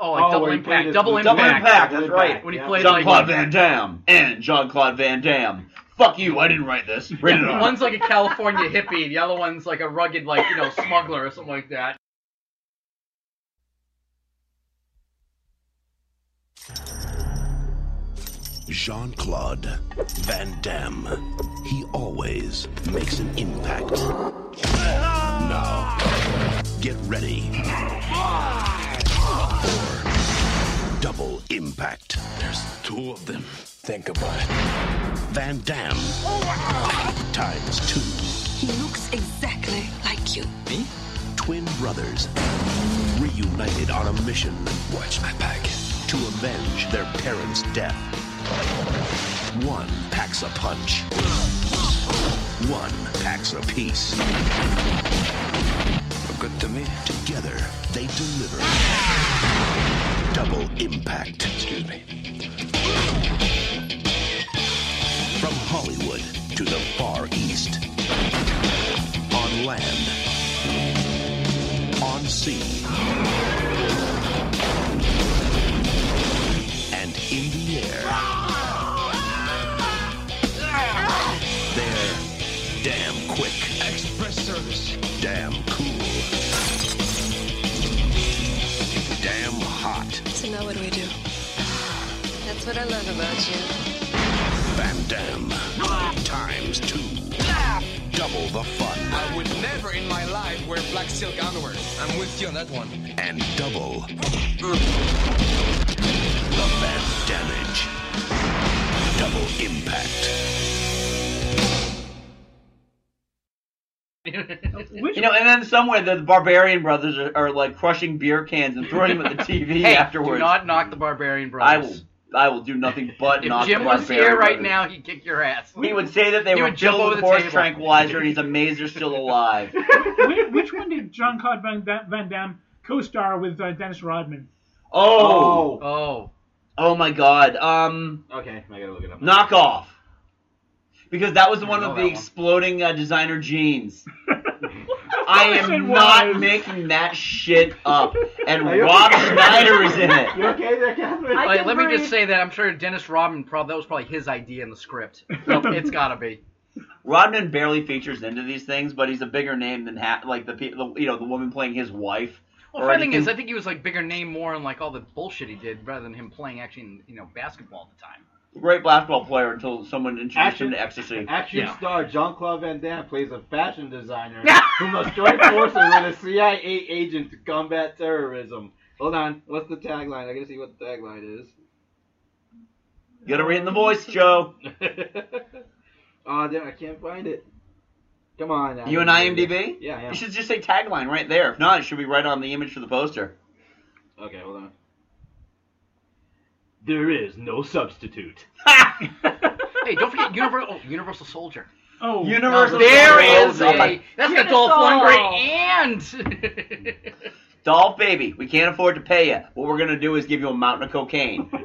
[SPEAKER 6] Oh, like
[SPEAKER 3] Oh,
[SPEAKER 6] double
[SPEAKER 3] where he played
[SPEAKER 6] impact,
[SPEAKER 3] his-
[SPEAKER 6] double
[SPEAKER 3] Double
[SPEAKER 6] impact.
[SPEAKER 3] Impact, that's right.
[SPEAKER 6] When he
[SPEAKER 3] Yeah.
[SPEAKER 6] played
[SPEAKER 3] Jean
[SPEAKER 6] like
[SPEAKER 3] Claude Van Damme and Jean Claude Van Damme. Fuck you! I didn't write this. Rated R.
[SPEAKER 6] one's like a California hippie, the other one's like a rugged, like you know, smuggler or something like that.
[SPEAKER 1] Jean Claude Van Damme. He always makes an impact. Now, get ready for double impact. There's two of them. Oh Think about it. Van Damme times two.
[SPEAKER 4] He looks exactly like you.
[SPEAKER 1] Me? Twin brothers reunited on a mission. Watch my pack. To avenge their parents' death. One packs a punch. One packs a piece. Good to me. Together, they deliver. Double impact. Excuse me. From Hollywood to the Far East. On land on sea and in the air. They're damn quick. Express service. Damn cool. Damn hot.
[SPEAKER 4] So now what do we do? That's what I love about you.
[SPEAKER 1] Van Damme. Times two. Double the fun.
[SPEAKER 27] I would never in my life wear black silk underwear. I'm with you on that one.
[SPEAKER 1] and double the bad damage. Double impact.
[SPEAKER 3] You know, and then somewhere the Barbarian Brothers are, are like crushing beer cans and throwing them at
[SPEAKER 6] [LAUGHS]
[SPEAKER 3] the TV
[SPEAKER 6] hey,
[SPEAKER 3] afterwards.
[SPEAKER 6] do not knock the Barbarian
[SPEAKER 3] I
[SPEAKER 6] Brothers.
[SPEAKER 3] will. I will do
[SPEAKER 6] [LAUGHS]
[SPEAKER 3] nothing but
[SPEAKER 6] If
[SPEAKER 3] knock
[SPEAKER 6] Jim
[SPEAKER 3] the
[SPEAKER 6] was
[SPEAKER 3] Barbarian
[SPEAKER 6] here right
[SPEAKER 3] Brothers.
[SPEAKER 6] now, he'd kick your ass.
[SPEAKER 3] He would say that they
[SPEAKER 6] He
[SPEAKER 3] were
[SPEAKER 6] would jump
[SPEAKER 3] filled
[SPEAKER 6] over
[SPEAKER 3] with
[SPEAKER 6] the
[SPEAKER 3] horse
[SPEAKER 6] table.
[SPEAKER 3] tranquilizer, and he's amazed they're
[SPEAKER 6] [LAUGHS]
[SPEAKER 3] still alive.
[SPEAKER 9] [LAUGHS] which, which one did Jean Claude Van, Da- Van Damme co-star with uh, Dennis Rodman?
[SPEAKER 3] Oh.
[SPEAKER 6] Oh.
[SPEAKER 3] Oh my God. Um.
[SPEAKER 8] Okay, I gotta look it up.
[SPEAKER 3] Knock off. Because that was the one
[SPEAKER 8] know
[SPEAKER 3] with the
[SPEAKER 8] that one.
[SPEAKER 3] exploding uh, designer
[SPEAKER 6] [LAUGHS]
[SPEAKER 3] jeans. I
[SPEAKER 8] Yes, it
[SPEAKER 3] am not
[SPEAKER 8] was.
[SPEAKER 3] making that shit up.
[SPEAKER 6] [LAUGHS]
[SPEAKER 3] And
[SPEAKER 8] Are you
[SPEAKER 3] Rob
[SPEAKER 8] okay?
[SPEAKER 3] Schneider is in it.
[SPEAKER 8] You okay there, Catherine?
[SPEAKER 6] Like, let me just say that I'm sure Dennis Rodman probably that was probably his idea in the script. it's gotta be.
[SPEAKER 3] Rodman barely features into these things, but he's a bigger name than ha- like the, pe- the you know the woman playing his wife.
[SPEAKER 6] Well,
[SPEAKER 3] or
[SPEAKER 6] funny thing is, I
[SPEAKER 3] anything.
[SPEAKER 6] think he was like bigger name more in like all the bullshit he did rather than him playing actually in, you know basketball at the time.
[SPEAKER 3] great basketball player until someone introduced him
[SPEAKER 8] Action-
[SPEAKER 3] to ecstasy.
[SPEAKER 8] Action
[SPEAKER 3] Yeah.
[SPEAKER 8] star Jean Claude Van Damme plays a fashion designer who must join forces with a CIA agent to combat terrorism. Hold on, what's the tagline? I gotta see what the tagline is.
[SPEAKER 3] You gotta read in the voice, Joe.
[SPEAKER 8] [LAUGHS] Oh, damn, I can't find it. Come on.
[SPEAKER 3] You and IMDb?
[SPEAKER 8] Yeah, I am.
[SPEAKER 3] You should just say tagline right there. If not, it should be right on the image for the poster.
[SPEAKER 8] Okay, hold on. There is no substitute.
[SPEAKER 6] Hey, don't forget Universal, oh, Universal Soldier.
[SPEAKER 9] Oh,
[SPEAKER 3] Universal
[SPEAKER 6] There is
[SPEAKER 3] Soldier.
[SPEAKER 6] a that's got Dolph Lundgren and
[SPEAKER 3] Dolph, baby, we can't afford to pay you. What we're gonna do is give you a mountain of cocaine. [LAUGHS]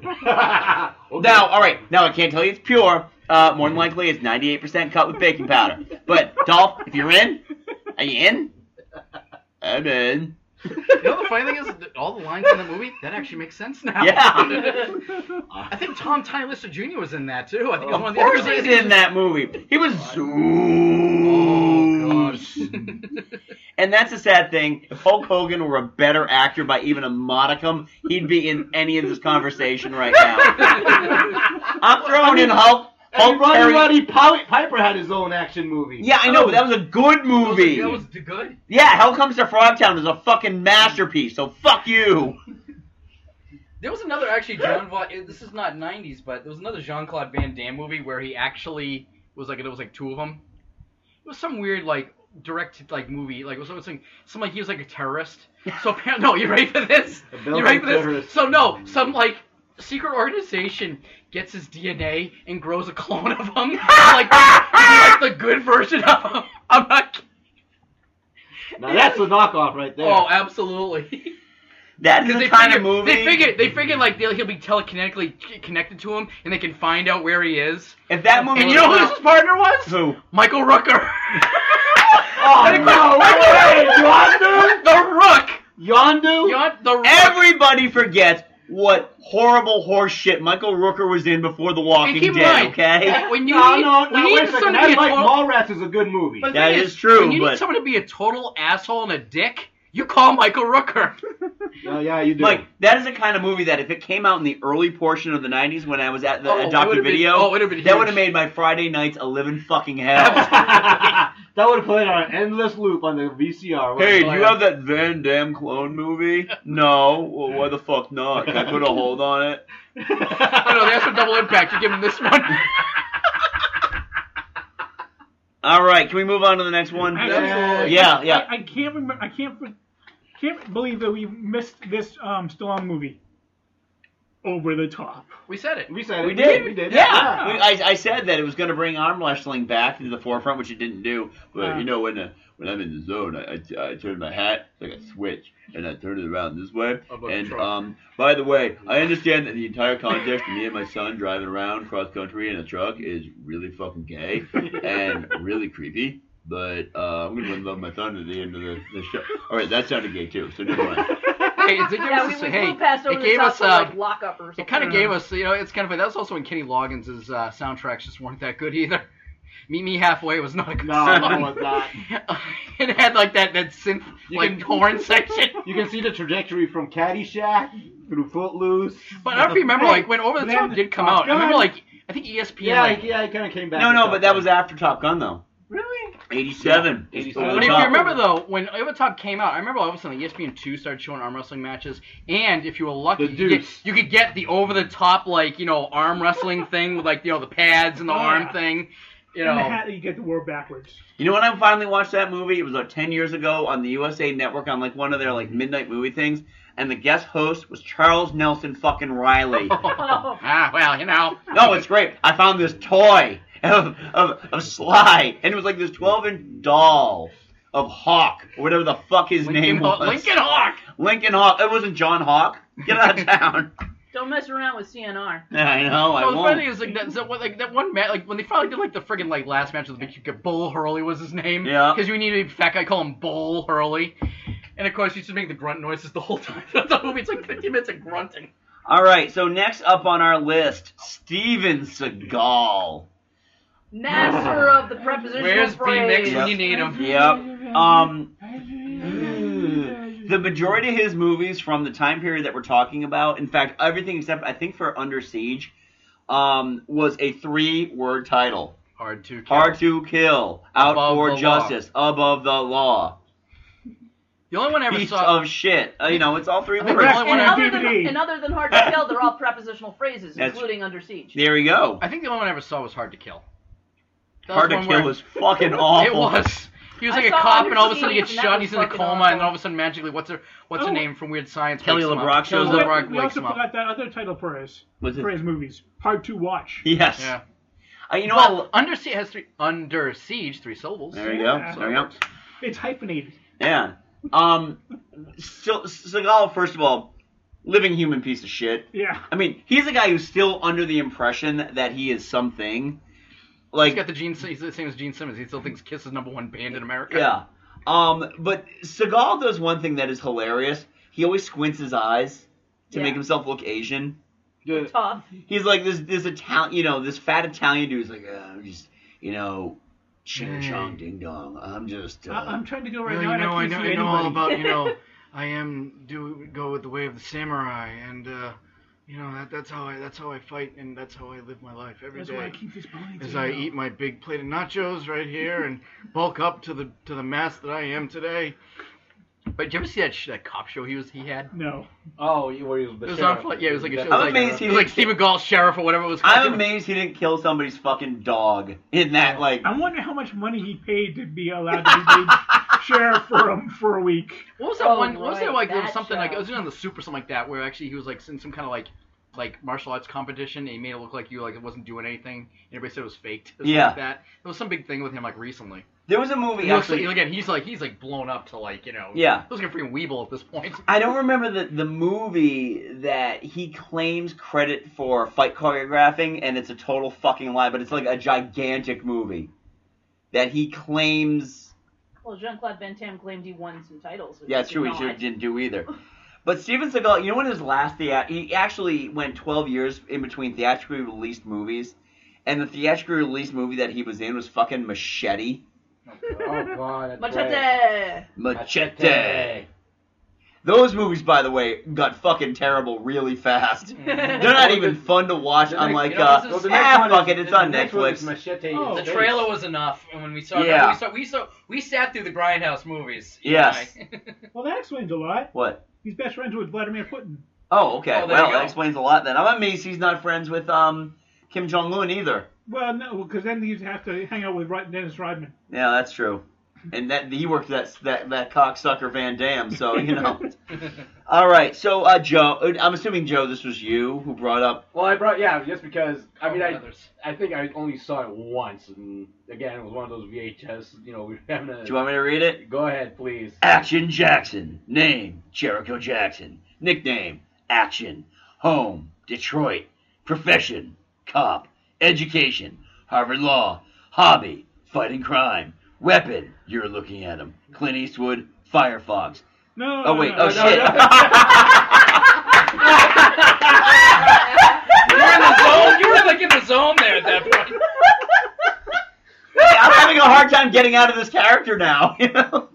[SPEAKER 3] Now, all right. Now I can't tell you it's pure. Uh, more than likely, it's 98% cut with baking powder. But Dolph, if you're in, are you in? I'm in.
[SPEAKER 6] [LAUGHS] you know the funny thing is that all the lines in the movie that actually makes sense
[SPEAKER 3] [LAUGHS]
[SPEAKER 6] now.
[SPEAKER 3] Yeah.
[SPEAKER 6] [LAUGHS] I think Tom Tiny Lister Jr. was in that too. I think
[SPEAKER 3] Of
[SPEAKER 6] I'm one of the
[SPEAKER 3] course
[SPEAKER 6] actors-
[SPEAKER 3] he's in that movie. He was
[SPEAKER 6] Oh, [LAUGHS]
[SPEAKER 3] Zeus. and that's a sad thing. If Hulk Hogan were a better actor
[SPEAKER 6] [LAUGHS]
[SPEAKER 3] by even a modicum, he'd be in any of this conversation right now. I'm throwing in Hulk. Hulk
[SPEAKER 22] Everybody,
[SPEAKER 3] Terry.
[SPEAKER 22] Roddy Pow- Piper had his own action movie.
[SPEAKER 3] Yeah, I know, but that was a good movie.
[SPEAKER 6] That was good.
[SPEAKER 3] Yeah, Hell Comes to Frogtown is a fucking masterpiece, so fuck you.
[SPEAKER 6] There was another actually John. Va- this is not '90s, but there was another Jean Claude Van Damme movie where he actually was like there was like two of them. It was some weird like direct like movie like it was something some like he was like a terrorist. So [LAUGHS] apparently, no, you ready for this? You ready for this?
[SPEAKER 22] terrorist.
[SPEAKER 6] So no, some like secret organization gets his DNA and grows a clone of him, [LAUGHS] like, like the good version of him. I'm not. kidding.
[SPEAKER 22] Now that's a knockoff right there.
[SPEAKER 8] [LAUGHS]
[SPEAKER 6] Oh, absolutely. [LAUGHS]
[SPEAKER 3] That
[SPEAKER 6] 'Cause
[SPEAKER 3] is the
[SPEAKER 6] they
[SPEAKER 3] kind
[SPEAKER 6] figure-
[SPEAKER 3] of movie.
[SPEAKER 6] They figured they figured like they'll, he'll be telekinetically c- connected to him, and they can find out where he is.
[SPEAKER 3] If that movie,
[SPEAKER 6] and you know
[SPEAKER 3] was
[SPEAKER 6] who
[SPEAKER 3] about-
[SPEAKER 6] his partner was?
[SPEAKER 3] [LAUGHS] Who?
[SPEAKER 6] Michael Rooker.
[SPEAKER 3] Oh no way! Yondu,
[SPEAKER 6] [LAUGHS] the Rook.
[SPEAKER 22] Yondu.
[SPEAKER 6] Yon, the Rook.
[SPEAKER 3] Everybody forgets what horrible horse shit Michael Rooker was in before The Walking
[SPEAKER 6] And keep in
[SPEAKER 3] Dead.
[SPEAKER 6] mind, [LAUGHS]
[SPEAKER 3] Okay.
[SPEAKER 6] when you
[SPEAKER 22] no,
[SPEAKER 6] need,
[SPEAKER 22] no, no,
[SPEAKER 6] when you
[SPEAKER 22] wait
[SPEAKER 6] need
[SPEAKER 22] a second.
[SPEAKER 6] someone
[SPEAKER 22] I
[SPEAKER 6] to be a
[SPEAKER 22] like
[SPEAKER 6] total,
[SPEAKER 22] Mallrats is a good movie.
[SPEAKER 6] but the
[SPEAKER 3] That
[SPEAKER 6] thing
[SPEAKER 3] is true,
[SPEAKER 6] When you
[SPEAKER 3] but-
[SPEAKER 6] need someone to be a total asshole and a dick, you call Michael Rooker.
[SPEAKER 22] No, yeah, you do.
[SPEAKER 3] Like that is the kind of movie that if it came out in the early portion of the '90s when I was at the
[SPEAKER 6] Oh, it
[SPEAKER 3] adopted
[SPEAKER 6] would've been-
[SPEAKER 3] video,
[SPEAKER 6] oh, it would've been
[SPEAKER 3] that
[SPEAKER 6] huge.
[SPEAKER 3] would have made my Friday nights a living [LAUGHS] fucking hell.
[SPEAKER 22] that would have played on an endless loop on the VCR.
[SPEAKER 3] Hey, do you have that Van Damme clone movie? No. Well, why the fuck not? Can I put a hold on it? [LAUGHS]
[SPEAKER 6] I know that's a double impact. You give him this one.
[SPEAKER 3] All right, can we move on to the next one? [LAUGHS]
[SPEAKER 9] Absolutely.
[SPEAKER 3] Yeah,
[SPEAKER 9] I-
[SPEAKER 3] yeah.
[SPEAKER 9] I, I can't remember. I can't. for- Can't believe that we missed this um, Stallone movie. Over the top.
[SPEAKER 6] We said it.
[SPEAKER 22] We said it.
[SPEAKER 3] We did.
[SPEAKER 22] We did.
[SPEAKER 3] Yeah. We, I, I said that it was going to bring arm wrestling back to the forefront, which it didn't do. But
[SPEAKER 9] Yeah.
[SPEAKER 3] you know, when uh, when I'm in the zone, I, I, I turn my hat like a switch, and I turn it around this way.
[SPEAKER 8] about
[SPEAKER 3] And
[SPEAKER 8] the truck?
[SPEAKER 3] um, by the way, I understand that the entire context of me and my son driving around cross country in a truck is really fucking gay and really creepy. But uh, I'm gonna let love my son at the end of the, the show. All right, that sounded gay too. So never mind.
[SPEAKER 8] [LAUGHS]
[SPEAKER 6] hey, [LAUGHS] it gave
[SPEAKER 7] [LAUGHS] Yeah, we,
[SPEAKER 6] us,
[SPEAKER 7] we
[SPEAKER 6] hey,
[SPEAKER 7] flew past over
[SPEAKER 6] it
[SPEAKER 7] the
[SPEAKER 6] gave
[SPEAKER 7] top
[SPEAKER 6] us uh,
[SPEAKER 7] of, like lockup or something.
[SPEAKER 6] It kind of gave us, you know, it's kind of funny. That's also when Kenny Loggins' uh, soundtracks just weren't that good either. [LAUGHS] Meet Me Halfway was not a
[SPEAKER 22] [LAUGHS]
[SPEAKER 6] good
[SPEAKER 22] No,
[SPEAKER 6] song.
[SPEAKER 22] no, it's not.
[SPEAKER 6] [LAUGHS] it had like that that synth
[SPEAKER 22] You
[SPEAKER 6] like
[SPEAKER 22] can-
[SPEAKER 6] horn section.
[SPEAKER 8] [LAUGHS]
[SPEAKER 22] You can see the trajectory from Caddyshack through Footloose.
[SPEAKER 6] But I remember like when Over the
[SPEAKER 9] Then
[SPEAKER 6] Top did come out. I remember
[SPEAKER 9] God.
[SPEAKER 6] like I think E ESPN
[SPEAKER 22] Yeah,
[SPEAKER 6] like.
[SPEAKER 22] yeah, it kind of came back.
[SPEAKER 3] No,
[SPEAKER 22] to
[SPEAKER 3] no,
[SPEAKER 22] Top
[SPEAKER 3] but that
[SPEAKER 22] Gun.
[SPEAKER 3] was after Top Gun though.
[SPEAKER 9] Really?
[SPEAKER 3] Eighty-seven.
[SPEAKER 22] Yeah, 87.
[SPEAKER 3] Over
[SPEAKER 6] But
[SPEAKER 3] the
[SPEAKER 6] if
[SPEAKER 3] top.
[SPEAKER 6] you remember though, when Over the Top came out, I remember all of a sudden E ESPN two started showing arm wrestling matches, and if you were lucky,
[SPEAKER 22] The
[SPEAKER 6] you, could
[SPEAKER 22] deuce.
[SPEAKER 6] get, you could get the over the top like you know arm wrestling thing with like you know the pads and the
[SPEAKER 9] Oh,
[SPEAKER 6] arm
[SPEAKER 9] yeah.
[SPEAKER 6] thing. You
[SPEAKER 9] And the
[SPEAKER 6] know,
[SPEAKER 9] hat that you get to wear backwards.
[SPEAKER 3] You know when I finally watched that movie? It was about ten years ago on the USA Network on like one of their like midnight movie things, and the guest host was Charles Nelson fucking
[SPEAKER 6] [LAUGHS]
[SPEAKER 3] Riley.
[SPEAKER 7] Oh.
[SPEAKER 6] [LAUGHS] ah, well, you know.
[SPEAKER 3] no, it's great. I found this toy of of, of Sly, and it was like this twelve inch doll of Hawk, or whatever the fuck his
[SPEAKER 6] Lincoln,
[SPEAKER 3] name
[SPEAKER 6] Haw-
[SPEAKER 3] was.
[SPEAKER 6] Lincoln Hawk.
[SPEAKER 3] Lincoln Hawk. It wasn't John Hawk. Get out
[SPEAKER 6] [LAUGHS]
[SPEAKER 3] of town.
[SPEAKER 7] [LAUGHS]
[SPEAKER 3] [LAUGHS]
[SPEAKER 7] Don't mess around with CNR.
[SPEAKER 3] I know. I
[SPEAKER 6] No, the funny
[SPEAKER 3] won't.
[SPEAKER 6] thing is like that, so, what- like that one match, like when they finally did like the friggin' like last match with the big kid, Bull Hurley was his name.
[SPEAKER 3] Yeah.
[SPEAKER 6] Because we needed a fat guy, call him Bull Hurley, and of course he used to make the grunt noises the whole [LAUGHS] time. throughout the movie it's like 50 minutes of grunting.
[SPEAKER 3] All right. So next up on our list, Steven Seagal.
[SPEAKER 7] Master
[SPEAKER 6] [LAUGHS]
[SPEAKER 7] of the prepositional
[SPEAKER 6] Where's
[SPEAKER 7] phrase.
[SPEAKER 6] B-Mix when you need him?
[SPEAKER 3] Yep. Um, the majority of his movies from the time period that we're talking about, in fact, everything except I think for Under Siege, um, was a three-word title:
[SPEAKER 6] Hard to. Kill.
[SPEAKER 3] Hard to Kill, Out
[SPEAKER 6] Above the
[SPEAKER 3] for
[SPEAKER 6] law.
[SPEAKER 3] Justice, Above the Law,
[SPEAKER 6] The only one I ever
[SPEAKER 3] Piece
[SPEAKER 6] saw.
[SPEAKER 3] of Shit. Uh, you know, it's all three
[SPEAKER 6] I think
[SPEAKER 3] words.
[SPEAKER 6] the only one
[SPEAKER 7] And
[SPEAKER 6] I-
[SPEAKER 7] other, than,
[SPEAKER 9] DVD.
[SPEAKER 7] and other than hard to kill,
[SPEAKER 6] [LAUGHS]
[SPEAKER 7] they're all prepositional phrases,
[SPEAKER 3] That's-
[SPEAKER 7] including under siege.
[SPEAKER 3] There we go.
[SPEAKER 6] I think the only one I ever saw was Hard to Kill. That
[SPEAKER 3] Hard to
[SPEAKER 6] one
[SPEAKER 3] Kill
[SPEAKER 6] where-
[SPEAKER 3] was fucking awful.
[SPEAKER 6] [LAUGHS] It was. He was
[SPEAKER 7] I
[SPEAKER 6] like a
[SPEAKER 7] saw
[SPEAKER 6] cop,
[SPEAKER 7] Under
[SPEAKER 6] and all of a sudden he
[SPEAKER 7] Siege,
[SPEAKER 6] gets
[SPEAKER 7] and that
[SPEAKER 6] shot, and
[SPEAKER 7] was
[SPEAKER 6] he's in a
[SPEAKER 7] fucking
[SPEAKER 6] coma, and
[SPEAKER 7] awful.
[SPEAKER 6] all of a sudden magically, what's her what's
[SPEAKER 9] Oh.
[SPEAKER 6] her name from Weird Science?
[SPEAKER 3] Kelly
[SPEAKER 6] wakes him up.
[SPEAKER 3] LeBrock shows
[SPEAKER 6] Kelly
[SPEAKER 3] up.
[SPEAKER 6] LeBrock
[SPEAKER 9] we
[SPEAKER 6] wakes
[SPEAKER 9] also
[SPEAKER 6] him up.
[SPEAKER 9] forgot that other title for his
[SPEAKER 3] Was it-
[SPEAKER 9] for his movies. Hard to watch.
[SPEAKER 3] Yes.
[SPEAKER 6] Yeah.
[SPEAKER 3] Uh, you know
[SPEAKER 6] well,
[SPEAKER 3] what?
[SPEAKER 6] Oh, under siege has three under siege three syllables.
[SPEAKER 3] There you go.
[SPEAKER 9] Yeah.
[SPEAKER 3] There you go.
[SPEAKER 9] It's hyphenated.
[SPEAKER 3] Yeah. Um, Se- Seagal, first of all, living human piece of shit.
[SPEAKER 9] Yeah.
[SPEAKER 3] I mean, he's a guy who's still under the impression that he is something. Like,
[SPEAKER 6] He's got the Gene. He's the same as Gene Simmons. He still thinks Kiss is number one band in America.
[SPEAKER 3] yeah. Um, but Seagal does one thing that is hilarious. He always squints his eyes to
[SPEAKER 7] Yeah.
[SPEAKER 3] make himself look Asian.
[SPEAKER 22] The-
[SPEAKER 7] Tough.
[SPEAKER 3] He's like this this Italian, you know, this fat Italian dude. He's like, uh, I'm just, you know,
[SPEAKER 6] Mm.
[SPEAKER 3] ching chong ding dong. I'm just. Uh,
[SPEAKER 9] I, I'm trying to go right
[SPEAKER 19] Well,
[SPEAKER 9] now.
[SPEAKER 19] you know, I
[SPEAKER 9] and
[SPEAKER 19] know,
[SPEAKER 9] can't
[SPEAKER 19] I
[SPEAKER 9] see
[SPEAKER 19] know all
[SPEAKER 9] [LAUGHS] anybody.
[SPEAKER 19] about, you know, I am do go with the way of the samurai, and uh,
[SPEAKER 6] You know that, that's how I that's how I fight and that's how I live my life every
[SPEAKER 9] That's
[SPEAKER 6] day.
[SPEAKER 9] why I keep this ponytail.
[SPEAKER 6] As I
[SPEAKER 9] up.
[SPEAKER 6] eat my big plate of nachos right here and bulk up to the to the mass that I am today. But did you ever see that sh- that cop show he was he had?
[SPEAKER 9] No.
[SPEAKER 8] Oh, you were the
[SPEAKER 6] It was
[SPEAKER 8] sheriff.
[SPEAKER 6] on like, yeah, it was like a show. it
[SPEAKER 8] I'm
[SPEAKER 6] was like-
[SPEAKER 8] amazed he
[SPEAKER 6] it was like
[SPEAKER 8] didn't-
[SPEAKER 6] Stephen Gall sheriff or whatever it was. called.
[SPEAKER 3] I'm amazed he didn't kill somebody's fucking dog in that like.
[SPEAKER 9] I wonder how much money he paid to be allowed to be made sheriff for a, for a week.
[SPEAKER 6] What was that one? What was that like? There was something like I was in on the soup or something like that, where actually he was like in some kind of like like martial arts competition, and he made it look like you like it wasn't doing anything. And everybody said it was faked. or something
[SPEAKER 3] Yeah.
[SPEAKER 6] like that. There was some big thing with him like recently.
[SPEAKER 3] There was a movie,
[SPEAKER 6] He looks
[SPEAKER 3] actually-
[SPEAKER 6] like- again, he's like he's like blown up to like you know.
[SPEAKER 3] Yeah.
[SPEAKER 6] He looks like a freaking weeble at this point.
[SPEAKER 3] I don't remember the the movie that he claims credit for fight choreographing, and it's a total fucking lie. But it's like a gigantic movie that he claims.
[SPEAKER 7] Well, Jean Claude Van Damme claimed he won some titles. which
[SPEAKER 3] Yeah,
[SPEAKER 7] he
[SPEAKER 3] true.
[SPEAKER 7] did
[SPEAKER 3] He should,
[SPEAKER 7] not.
[SPEAKER 3] didn't do either. But Steven Seagal, you know when his last theat he actually went 12 years in between theatrically released movies, and the theatrically released movie that he was in was fucking Machete.
[SPEAKER 8] Oh god, that's
[SPEAKER 7] Machete.
[SPEAKER 8] right.
[SPEAKER 3] [LAUGHS] Machete. Those movies, by the way, got fucking terrible really fast. They're not even fun to watch.
[SPEAKER 8] The
[SPEAKER 3] I'm
[SPEAKER 8] next-
[SPEAKER 3] like,
[SPEAKER 8] you know,
[SPEAKER 3] uh,
[SPEAKER 8] this is-
[SPEAKER 3] ah,
[SPEAKER 8] Well, the next one
[SPEAKER 3] fuck it,
[SPEAKER 8] is-
[SPEAKER 3] it's
[SPEAKER 8] the
[SPEAKER 3] on
[SPEAKER 8] next one is
[SPEAKER 3] Netflix.
[SPEAKER 8] Machete in
[SPEAKER 6] Oh, the
[SPEAKER 8] Space.
[SPEAKER 6] trailer was enough, and when we saw
[SPEAKER 3] Yeah.
[SPEAKER 6] we saw we saw we sat through the Grindhouse movies. you
[SPEAKER 3] Yes.
[SPEAKER 6] and I. [LAUGHS]
[SPEAKER 9] Well, that explains a lot.
[SPEAKER 3] What?
[SPEAKER 9] He's best friends with Vladimir Putin.
[SPEAKER 3] Oh, okay.
[SPEAKER 9] Oh, there
[SPEAKER 3] well,
[SPEAKER 9] you go.
[SPEAKER 3] that explains a lot then. I'm amazed he's not friends with um Kim Jong Un either.
[SPEAKER 9] Well, no, because then he'd have to hang out with Rod- Dennis Rodman.
[SPEAKER 3] Yeah, that's true. And that he worked that that that cocksucker Van Dam, so you know. All right, so uh, Joe, I'm assuming Joe, this was you who brought up.
[SPEAKER 8] Well, I brought yeah, just because I mean I I think I only saw it once, and again it was one of those VHS. You know, [LAUGHS] we were having a.
[SPEAKER 3] Do you want me to read it?
[SPEAKER 8] Go ahead, please.
[SPEAKER 3] Action Jackson. Name Jericho Jackson. Nickname Action. Home Detroit. Profession cop. Education Harvard Law. Hobby fighting crime. Weapon you're looking at him. Clint Eastwood. Firefox.
[SPEAKER 9] No.
[SPEAKER 3] Oh wait. Oh
[SPEAKER 9] no,
[SPEAKER 3] shit.
[SPEAKER 9] no,
[SPEAKER 22] [LAUGHS]
[SPEAKER 6] You were in the zone. You were like in the zone there at
[SPEAKER 3] [LAUGHS]
[SPEAKER 6] that point.
[SPEAKER 3] I'm having a hard time getting out of this character now. [LAUGHS] you know?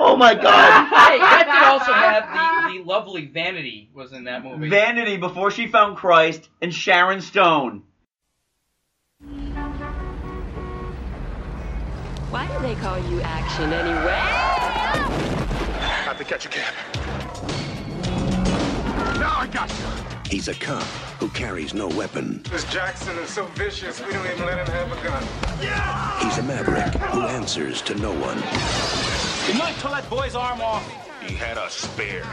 [SPEAKER 3] oh my god.
[SPEAKER 6] hey, that
[SPEAKER 3] [LAUGHS]
[SPEAKER 6] did also have the, the lovely Vanity was in that movie.
[SPEAKER 3] Vanity before she found Christ and Sharon Stone.
[SPEAKER 10] Why do they call you action anyway?
[SPEAKER 11] Have to catch a cab. Now I got you.
[SPEAKER 1] He's a cop who carries no weapon.
[SPEAKER 16] This Jackson is so vicious, we don't even let him have a gun.
[SPEAKER 1] He's a maverick who answers to no one.
[SPEAKER 16] You like to let boys arm off.
[SPEAKER 15] He had a spare.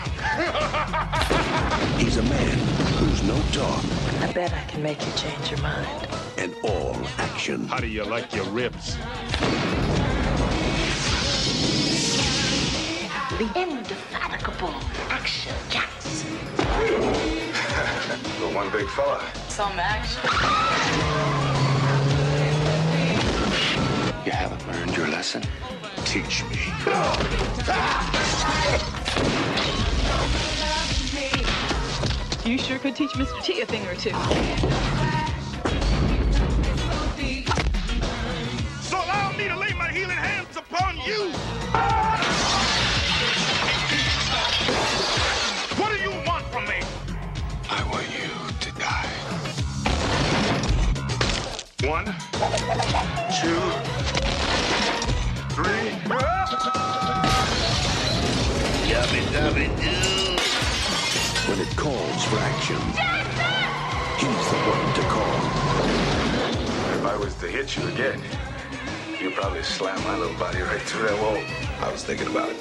[SPEAKER 1] He's a man who's no talk
[SPEAKER 10] I bet I can make you change your mind.
[SPEAKER 1] and all action.
[SPEAKER 15] How do you like your ribs?
[SPEAKER 10] The indefatigable action Jackson.
[SPEAKER 11] But one big fella.
[SPEAKER 10] Some action.
[SPEAKER 11] You haven't learned your lesson. Teach me.
[SPEAKER 10] You sure could teach Mr. T a thing or two.
[SPEAKER 17] So allow me to lay my healing hands upon you. What do you want from me?
[SPEAKER 11] I want you to die. One, two, three. Yummy, yummy,
[SPEAKER 1] When it calls for action, he's the one to call.
[SPEAKER 11] If I was to hit you again, you'd probably slam my little body right through that wall. I was thinking about it.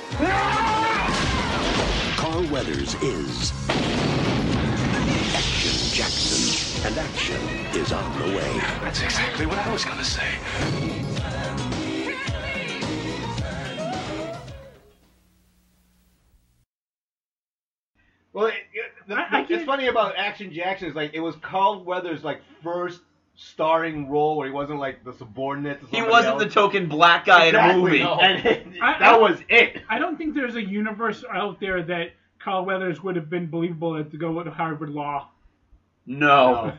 [SPEAKER 1] Carl Weathers is Action Jackson, and action is on the way.
[SPEAKER 11] That's exactly what I was gonna say.
[SPEAKER 22] Well, it, it, the,
[SPEAKER 9] I- I
[SPEAKER 22] it's funny about Action Jackson is like it was Carl Weathers' like first starring role where he wasn't like the subordinate. To
[SPEAKER 3] He
[SPEAKER 22] somebody
[SPEAKER 3] wasn't
[SPEAKER 22] else.
[SPEAKER 3] the token black guy in a
[SPEAKER 22] Exactly.
[SPEAKER 3] movie.
[SPEAKER 22] No.
[SPEAKER 9] I-
[SPEAKER 22] that was it.
[SPEAKER 9] I don't think there's a universe out there that Carl Weathers
[SPEAKER 3] Oh.
[SPEAKER 8] [LAUGHS]
[SPEAKER 9] would have been believable to go with Harvard Law.
[SPEAKER 3] [LAUGHS] No.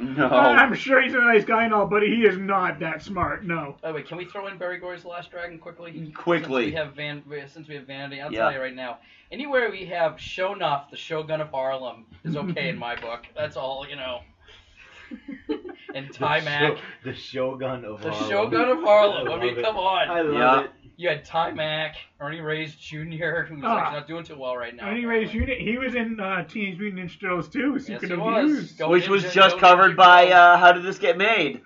[SPEAKER 3] No.
[SPEAKER 9] I'm sure he's a nice guy and all, but he is not that smart. No.
[SPEAKER 6] By the way, can we throw in Barry Gory's Last Dragon quickly?
[SPEAKER 3] Quickly.
[SPEAKER 6] Since we have Van, since we have Vanity, I'll
[SPEAKER 3] Yeah.
[SPEAKER 6] tell you right now. Anywhere we have Shonuff, the Shogun of Harlem, is okay in my book. That's all you
[SPEAKER 9] [LAUGHS]
[SPEAKER 6] know. and Ty Mac,
[SPEAKER 8] The Shogun of
[SPEAKER 6] the
[SPEAKER 8] Harlem.
[SPEAKER 6] Shogun of Harlem. I,
[SPEAKER 8] love
[SPEAKER 6] mean,
[SPEAKER 8] it.
[SPEAKER 6] come on.
[SPEAKER 8] I love
[SPEAKER 3] Yeah.
[SPEAKER 8] it.
[SPEAKER 6] You had Ty Mac, Ernie Reyes Jr., who's
[SPEAKER 9] Ah.
[SPEAKER 6] like, not doing too well right now.
[SPEAKER 9] Ernie Reyes Jr. He was in uh, Teenage Mutant Ninja Turtles too,
[SPEAKER 6] Yes,
[SPEAKER 9] Secret
[SPEAKER 6] he
[SPEAKER 9] of
[SPEAKER 6] was.
[SPEAKER 9] Use.
[SPEAKER 6] Go
[SPEAKER 3] Which was
[SPEAKER 6] Ninja,
[SPEAKER 3] just
[SPEAKER 6] go
[SPEAKER 3] covered
[SPEAKER 6] Ninja,
[SPEAKER 3] by
[SPEAKER 6] go.
[SPEAKER 3] uh, How Did This Get Made?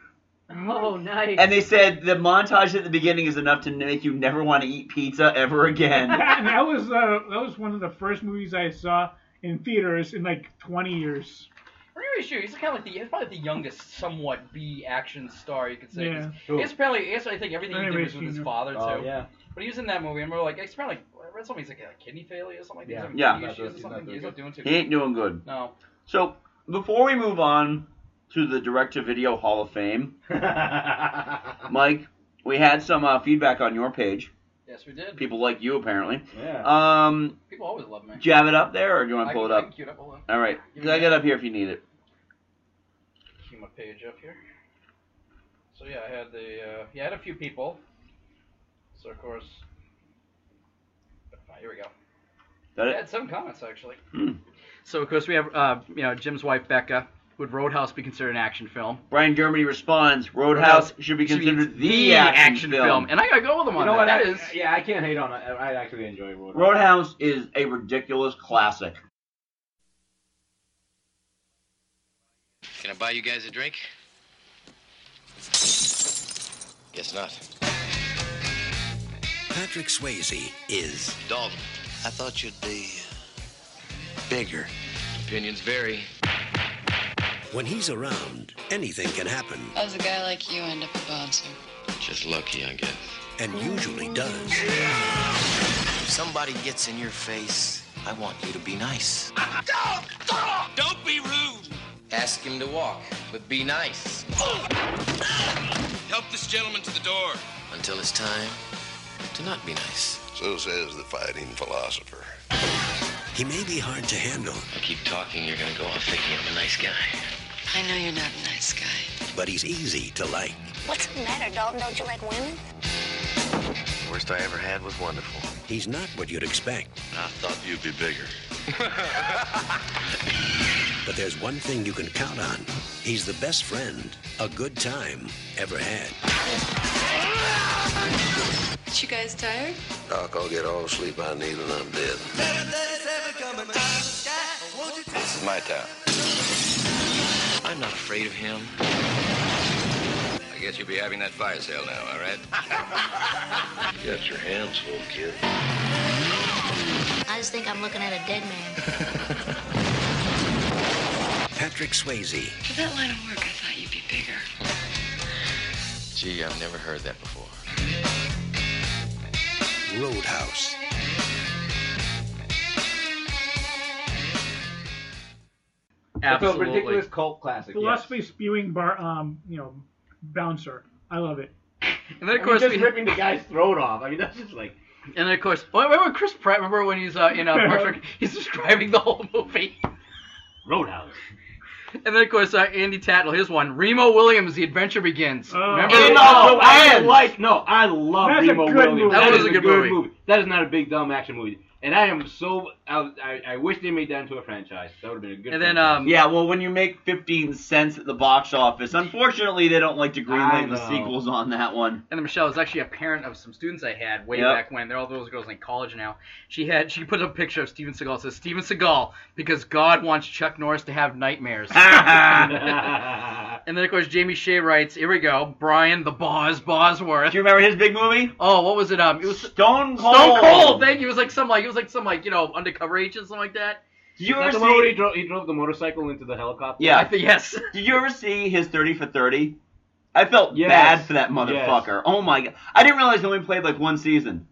[SPEAKER 7] Oh, nice.
[SPEAKER 3] And they said the montage at the beginning is enough to make you never want to eat pizza ever again.
[SPEAKER 9] That, and that was uh, that was one of the first movies I saw in theaters in like 20 years.
[SPEAKER 6] Ernie Reyes Jr. He's kind of like the he's probably the youngest, somewhat B action star you could say.
[SPEAKER 9] Yeah.
[SPEAKER 6] 'cause He's probably he's, I think everything he
[SPEAKER 9] Ernie
[SPEAKER 6] did was
[SPEAKER 9] Reyes
[SPEAKER 6] with his
[SPEAKER 9] Jr..
[SPEAKER 6] father too.
[SPEAKER 8] Oh, yeah.
[SPEAKER 6] But he was in that movie, and we were like, it's probably like I read something. He's like a kidney failure or something.
[SPEAKER 8] Yeah.
[SPEAKER 6] Like,
[SPEAKER 3] Yeah.
[SPEAKER 6] He's,
[SPEAKER 8] Not
[SPEAKER 6] not,
[SPEAKER 8] doing-
[SPEAKER 6] he's, not,
[SPEAKER 8] not
[SPEAKER 6] he's not doing too
[SPEAKER 3] [LAUGHS] he ain't doing good.
[SPEAKER 6] No.
[SPEAKER 3] So before we move on to the direct to video Hall of Fame,
[SPEAKER 8] Oh,
[SPEAKER 3] [LAUGHS] Mike, we had some uh, feedback on your page.
[SPEAKER 6] Yes, we did.
[SPEAKER 3] People like you apparently.
[SPEAKER 8] yeah.
[SPEAKER 3] Um,
[SPEAKER 6] People always love me.
[SPEAKER 3] do you have it up there, or do you want
[SPEAKER 6] I
[SPEAKER 3] to pull it
[SPEAKER 6] can- I can
[SPEAKER 3] up?
[SPEAKER 6] queue up. Hold on.
[SPEAKER 3] All right, 'cause I got it up here if you need it.
[SPEAKER 6] Queue my page up here. So yeah, I had the uh, yeah, I had a few people. So of course, Ah, here we go.
[SPEAKER 3] Got
[SPEAKER 6] I
[SPEAKER 3] it.
[SPEAKER 6] had some comments actually.
[SPEAKER 3] Hmm.
[SPEAKER 6] So of course we have uh, you know Jim's wife Becca. Would Roadhouse be considered an action film?
[SPEAKER 3] Brian Germany responds: Roadhouse should be considered the action, film.
[SPEAKER 6] and I gotta go with him
[SPEAKER 8] You
[SPEAKER 6] on
[SPEAKER 8] know what?
[SPEAKER 6] that.
[SPEAKER 8] I,
[SPEAKER 6] That is
[SPEAKER 8] yeah, I can't hate on it. I actually enjoy Roadhouse.
[SPEAKER 3] Roadhouse is a ridiculous classic.
[SPEAKER 11] Can I buy you guys a drink? Guess not.
[SPEAKER 1] Patrick Swayze is
[SPEAKER 11] Dalton. I thought you'd be bigger. Opinions vary.
[SPEAKER 1] when he's around, anything can happen,
[SPEAKER 10] How's a guy like you
[SPEAKER 7] [LAUGHS]
[SPEAKER 10] end up a bouncer?
[SPEAKER 11] Just lucky, I guess.
[SPEAKER 1] and usually does.
[SPEAKER 11] If somebody gets in your face, I want you to be nice.
[SPEAKER 17] Don't talk! Don't be rude!
[SPEAKER 11] Ask him to walk, but be nice.
[SPEAKER 16] Help this gentleman to the door.
[SPEAKER 11] Until it's time to not be nice.
[SPEAKER 15] So says the fighting philosopher.
[SPEAKER 1] He may be hard to handle,
[SPEAKER 11] I keep talking, you're gonna go on thinking I'm a nice guy.
[SPEAKER 10] I know you're not a nice guy.
[SPEAKER 1] but he's easy to like.
[SPEAKER 4] What's the matter, Dalton? Don't you like women?
[SPEAKER 11] Worst I ever had was wonderful.
[SPEAKER 1] He's not what you'd expect,
[SPEAKER 11] I thought you'd be bigger.
[SPEAKER 1] but there's one thing you can count on. He's the best friend a good time ever had.
[SPEAKER 10] Aren't you guys tired?
[SPEAKER 11] Doc, I'll get all the sleep I need and I'm dead. This is my town. I'm not afraid of him. I guess you'll be having that fire sale now, all right? you got your hands full, kid.
[SPEAKER 4] I just think I'm looking at a dead man.
[SPEAKER 1] Patrick Swayze,
[SPEAKER 10] For that line of work, I thought you'd be bigger.
[SPEAKER 11] Gee, I've never heard that before.
[SPEAKER 1] Roadhouse.
[SPEAKER 2] absolutely.
[SPEAKER 8] It's a ridiculous cult classic. yes.
[SPEAKER 9] Philosophy spewing bar, um, you know, bouncer. I love it.
[SPEAKER 6] And then
[SPEAKER 8] I
[SPEAKER 6] of
[SPEAKER 8] mean,
[SPEAKER 6] course
[SPEAKER 8] just
[SPEAKER 6] we,
[SPEAKER 8] ripping the guy's throat off. I mean, that's just like
[SPEAKER 6] and then of course oh, remember Chris Pratt. Remember when he's uh, in
[SPEAKER 8] [LAUGHS]
[SPEAKER 6] uh, Parks and Rec, he's describing the whole movie.
[SPEAKER 8] Roadhouse.
[SPEAKER 6] And then of course uh, Andy Tattle. Here's one. Remo Williams. The adventure begins.
[SPEAKER 9] Oh.
[SPEAKER 6] Remember?
[SPEAKER 3] In
[SPEAKER 8] No,
[SPEAKER 3] the
[SPEAKER 8] I
[SPEAKER 3] land.
[SPEAKER 8] like no, I love
[SPEAKER 9] That's a
[SPEAKER 8] Remo
[SPEAKER 9] good
[SPEAKER 8] Williams.
[SPEAKER 9] movie.
[SPEAKER 6] That was
[SPEAKER 8] is
[SPEAKER 6] a good movie.
[SPEAKER 8] That is not a big dumb action movie. And I am so I, I, I wish they made that into a franchise. That would have been a good.
[SPEAKER 6] And then
[SPEAKER 8] franchise.
[SPEAKER 6] um,
[SPEAKER 3] Yeah, well, when you make 15 cents at the box office, unfortunately, they don't like to
[SPEAKER 8] I
[SPEAKER 3] greenlight the
[SPEAKER 8] know.
[SPEAKER 3] sequels on that
[SPEAKER 6] [LAUGHS]
[SPEAKER 3] one. [LAUGHS]
[SPEAKER 6] And then Michelle is actually a parent of some students I had way
[SPEAKER 3] Yep.
[SPEAKER 6] back when. They're all those girls in college now. She had she put up a picture of Steven Seagal. It says Steven Seagal because God wants Chuck Norris to have nightmares.
[SPEAKER 3] [LAUGHS]
[SPEAKER 6] um,
[SPEAKER 8] [LAUGHS]
[SPEAKER 6] and then of course Jamie Shea writes, here we go, Brian the Boz Bosworth.
[SPEAKER 3] Do you remember his big movie?
[SPEAKER 6] Oh, what was it? Um, it was
[SPEAKER 3] Stone Cold.
[SPEAKER 6] Stone Cold. Thank you. It was like some like it was like some like you know undercover agent something like that.
[SPEAKER 3] Did you
[SPEAKER 6] [LAUGHS]
[SPEAKER 8] Is that
[SPEAKER 3] ever
[SPEAKER 8] the one where he
[SPEAKER 3] see?
[SPEAKER 8] drove, he drove the motorcycle into the helicopter?
[SPEAKER 6] I
[SPEAKER 3] Yeah.
[SPEAKER 6] think [LAUGHS] yes.
[SPEAKER 3] Did you ever see his 30 for 30? I felt
[SPEAKER 8] Yes.
[SPEAKER 3] bad for that
[SPEAKER 8] Yes.
[SPEAKER 3] motherfucker. Oh my god! I didn't realize he only played like one season.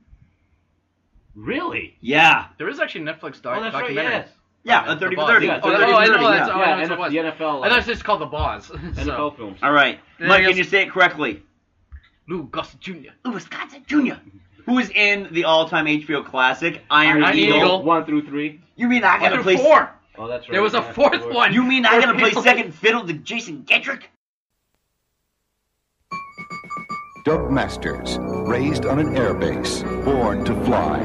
[SPEAKER 8] Really?
[SPEAKER 3] Yeah.
[SPEAKER 6] There is actually a Netflix doc-
[SPEAKER 8] Oh, that's right.
[SPEAKER 6] documentary.
[SPEAKER 8] Yes.
[SPEAKER 3] Yeah,
[SPEAKER 6] The
[SPEAKER 3] a 30 for
[SPEAKER 6] Boss.
[SPEAKER 3] 30.
[SPEAKER 8] Yeah,
[SPEAKER 3] A
[SPEAKER 6] Oh,
[SPEAKER 3] 30
[SPEAKER 6] that-
[SPEAKER 3] for
[SPEAKER 6] oh, I know
[SPEAKER 3] 30,
[SPEAKER 6] that's-
[SPEAKER 3] yeah.
[SPEAKER 6] oh, I know that's
[SPEAKER 8] Yeah,
[SPEAKER 6] what it
[SPEAKER 8] the
[SPEAKER 6] was.
[SPEAKER 8] NFL,
[SPEAKER 6] I
[SPEAKER 8] uh,
[SPEAKER 6] thought uh, it's called the Boz. [LAUGHS] So,
[SPEAKER 8] NFL films.
[SPEAKER 3] All right.
[SPEAKER 6] Then I
[SPEAKER 3] Mike, can
[SPEAKER 6] guess-
[SPEAKER 3] you say it correctly?
[SPEAKER 6] Lou Gossett Jr.
[SPEAKER 3] Louis Gossett Jr. Who is in the all-time HBO classic Iron,
[SPEAKER 6] Iron
[SPEAKER 3] Eagle.
[SPEAKER 6] Eagle.
[SPEAKER 8] One through three.
[SPEAKER 3] You mean I
[SPEAKER 6] One
[SPEAKER 3] gotta
[SPEAKER 6] through
[SPEAKER 3] play?
[SPEAKER 6] four.
[SPEAKER 8] Oh, that's right.
[SPEAKER 6] There was a
[SPEAKER 8] Yeah,
[SPEAKER 6] fourth
[SPEAKER 8] sure. [LAUGHS]
[SPEAKER 6] one.
[SPEAKER 3] You mean I
[SPEAKER 6] where
[SPEAKER 3] gotta
[SPEAKER 6] [LAUGHS]
[SPEAKER 3] play
[SPEAKER 6] people-
[SPEAKER 3] second fiddle to Jason Gedrick?
[SPEAKER 28] Doug Masters, raised on an airbase, born to fly.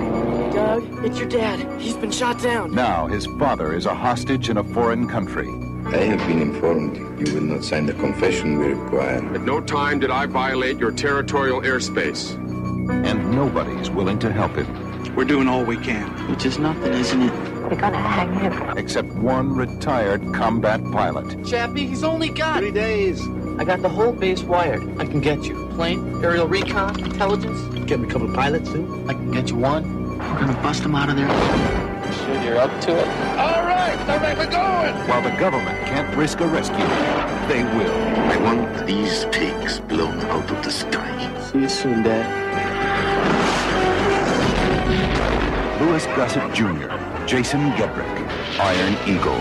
[SPEAKER 29] Doug, it's your dad. He's been shot down.
[SPEAKER 28] Now his father is a hostage in a foreign country.
[SPEAKER 30] I have been informed you will not sign the confession we require.
[SPEAKER 31] At no time did I violate your territorial airspace.
[SPEAKER 28] And nobody's willing to help him.
[SPEAKER 30] We're doing all we can.
[SPEAKER 28] Which is nothing, isn't it? We're gonna hang him. Except one retired combat pilot.
[SPEAKER 29] Chappie, he's only got three days. I got the whole base wired. I can get you. Plane, aerial recon, intelligence. Get me a couple of pilots too. I can get you one. We're gonna bust him out of there. Sure, you're up to it.
[SPEAKER 28] All right, all right, we're going! While the government can't risk a rescue, they will.
[SPEAKER 30] I want these pigs blown out of the sky. See you soon, Dad.
[SPEAKER 28] Louis Gossett Jr., Jason Gebrick, Iron Eagle.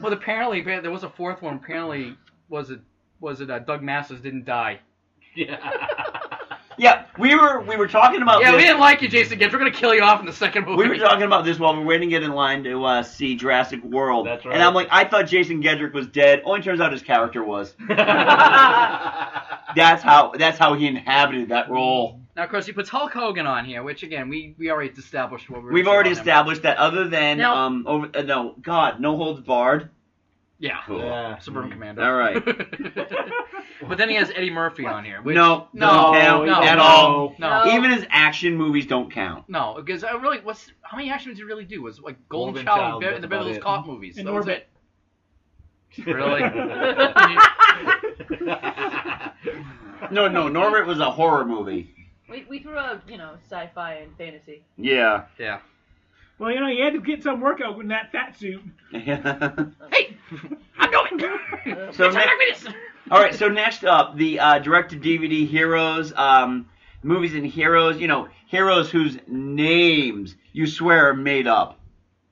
[SPEAKER 6] Well, apparently appa- there was a fourth one. Apparently, was it was it uh, Doug Masters didn't die?
[SPEAKER 3] Yeah, we were we were talking about
[SPEAKER 6] Yeah,
[SPEAKER 3] this.
[SPEAKER 6] we didn't like you, Jason Gibbs. We're gonna kill you off in the second movie.
[SPEAKER 3] Oh, We were talking about this while we were waiting to get in line to uh, see Jurassic World. That's right. And I'm like, I thought Jason Gedrick was dead. Only turns out his character was. that's how that's how he inhabited that role.
[SPEAKER 6] Now, of course, he puts Hulk Hogan on here, which again, we, we already established what we were
[SPEAKER 3] We've
[SPEAKER 6] saying
[SPEAKER 3] already
[SPEAKER 6] about him.
[SPEAKER 3] established that other than
[SPEAKER 6] Now-
[SPEAKER 3] um over uh, no God no holds barred.
[SPEAKER 6] Yeah.
[SPEAKER 3] Cool.
[SPEAKER 6] Yeah.
[SPEAKER 8] [LAUGHS]
[SPEAKER 6] Suburban Commando.
[SPEAKER 3] All right.
[SPEAKER 6] [LAUGHS] But then he has Eddie Murphy on here. Which,
[SPEAKER 3] no,
[SPEAKER 6] no,
[SPEAKER 3] doesn't count
[SPEAKER 6] no,
[SPEAKER 3] at
[SPEAKER 6] no,
[SPEAKER 3] all.
[SPEAKER 6] No,
[SPEAKER 3] Even his action movies don't count.
[SPEAKER 6] no, because I really, what's how many action movies did he really do? Was it like
[SPEAKER 3] Golden
[SPEAKER 6] Golden, Child,
[SPEAKER 3] Child,
[SPEAKER 6] and Be-
[SPEAKER 3] that's
[SPEAKER 6] and the Beverly
[SPEAKER 3] about it.
[SPEAKER 6] Hills Cop movies.
[SPEAKER 3] And
[SPEAKER 6] that was
[SPEAKER 3] Orbit.
[SPEAKER 6] it. Really?
[SPEAKER 3] No, no, Norbert was a horror movie.
[SPEAKER 7] We, we threw out, you know, sci-fi and fantasy.
[SPEAKER 3] Yeah.
[SPEAKER 6] [LAUGHS]
[SPEAKER 3] [LAUGHS]
[SPEAKER 6] Yeah.
[SPEAKER 9] Well, you know, you had to get some workout in that fat suit.
[SPEAKER 6] Hey, I'm [LAUGHS] going.
[SPEAKER 3] So ne- all right. So next up, the uh, direct-to-DVD heroes, um, movies and heroes. You know, heroes whose names you swear are made up.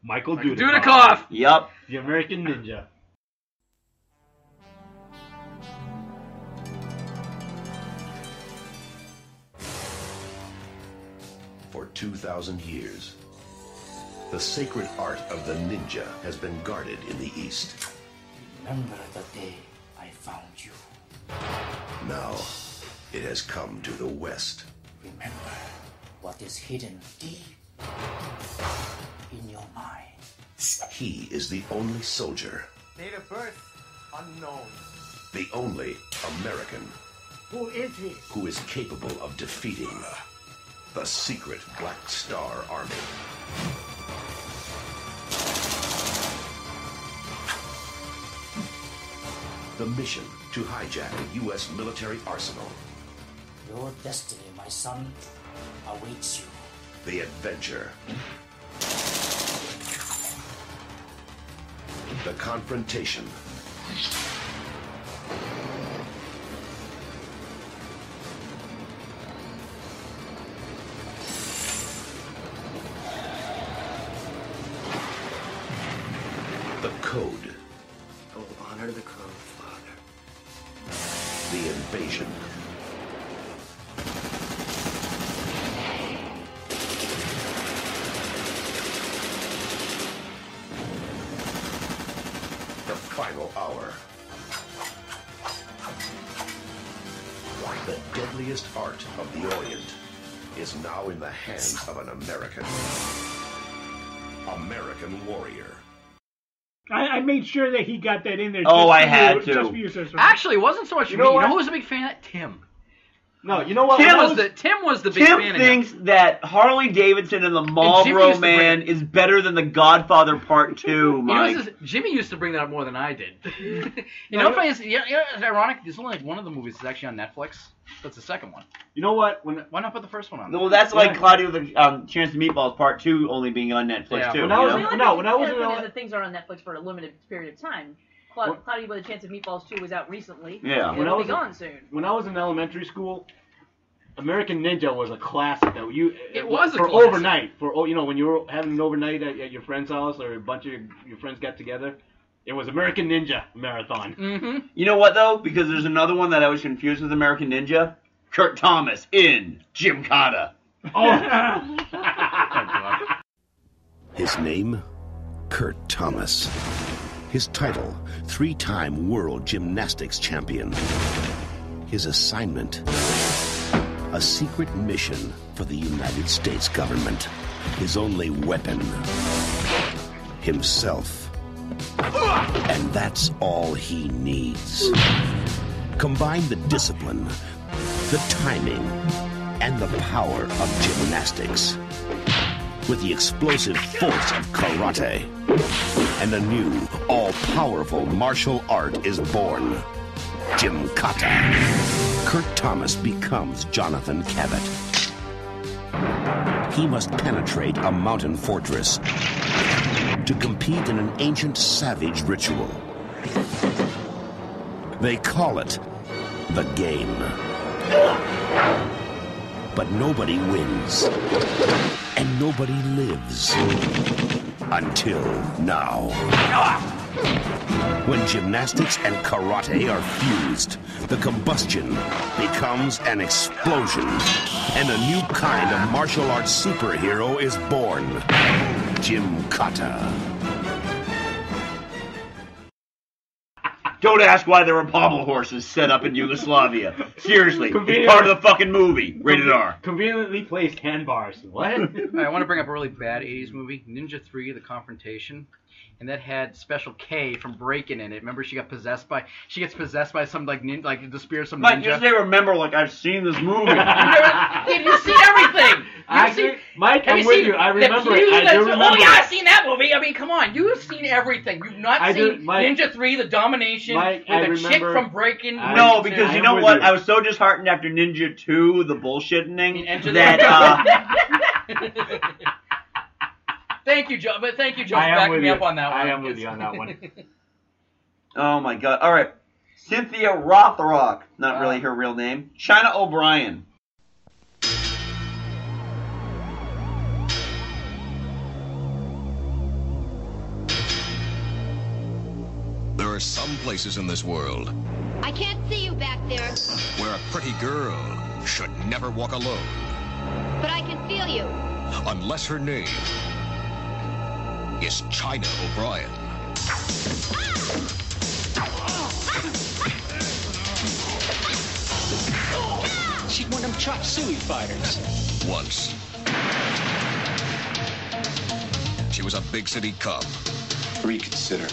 [SPEAKER 8] Michael
[SPEAKER 6] Dudikoff.
[SPEAKER 3] Dudikoff. Yep.
[SPEAKER 8] The American Ninja.
[SPEAKER 1] For 2,000 years, the sacred art of the ninja has been guarded in the East.
[SPEAKER 32] Remember the day I found you.
[SPEAKER 1] Now, it has come to the West.
[SPEAKER 32] Remember what is hidden deep in your mind.
[SPEAKER 1] He is the only soldier,
[SPEAKER 33] Date of birth unknown.
[SPEAKER 1] the only American
[SPEAKER 33] Who is he?
[SPEAKER 1] who is capable of defeating the secret Black Star Army. The mission to hijack a U.S. military arsenal,
[SPEAKER 32] Your destiny, my son, awaits you.
[SPEAKER 1] the adventure, the confrontation, the code,
[SPEAKER 33] I will Oh, honor the code, Father.
[SPEAKER 1] the invasion. The final hour. The deadliest art of the Orient is now in the hands of an American. American warrior.
[SPEAKER 9] I, I made sure that he got that in there.
[SPEAKER 8] Oh,
[SPEAKER 9] just
[SPEAKER 8] I
[SPEAKER 9] for
[SPEAKER 8] had
[SPEAKER 9] you,
[SPEAKER 8] to.
[SPEAKER 9] Just for you, sir, sir.
[SPEAKER 6] Actually, it wasn't so much
[SPEAKER 9] You
[SPEAKER 6] me.
[SPEAKER 9] know
[SPEAKER 6] you know
[SPEAKER 9] what?
[SPEAKER 6] who was a big fan of that? Tim.
[SPEAKER 8] No, you know what?
[SPEAKER 6] Tim
[SPEAKER 8] When I
[SPEAKER 6] was,
[SPEAKER 8] was-
[SPEAKER 6] the Tim was the big
[SPEAKER 8] Tim
[SPEAKER 6] fan.
[SPEAKER 3] Thinks that Harley Davidson and the
[SPEAKER 6] Jimmy
[SPEAKER 3] Marlboro
[SPEAKER 6] used to bring-
[SPEAKER 3] Man is better than The Godfather
[SPEAKER 8] [LAUGHS]
[SPEAKER 3] Part Two.
[SPEAKER 6] of him. You know,
[SPEAKER 3] Mike.
[SPEAKER 6] this is- Jimmy used to bring that up more than I did. you
[SPEAKER 8] No,
[SPEAKER 6] know,
[SPEAKER 8] no.
[SPEAKER 6] funny is, you know, you know, it's ironic. There's only like one of the movies that's actually on Netflix. That's the second one.
[SPEAKER 8] You know what? When
[SPEAKER 6] why not put the first one on?
[SPEAKER 8] No,
[SPEAKER 6] there?
[SPEAKER 3] well, that's like Claudio the um, Chance of Meatballs Part Two only being on Netflix
[SPEAKER 6] Yeah.
[SPEAKER 3] too.
[SPEAKER 8] When I
[SPEAKER 3] you
[SPEAKER 8] was-
[SPEAKER 3] know?
[SPEAKER 8] when No, I was
[SPEAKER 7] The
[SPEAKER 8] in
[SPEAKER 7] other thing
[SPEAKER 8] L-
[SPEAKER 7] is that things are on Netflix for a limited period of time. Cla- Cloudy by the Chance of Meatballs 2 was out recently. It'll
[SPEAKER 8] When I
[SPEAKER 7] be
[SPEAKER 8] was
[SPEAKER 7] gone soon.
[SPEAKER 8] [LAUGHS] When I was in elementary school, American Ninja was a classic that you.
[SPEAKER 6] It was a
[SPEAKER 8] for
[SPEAKER 6] classic.
[SPEAKER 8] overnight for oh, you know when you were having an overnight at, at your friend's house or a bunch of your, your friends got together. It was American Ninja marathon.
[SPEAKER 6] Mm-hmm.
[SPEAKER 3] You know what though? Because there's another one that I was confused with American Ninja. Kurt Thomas in Jim Cotta.
[SPEAKER 1] His name? Kurt Thomas. His title, three time world gymnastics champion. His assignment, a secret mission for the United States government. His only weapon, himself. And that's all he needs. Combine the discipline, the timing, and the power of gymnastics with the explosive force of karate. And a new, all powerful martial art is born Jim Kata. Kurt Thomas becomes Jonathan Cabot. He must penetrate a mountain fortress to compete in an ancient savage ritual. They call it the game. But nobody wins. And nobody lives. Until now. When gymnastics and karate are fused, the combustion becomes an explosion. And a new kind of martial arts superhero is born Jim Kata.
[SPEAKER 3] Don't ask why there were pommel horses set up in Yugoslavia. Seriously, it's part of the fucking movie. Rated R.
[SPEAKER 8] Conveniently placed handbars. What?
[SPEAKER 6] I want to bring up a really bad 80s movie, Ninja 3 The Confrontation. And that had Special K from Breaking in it. Remember, she got possessed by she gets possessed by some like nin, like the spirit of some
[SPEAKER 3] Mike,
[SPEAKER 6] ninja.
[SPEAKER 3] just they remember like I've seen this movie. [LAUGHS]
[SPEAKER 6] Dude, you see [LAUGHS] everything.
[SPEAKER 8] [LAUGHS] I
[SPEAKER 6] You've seen-
[SPEAKER 8] agree. Mike,
[SPEAKER 6] have
[SPEAKER 8] I'm
[SPEAKER 6] you
[SPEAKER 8] with
[SPEAKER 6] seen
[SPEAKER 8] you. I
[SPEAKER 6] the
[SPEAKER 8] remember it.
[SPEAKER 6] Hughes
[SPEAKER 8] I do
[SPEAKER 6] that's-
[SPEAKER 8] remember
[SPEAKER 6] Oh yeah, I've
[SPEAKER 8] it.
[SPEAKER 6] seen that movie. I mean, come on, you've seen everything. You've not
[SPEAKER 3] I do-
[SPEAKER 6] seen
[SPEAKER 3] Mike-
[SPEAKER 6] Ninja Three: The Domination
[SPEAKER 3] Mike,
[SPEAKER 6] or
[SPEAKER 3] I
[SPEAKER 6] the chick
[SPEAKER 3] remember-
[SPEAKER 6] from Breaking.
[SPEAKER 3] no, because you know what? I was so disheartened after Ninja 2, the bullshitting, [LAUGHS] that uh,
[SPEAKER 6] Thank you, Joe. But thank you, Joe, for
[SPEAKER 3] I am
[SPEAKER 6] backing
[SPEAKER 3] with
[SPEAKER 6] me
[SPEAKER 3] you.
[SPEAKER 6] up on that
[SPEAKER 3] I
[SPEAKER 6] one.
[SPEAKER 3] am with you on that
[SPEAKER 6] [LAUGHS]
[SPEAKER 3] one. oh my god. All right, Cynthia Rothrock, not really her real name. China O'Brien.
[SPEAKER 15] There are some places in this world
[SPEAKER 25] I can't see you back there,
[SPEAKER 15] where a pretty girl should never walk alone
[SPEAKER 25] but I can feel you.
[SPEAKER 15] unless her name is China O'Brien.
[SPEAKER 34] She's one of them chop suey fighters.
[SPEAKER 15] Once, she was a big city cop. Reconsider.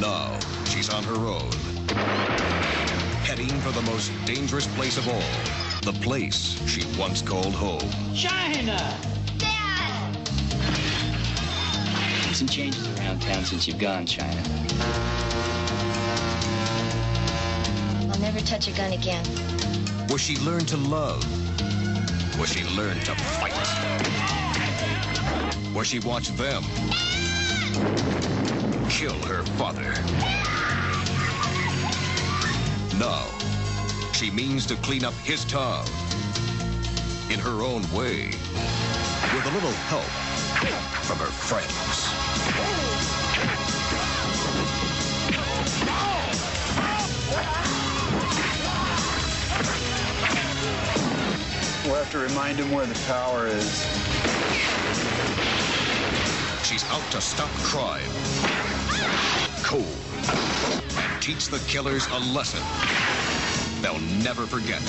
[SPEAKER 15] Now, she's on her own, heading for the most dangerous place of all the place she once called home.
[SPEAKER 34] China! Dad! Some changes around town since you've gone, China.
[SPEAKER 25] I'll never touch a gun again.
[SPEAKER 15] Where she learned to love. Where she learned to fight. Where she watched them kill her father. Now, she means to clean up his town in her own way with a little help from her friends.
[SPEAKER 18] We'll have to remind him where the tower is.
[SPEAKER 15] She's out to stop crime. Cool. And teach the killers a lesson they'll never forget.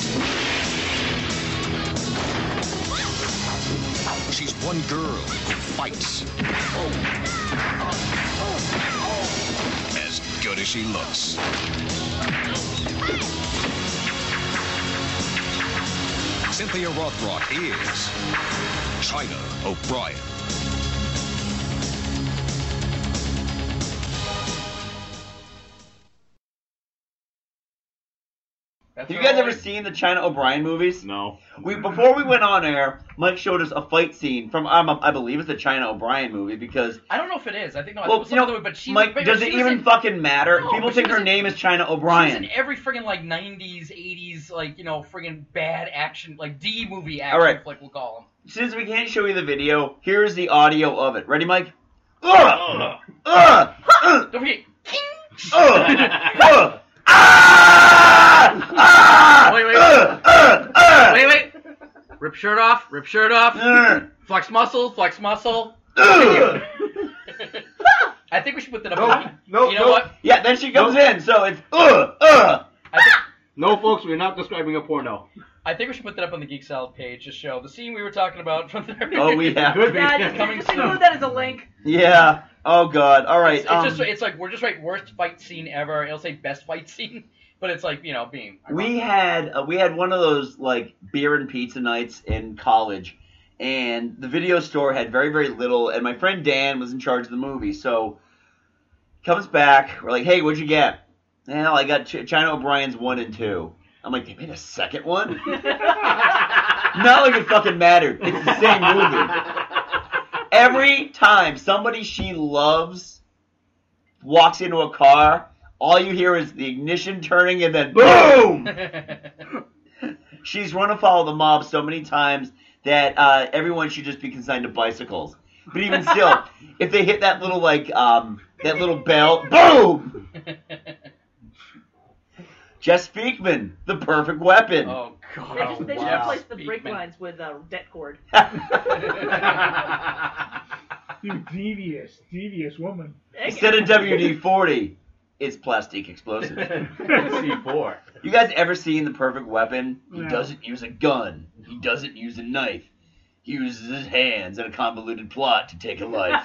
[SPEAKER 15] She's one girl who fights. As good as she looks. Cynthia Rothrock is China O'Brien.
[SPEAKER 3] Have you guys ever seen the China O'Brien movies? No. We before we went on air, Mike showed us a fight scene from um, I believe it's a China O'Brien movie because
[SPEAKER 6] I don't know if it is. I think no. I
[SPEAKER 3] Well,
[SPEAKER 6] think it was
[SPEAKER 3] you know,
[SPEAKER 6] something with- but she,
[SPEAKER 3] Mike,
[SPEAKER 6] but
[SPEAKER 3] does
[SPEAKER 6] she
[SPEAKER 3] it
[SPEAKER 6] was
[SPEAKER 3] even
[SPEAKER 6] in-
[SPEAKER 3] fucking matter?
[SPEAKER 6] No,
[SPEAKER 3] People
[SPEAKER 6] but she
[SPEAKER 3] think
[SPEAKER 6] was
[SPEAKER 3] her
[SPEAKER 6] in-
[SPEAKER 3] name is China
[SPEAKER 6] She was
[SPEAKER 3] O'Brien.
[SPEAKER 6] in every friggin' like '90s, '80s, like you know, friggin' bad action, like D movie action
[SPEAKER 3] All right.
[SPEAKER 6] flick, we'll call them.
[SPEAKER 3] Since we can't show you the video, here's the audio of it. Ready, Mike?
[SPEAKER 6] Oh.
[SPEAKER 3] Ugh! Ugh! Ugh!
[SPEAKER 6] Don't forget.
[SPEAKER 3] Ugh! Ugh! Ah! Ah!
[SPEAKER 6] Wait, wait.
[SPEAKER 3] Ugh! Ugh! Ugh!
[SPEAKER 6] Wait, wait. shirt off, rip shirt off, flex muscle, flex
[SPEAKER 7] [LAUGHS]
[SPEAKER 6] muscle. Continue. I think we should put that up. on the-
[SPEAKER 3] No,
[SPEAKER 6] you know what?
[SPEAKER 3] Yeah, then she comes in, so it's ugh, ugh.
[SPEAKER 35] No, folks, we're not describing a
[SPEAKER 6] [LAUGHS]
[SPEAKER 35] porno.
[SPEAKER 6] I think we should put that up on the Geek Salad page to show the scene we were talking about from there.
[SPEAKER 3] Oh, we have. Could be.
[SPEAKER 7] Yeah, just,
[SPEAKER 6] Coming
[SPEAKER 7] [LAUGHS] just
[SPEAKER 6] soon.
[SPEAKER 7] include that as a link.
[SPEAKER 3] Yeah. Oh God. All right.
[SPEAKER 6] It's, it's
[SPEAKER 3] um,
[SPEAKER 6] just it's like we're just like worst fight scene ever. It'll say best fight scene, [LAUGHS] but it's like you know beam.
[SPEAKER 3] we had uh, we had one of those like beer and pizza nights in college and the video store had very very little and my friend dan was in charge of the movie so comes back we're like hey what'd you get well i got Ch- china o'brien's one and two i'm like they made a second one not like it fucking mattered it's the same movie every time somebody she loves walks into a car all you hear is the ignition turning and then boom she's run afoul of the mob so many times that uh, everyone should just be consigned to bicycles. But even still, if they hit that little like um, that little bell, boom! Jess Speakman, the perfect weapon.
[SPEAKER 6] Oh God!
[SPEAKER 7] They, just, they should
[SPEAKER 3] wow.
[SPEAKER 7] replace the brake lines with uh, debt cord.
[SPEAKER 9] You devious, devious woman.
[SPEAKER 3] [LAUGHS] Instead of WD forty, it's plastic explosive.
[SPEAKER 6] [LAUGHS]
[SPEAKER 9] C4.
[SPEAKER 3] You guys ever seen the perfect weapon? He
[SPEAKER 9] No.
[SPEAKER 3] doesn't use a gun. He doesn't use a knife. He uses his hands in a convoluted plot to take a
[SPEAKER 9] [LAUGHS]
[SPEAKER 3] life.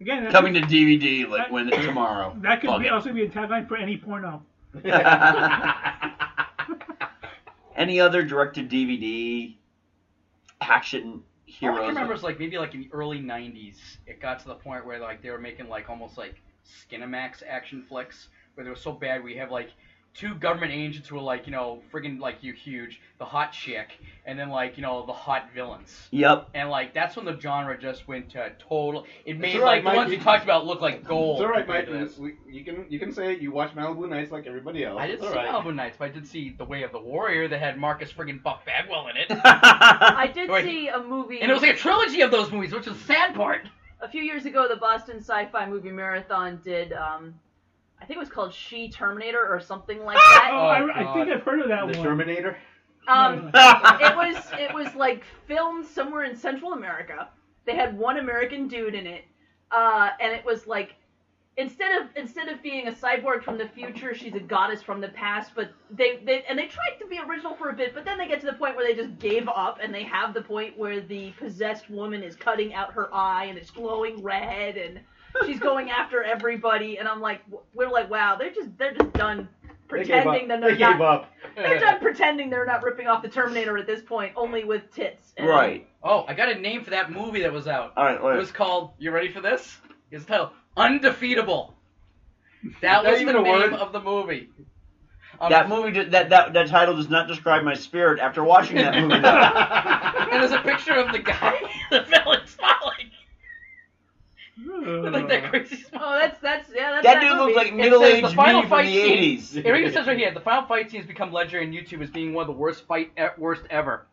[SPEAKER 9] Again, that
[SPEAKER 3] Coming to
[SPEAKER 9] could-
[SPEAKER 3] DVD like when tomorrow.
[SPEAKER 9] [LAUGHS] That could
[SPEAKER 3] Fuck
[SPEAKER 9] be,
[SPEAKER 3] it.
[SPEAKER 9] also be a tagline for any porno.
[SPEAKER 3] [LAUGHS] Any other direct to DVD
[SPEAKER 8] Oh,
[SPEAKER 3] action
[SPEAKER 6] All I
[SPEAKER 3] heroes?
[SPEAKER 6] can remember is like maybe like in the early '90s, it got to the point where like they were making like almost like Skinamax action flicks, where they were so bad we have like two government agents who are like you know friggin' like you huge, the hot chick, and then like you know the hot villains.
[SPEAKER 3] Yep.
[SPEAKER 6] And like that's when the genre just went to total. It made
[SPEAKER 8] all
[SPEAKER 6] like
[SPEAKER 8] right,
[SPEAKER 6] the
[SPEAKER 8] Mike,
[SPEAKER 6] ones
[SPEAKER 8] you-
[SPEAKER 6] you talked about look like gold.
[SPEAKER 8] It's [LAUGHS] all right,
[SPEAKER 6] compared
[SPEAKER 8] Mike.
[SPEAKER 6] to this.
[SPEAKER 8] We, you can you can say you watch Malibu Nights like everybody else.
[SPEAKER 6] I didn't
[SPEAKER 8] It's all
[SPEAKER 6] see
[SPEAKER 8] right.
[SPEAKER 6] Malibu Nights, but I did see The Way of the Warrior that had Marcus friggin' Buck Bagwell
[SPEAKER 8] [LAUGHS]
[SPEAKER 6] in it.
[SPEAKER 7] I did
[SPEAKER 6] Wait.
[SPEAKER 7] see a movie.
[SPEAKER 6] And it was like a trilogy of those movies, which is the sad part.
[SPEAKER 7] a few years ago, the Boston Sci-Fi Movie Marathon did. Um, I think it was called She Terminator or something like that.
[SPEAKER 9] Oh, I, I think I've heard of that one.
[SPEAKER 8] Terminator.
[SPEAKER 7] Um,
[SPEAKER 8] [LAUGHS]
[SPEAKER 7] it was it was like filmed somewhere in Central America. They had one American dude in it, uh, and it was like instead of instead of being a cyborg from the future, she's a goddess from the past. But they, they and they tried to be original for a bit, but then they get to the point where they just gave up, and they have the point where the possessed woman is cutting out her eye and it's glowing red, and she's going after everybody. And I'm like, we're like, wow, they're just they're just done
[SPEAKER 8] They gave
[SPEAKER 7] pretending
[SPEAKER 8] up.
[SPEAKER 7] that they're
[SPEAKER 8] They gave
[SPEAKER 7] not
[SPEAKER 8] up.
[SPEAKER 3] [LAUGHS]
[SPEAKER 7] they're done pretending they're not ripping off the Terminator at this point, only with tits. And-
[SPEAKER 3] Right.
[SPEAKER 6] Oh, I got a name for that movie that was out.
[SPEAKER 3] All right, all right.
[SPEAKER 6] It was called. You ready for this? It's titled Undefeatable. That
[SPEAKER 3] [LAUGHS] Is that
[SPEAKER 6] was the
[SPEAKER 3] even a
[SPEAKER 6] name
[SPEAKER 3] word?
[SPEAKER 6] of the movie. Um,
[SPEAKER 3] that movie, did- that, that that title does not describe my spirit after watching that movie.
[SPEAKER 9] [LAUGHS]
[SPEAKER 8] [LAUGHS]
[SPEAKER 6] And there's a picture of the guy, [LAUGHS] the villain smiling. [LAUGHS] With [LAUGHS] like
[SPEAKER 3] Uh.
[SPEAKER 6] that crazy smile.
[SPEAKER 7] Oh, that's that's yeah. That's
[SPEAKER 3] That
[SPEAKER 7] that,
[SPEAKER 3] dude
[SPEAKER 7] movie.
[SPEAKER 3] looks like
[SPEAKER 6] It
[SPEAKER 3] middle-aged
[SPEAKER 6] says the final
[SPEAKER 3] me from
[SPEAKER 6] fight
[SPEAKER 3] the
[SPEAKER 6] scene-
[SPEAKER 3] 80s.
[SPEAKER 6] It really says right here, the final fight scene has become legendary on YouTube as being one of the worst fight e- worst ever.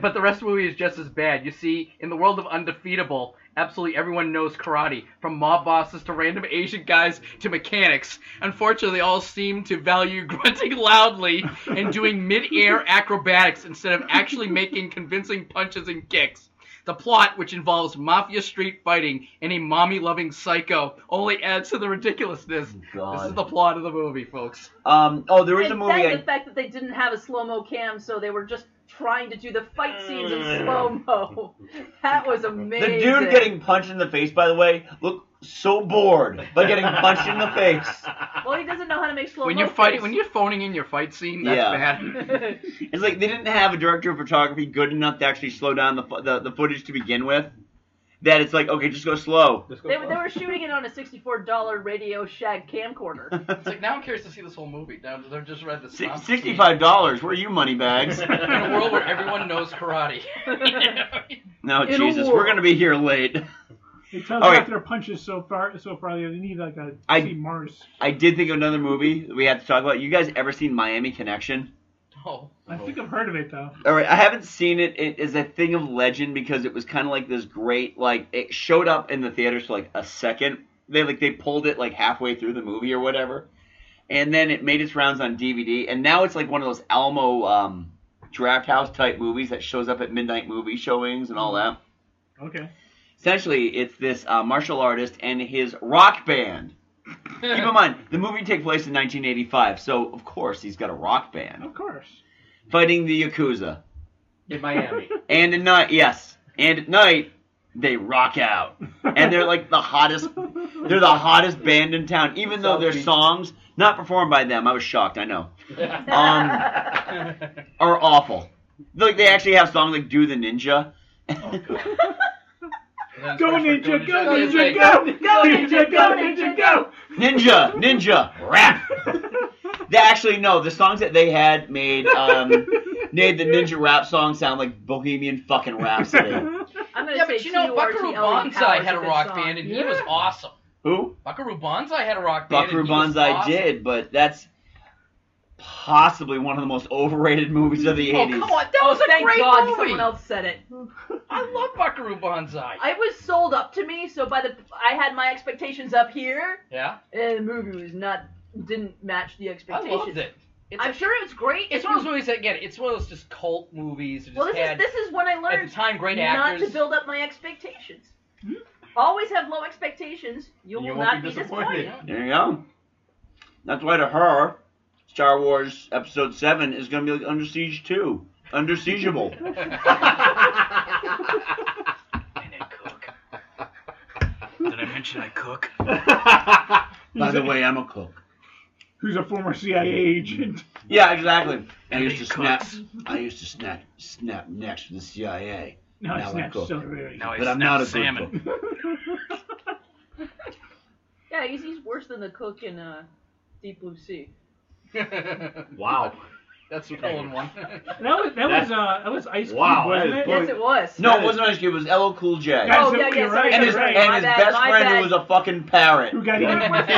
[SPEAKER 6] But the rest of the movie is just as bad. You see, in the world of undefeatable, absolutely everyone knows karate, from mob bosses to random Asian guys to mechanics. Unfortunately, they all seem to value [LAUGHS] grunting loudly and doing mid-air acrobatics instead of actually making convincing punches and kicks. The plot, which involves mafia street fighting and a mommy-loving psycho, only adds to the ridiculousness. This is the plot of the movie, folks.
[SPEAKER 3] Um. Oh, there is a
[SPEAKER 7] And
[SPEAKER 3] movie.
[SPEAKER 7] then the
[SPEAKER 3] I,
[SPEAKER 7] fact that they didn't have a slow mo cam, so they were just trying to do the fight scenes in slow mo. [LAUGHS] That was
[SPEAKER 3] Mm. the
[SPEAKER 7] amazing.
[SPEAKER 3] dude getting punched in the face, by the way, looked so bored by getting punched in the face.
[SPEAKER 7] Well, he doesn't know how to make slow mo.
[SPEAKER 6] When you're fighting, when you're phoning in your fight scene, that's
[SPEAKER 3] Yeah.
[SPEAKER 6] bad.
[SPEAKER 3] [LAUGHS]
[SPEAKER 7] [LAUGHS]
[SPEAKER 6] [LAUGHS]
[SPEAKER 3] It's like they didn't have a director of photography good enough to actually slow down the, fu- the the footage to begin with. That it's like okay, just go slow.
[SPEAKER 7] They, were- they were shooting it on a sixty-four dollar Radio
[SPEAKER 3] [LAUGHS]
[SPEAKER 7] Shack camcorder. [LAUGHS]
[SPEAKER 3] Um,
[SPEAKER 6] It's like now I'm curious to see this whole movie. Now that I've just read this.
[SPEAKER 3] Si- Sixty-five dollars. Where are you, money bags?
[SPEAKER 6] [LAUGHS] In a world where everyone knows karate. [LAUGHS]
[SPEAKER 3] no,
[SPEAKER 9] In a
[SPEAKER 3] Jesus, we're
[SPEAKER 9] world.
[SPEAKER 3] gonna be here late.
[SPEAKER 9] It tells
[SPEAKER 3] All
[SPEAKER 9] you
[SPEAKER 3] right.
[SPEAKER 9] after their punches so far, so far they need like a
[SPEAKER 3] I-
[SPEAKER 9] see Mars.
[SPEAKER 3] I did think of another movie that we had to talk about. You guys ever seen Miami Connection?
[SPEAKER 6] Oh,
[SPEAKER 9] I think I've heard of it though.
[SPEAKER 3] All right, I haven't seen it. It is a thing of legend because it was kind of like this great, like it showed up in the theaters for like a second. They like they pulled it like halfway through the movie or whatever, and then it made its rounds on DVD. And now it's like one of those Alamo um, draft house type movies that shows up at midnight movie showings and all that.
[SPEAKER 9] Okay.
[SPEAKER 3] Essentially, it's this uh, martial artist and his rock band. Keep in mind, the movie takes place in 1985, so of course he's got a rock band
[SPEAKER 9] Of course.
[SPEAKER 3] fighting the yakuza.
[SPEAKER 8] in Miami.
[SPEAKER 3] And at night, yes. And at night, they rock out, and they're like the hottest. They're the hottest band in town, even though their songs, not performed by them, I was shocked. I know, Um,
[SPEAKER 8] [LAUGHS]
[SPEAKER 3] are awful. Like they actually have songs like "Do the Ninja." [LAUGHS]
[SPEAKER 9] Go ninja, go ninja, go, go ninja, go ninja, go.
[SPEAKER 3] Ninja, ninja, rap. They actually no, the songs that they had made um, made the ninja rap song sound like Bohemian fucking Rhapsody.
[SPEAKER 7] I'm gonna
[SPEAKER 6] yeah,
[SPEAKER 7] say
[SPEAKER 6] but you know,
[SPEAKER 7] T.O.R.T.
[SPEAKER 6] Buckaroo
[SPEAKER 7] Ellie
[SPEAKER 6] Banzai
[SPEAKER 7] E Powers
[SPEAKER 6] had a
[SPEAKER 7] is
[SPEAKER 6] rock
[SPEAKER 7] song.
[SPEAKER 6] band, and he was awesome.
[SPEAKER 3] Who?
[SPEAKER 6] Buckaroo Banzai had a rock band.
[SPEAKER 3] Buckaroo
[SPEAKER 6] and he was
[SPEAKER 3] Banzai
[SPEAKER 6] awesome.
[SPEAKER 3] did, but that's possibly one of the most overrated movies of the
[SPEAKER 6] Oh,
[SPEAKER 3] 80s.
[SPEAKER 6] come on, that was
[SPEAKER 7] oh,
[SPEAKER 6] a
[SPEAKER 7] thank
[SPEAKER 6] great
[SPEAKER 7] God
[SPEAKER 6] movie.
[SPEAKER 7] someone else said it.
[SPEAKER 6] I love Buckaroo Banzai.
[SPEAKER 7] It was sold up to me, so by the I had my expectations up here,
[SPEAKER 6] yeah,
[SPEAKER 7] and the movie was not didn't match the
[SPEAKER 6] I
[SPEAKER 7] expectations.
[SPEAKER 6] loved it. It's,
[SPEAKER 7] I'm
[SPEAKER 6] a-
[SPEAKER 7] sure it's great.
[SPEAKER 6] it's
[SPEAKER 7] if
[SPEAKER 6] one of
[SPEAKER 7] you-
[SPEAKER 6] those movies that get it. It's one of those just cult movies. That
[SPEAKER 7] Well,
[SPEAKER 6] just
[SPEAKER 7] this is
[SPEAKER 6] had,
[SPEAKER 7] this is when I learned
[SPEAKER 6] at the time great
[SPEAKER 7] not
[SPEAKER 6] actors. [LAUGHS]
[SPEAKER 7] to build up my expectations. Always have low expectations. You will
[SPEAKER 3] You won't
[SPEAKER 7] not
[SPEAKER 3] be
[SPEAKER 7] be disappointed.
[SPEAKER 3] There you go. That's why to her, Star Wars Episode 7 is going to be like Under Siege 2. Under Siegeable.
[SPEAKER 6] Did I mention I cook?
[SPEAKER 3] By the way, I'm a cook.
[SPEAKER 9] Who's a former CIA agent?
[SPEAKER 3] Yeah, exactly. I
[SPEAKER 9] And
[SPEAKER 3] used
[SPEAKER 9] he
[SPEAKER 3] to snap.
[SPEAKER 9] cooks.
[SPEAKER 3] I used to snap snap necks for the CIA.
[SPEAKER 9] No,
[SPEAKER 3] now I
[SPEAKER 9] snap
[SPEAKER 3] cook.
[SPEAKER 9] celery.
[SPEAKER 3] Now I But I'm snap not a good salmon.
[SPEAKER 9] [LAUGHS]
[SPEAKER 7] Yeah, he's, he's worse than the cook in uh, Deep Blue Sea.
[SPEAKER 6] [LAUGHS] wow. That's a pulling one.
[SPEAKER 9] [LAUGHS] That was that was uh that was Ice Cube,
[SPEAKER 3] Wow,
[SPEAKER 9] wasn't
[SPEAKER 3] that
[SPEAKER 9] it?
[SPEAKER 3] is
[SPEAKER 9] [LAUGHS]
[SPEAKER 7] Yes, it was.
[SPEAKER 3] No, it wasn't Ice Cube. It was LL Cool J.
[SPEAKER 9] That's
[SPEAKER 7] Oh, yeah,
[SPEAKER 9] it,
[SPEAKER 7] yeah,
[SPEAKER 9] you're
[SPEAKER 7] sorry,
[SPEAKER 9] right.
[SPEAKER 3] and his,
[SPEAKER 9] you're right.
[SPEAKER 3] and
[SPEAKER 7] My
[SPEAKER 3] his
[SPEAKER 7] bad,
[SPEAKER 3] best
[SPEAKER 7] my
[SPEAKER 3] friend
[SPEAKER 7] bad.
[SPEAKER 3] who was a fucking parrot.
[SPEAKER 9] Who got
[SPEAKER 6] Um,
[SPEAKER 9] eaten?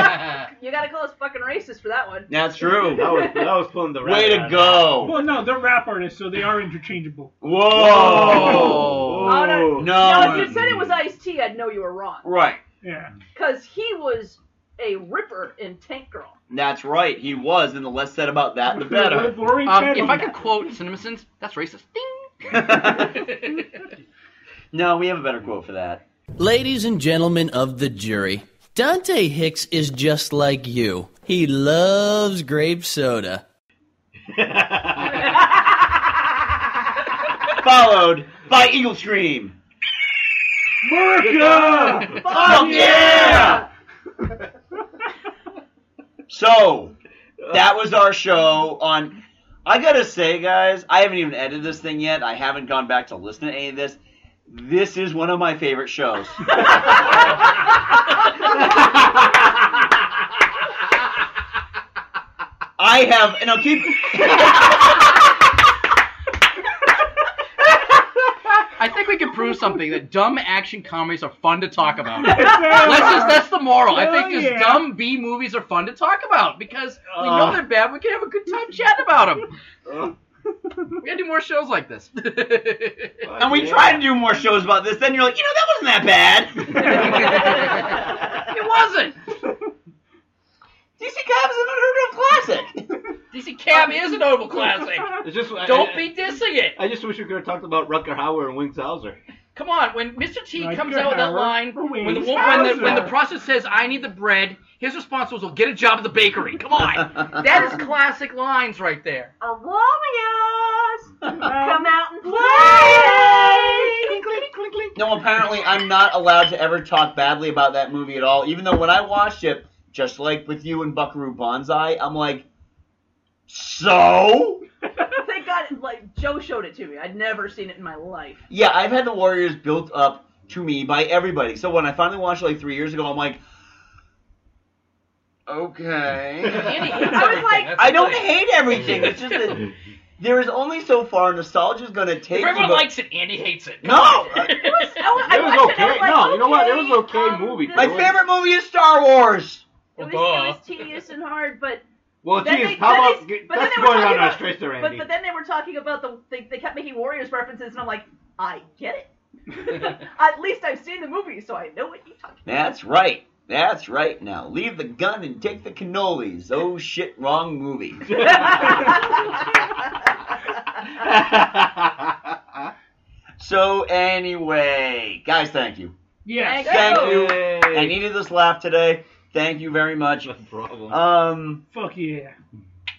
[SPEAKER 7] You gotta call us fucking racist for that one.
[SPEAKER 3] That's
[SPEAKER 8] [LAUGHS]
[SPEAKER 3] true.
[SPEAKER 22] That was, that was pulling the
[SPEAKER 3] Way to
[SPEAKER 22] rabbit
[SPEAKER 3] go.
[SPEAKER 9] [LAUGHS] Well, no, they're rap artists, so they are interchangeable.
[SPEAKER 3] Whoa.
[SPEAKER 7] Oh, no.
[SPEAKER 3] No.
[SPEAKER 7] No, if you said it was Ice T, I'd know you were wrong.
[SPEAKER 3] Right.
[SPEAKER 9] Yeah.
[SPEAKER 7] Because he was a ripper in Tank Girl.
[SPEAKER 3] That's right. He was, and the less said about that, the better.
[SPEAKER 9] Rory
[SPEAKER 6] Um,
[SPEAKER 9] Petty.
[SPEAKER 6] if I could quote CinemaSins, that's racist. Ding.
[SPEAKER 3] no, we have a better quote for that.
[SPEAKER 17] Ladies and gentlemen of the jury, Dante Hicks is just like you. He loves grape soda.
[SPEAKER 3] [LAUGHS] Followed by Eagle Scream.
[SPEAKER 9] America!
[SPEAKER 3] Fuck yeah! so, that was our show on. I gotta say, guys, I haven't even edited this thing yet. I haven't gone back to listen to any of this. This is one of my favorite shows. I have, and I'll keep. [LAUGHS]
[SPEAKER 6] I think we can prove something that dumb action comedies are fun to talk about.
[SPEAKER 9] [LAUGHS] Let's
[SPEAKER 6] That's just that's the moral. I
[SPEAKER 9] Hell
[SPEAKER 6] think just
[SPEAKER 9] yeah.
[SPEAKER 6] dumb B movies are fun to talk about because we know
[SPEAKER 3] Uh.
[SPEAKER 6] they're bad. We can have a good time chatting about them. we gotta do more shows like this. [LAUGHS]
[SPEAKER 3] And we try to do more shows about this. Then you're like, you know, that wasn't that bad.
[SPEAKER 6] [LAUGHS] it wasn't.
[SPEAKER 3] DC Cab is an unheard of classic.
[SPEAKER 6] DC Cab is a notable
[SPEAKER 9] [LAUGHS]
[SPEAKER 6] classic.
[SPEAKER 22] It's just, I-
[SPEAKER 6] Don't
[SPEAKER 22] I,
[SPEAKER 6] be dissing it.
[SPEAKER 22] I just wish we could have talked about Rucker Hauer and Wings Hauser.
[SPEAKER 6] Come on, when Mr. T
[SPEAKER 9] Like
[SPEAKER 6] comes
[SPEAKER 9] your
[SPEAKER 6] out with that
[SPEAKER 9] Howard
[SPEAKER 6] line,
[SPEAKER 9] for
[SPEAKER 6] when the,
[SPEAKER 9] wings,
[SPEAKER 6] wo- when, the, when the
[SPEAKER 9] Bowser.
[SPEAKER 6] process says, I need the bread, his response was, well, get a job at the
[SPEAKER 9] [LAUGHS]
[SPEAKER 6] bakery. Come on. that is classic lines right there.
[SPEAKER 7] A warriors! Come out and play!
[SPEAKER 3] No, apparently I'm not allowed to ever talk badly about that movie at all. Even though when I watched it, just like with you and Buckaroo Banzai, I'm like, so.
[SPEAKER 7] Thank God, like, Joe showed it to me. I'd never seen it in my life.
[SPEAKER 3] Yeah, I've had the Warriors built up to me by everybody. So when I finally watched it like three years ago, I'm like, okay.
[SPEAKER 6] [LAUGHS] Andy hates
[SPEAKER 7] I was
[SPEAKER 6] everything.
[SPEAKER 7] like,
[SPEAKER 6] That's
[SPEAKER 3] I don't
[SPEAKER 6] the thing.
[SPEAKER 3] hate everything. It's just that there is only so far nostalgia's gonna take you.
[SPEAKER 6] Everyone
[SPEAKER 3] but-
[SPEAKER 6] likes it. Andy hates it.
[SPEAKER 3] no.
[SPEAKER 7] It
[SPEAKER 6] [LAUGHS]
[SPEAKER 7] was, I, wa- I
[SPEAKER 22] It was
[SPEAKER 7] watched it, I
[SPEAKER 22] okay.
[SPEAKER 7] was like,
[SPEAKER 22] No, you know what? It was
[SPEAKER 7] okay,
[SPEAKER 22] okay
[SPEAKER 7] um,
[SPEAKER 22] movie.
[SPEAKER 7] this-
[SPEAKER 3] My favorite movie is Star Wars.
[SPEAKER 7] It was, it
[SPEAKER 6] Duh.
[SPEAKER 7] was tedious and hard, but
[SPEAKER 22] Well,
[SPEAKER 7] Then
[SPEAKER 22] geez,
[SPEAKER 7] they-
[SPEAKER 22] how
[SPEAKER 7] then
[SPEAKER 22] about
[SPEAKER 7] they- but then
[SPEAKER 22] that's
[SPEAKER 7] they
[SPEAKER 22] going
[SPEAKER 7] were talking
[SPEAKER 22] on our
[SPEAKER 7] about-
[SPEAKER 22] stretch there,
[SPEAKER 7] but,
[SPEAKER 22] Andy.
[SPEAKER 7] but then they were talking about the they, they kept making Warriors references, and I'm like, I get it.
[SPEAKER 22] [LAUGHS]
[SPEAKER 7] At least I've seen the movie, so I know what you're talking
[SPEAKER 3] That's right. That's right. Now leave the gun and take
[SPEAKER 22] [LAUGHS]
[SPEAKER 3] the [LAUGHS] cannolis. Oh shit, wrong movie.
[SPEAKER 7] about.
[SPEAKER 3] so anyway, guys, thank you.
[SPEAKER 9] Yes.
[SPEAKER 3] Thank you. I needed this laugh today. Thank you very much.
[SPEAKER 22] problem.
[SPEAKER 3] Um.
[SPEAKER 9] Fuck yeah.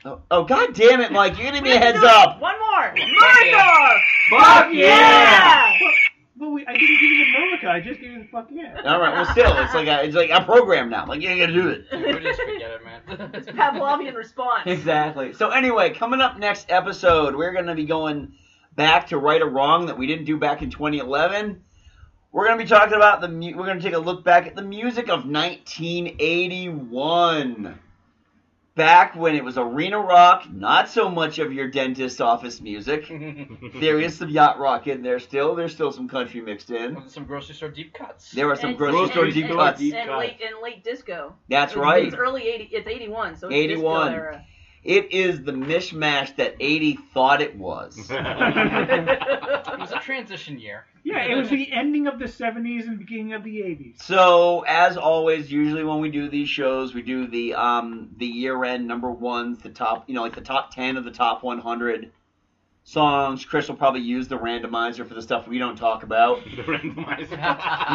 [SPEAKER 3] Oh, oh god damn it, Mike! You're gonna be a [LAUGHS] heads
[SPEAKER 7] No,
[SPEAKER 3] up.
[SPEAKER 7] One more.
[SPEAKER 9] yeah.
[SPEAKER 3] Fuck yeah!
[SPEAKER 9] But, but wait, I didn't give you the melodica. I just gave you the fuck yeah.
[SPEAKER 3] All right. Well, still, it's like a, it's like a program now. Like you ain't gonna do it.
[SPEAKER 7] It's [LAUGHS] Pavlovian
[SPEAKER 6] [LAUGHS]
[SPEAKER 7] response.
[SPEAKER 3] Exactly. So anyway, coming up next episode, we're going to be going back to right or wrong that we didn't do back in 2011. We're going to be talking about the mu- we're going to take a look back at the music of 1981. Back when it was arena rock, not so much of your dentist office music. there is some yacht rock in there still. There's still some country mixed in.
[SPEAKER 6] Some grocery store deep cuts.
[SPEAKER 3] There were some
[SPEAKER 7] And-
[SPEAKER 3] grocery
[SPEAKER 7] and-
[SPEAKER 3] store
[SPEAKER 7] and-
[SPEAKER 3] deep
[SPEAKER 7] and-
[SPEAKER 3] cuts.
[SPEAKER 7] And late, and late disco.
[SPEAKER 3] That's
[SPEAKER 7] It's-
[SPEAKER 3] right.
[SPEAKER 7] It's early 80, it's 81, so it's
[SPEAKER 3] 81.
[SPEAKER 7] disco era.
[SPEAKER 3] It is the mishmash that 80 thought it
[SPEAKER 8] [LAUGHS]
[SPEAKER 3] was.
[SPEAKER 6] It was a transition year.
[SPEAKER 9] Yeah, it was the ending of the 70s and beginning of the 80s.
[SPEAKER 3] So as always, usually when we do these shows, we do the um the year end number ones, the top you know like the top ten of the top one hundred songs. Chris will probably use the randomizer for the stuff we don't talk about.
[SPEAKER 22] the randomizer.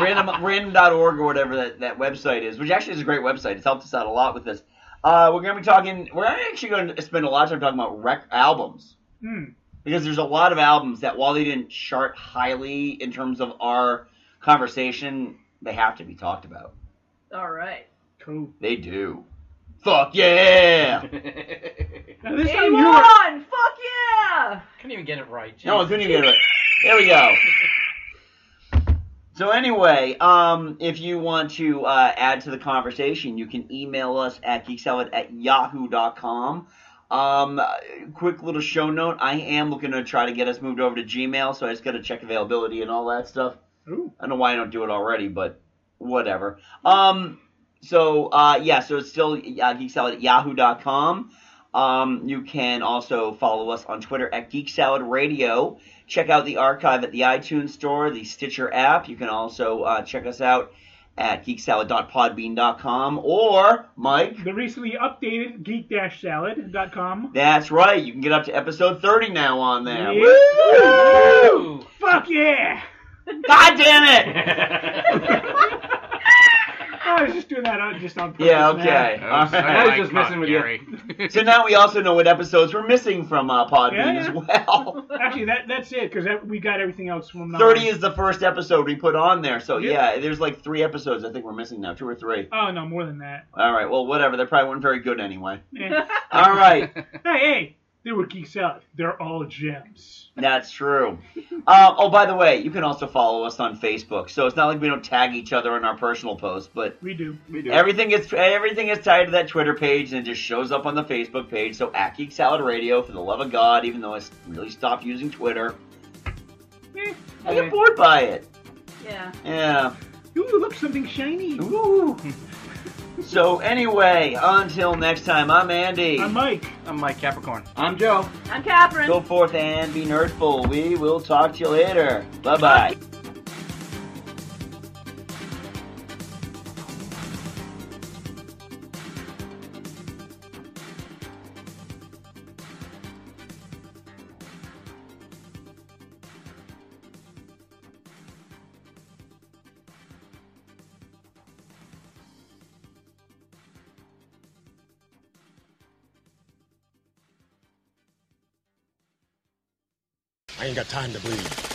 [SPEAKER 3] Random random.org or whatever that, that website is, which actually is a great website. It's helped us out a lot with this. Uh, we're gonna be talking. We're actually going to spend a lot of time talking about rec albums
[SPEAKER 9] Hmm.
[SPEAKER 3] because there's a lot of albums that while they didn't chart highly in terms of our conversation, they have to be talked about.
[SPEAKER 7] All right.
[SPEAKER 9] Cool.
[SPEAKER 3] They do. Fuck yeah!
[SPEAKER 9] Now, this time you were,
[SPEAKER 7] 81! Fuck yeah!
[SPEAKER 6] Couldn't even get it right.
[SPEAKER 3] no, I couldn't even get it. There we go. So anyway, um, if you want to uh, add to the conversation, you can email us at geeksalad at yahoo.com. Um, uh, quick little show note, I am looking to try to get us moved over to Gmail, so I just got to check availability and all that stuff.
[SPEAKER 9] Ooh.
[SPEAKER 3] I don't know why I don't do it already, but whatever. Um, so, uh, yeah, so it's still uh, geeksalad at yahoo.com. Um, you can also follow us on Twitter at Geek Salad Radio. Check out the archive at the iTunes Store, the Stitcher app. You can also uh, check us out at geeksalad.podbean.com or, Mike,
[SPEAKER 9] the recently updated geek-salad.com.
[SPEAKER 3] that's right, you can get up to episode 30 now on there.
[SPEAKER 9] Yeah.
[SPEAKER 3] Woo!
[SPEAKER 9] Fuck yeah!
[SPEAKER 3] God damn it!
[SPEAKER 9] I was just doing [LAUGHS] that on, just on purpose.
[SPEAKER 3] Yeah,
[SPEAKER 9] man.
[SPEAKER 3] okay.
[SPEAKER 22] [LAUGHS]
[SPEAKER 3] All
[SPEAKER 22] I was
[SPEAKER 3] right.
[SPEAKER 22] just messing with you.
[SPEAKER 3] So now we also know what episodes we're missing from uh, Podbean
[SPEAKER 9] Yeah, yeah.
[SPEAKER 3] as
[SPEAKER 9] [LAUGHS]
[SPEAKER 3] well.
[SPEAKER 9] Actually, that that's it because we got everything else from now on.
[SPEAKER 3] 30 is the first episode we put on there. So
[SPEAKER 9] Yeah.
[SPEAKER 3] yeah, there's like three episodes I think we're missing now, two or three.
[SPEAKER 9] Oh no, more than that.
[SPEAKER 3] All right, well whatever. They probably weren't very good anyway.
[SPEAKER 9] Eh.
[SPEAKER 3] All right,
[SPEAKER 9] hey, hey, they were geek salad. They're all gems.
[SPEAKER 3] that's true. Uh, oh, by the way, you can also follow us on Facebook. So it's not like we don't tag each other in our personal posts, but
[SPEAKER 9] We do.
[SPEAKER 22] We do.
[SPEAKER 3] everything gets everything is tied to that Twitter page and it just shows up on the Facebook page. So at Geek Salad Radio, for the love of God, even though I s- really stopped using Twitter,
[SPEAKER 9] Eh,
[SPEAKER 3] I get bored by it.
[SPEAKER 7] Yeah.
[SPEAKER 3] Yeah.
[SPEAKER 9] Ooh, look, something shiny.
[SPEAKER 3] Ooh. So anyway, until next time, I'm Andy.
[SPEAKER 9] I'm Mike.
[SPEAKER 6] I'm Mike Capricorn.
[SPEAKER 22] I'm Joe.
[SPEAKER 7] I'm Catherine.
[SPEAKER 3] Go forth and be nerdful. We will talk to you later. Bye bye.
[SPEAKER 1] I ain't got time to bleed.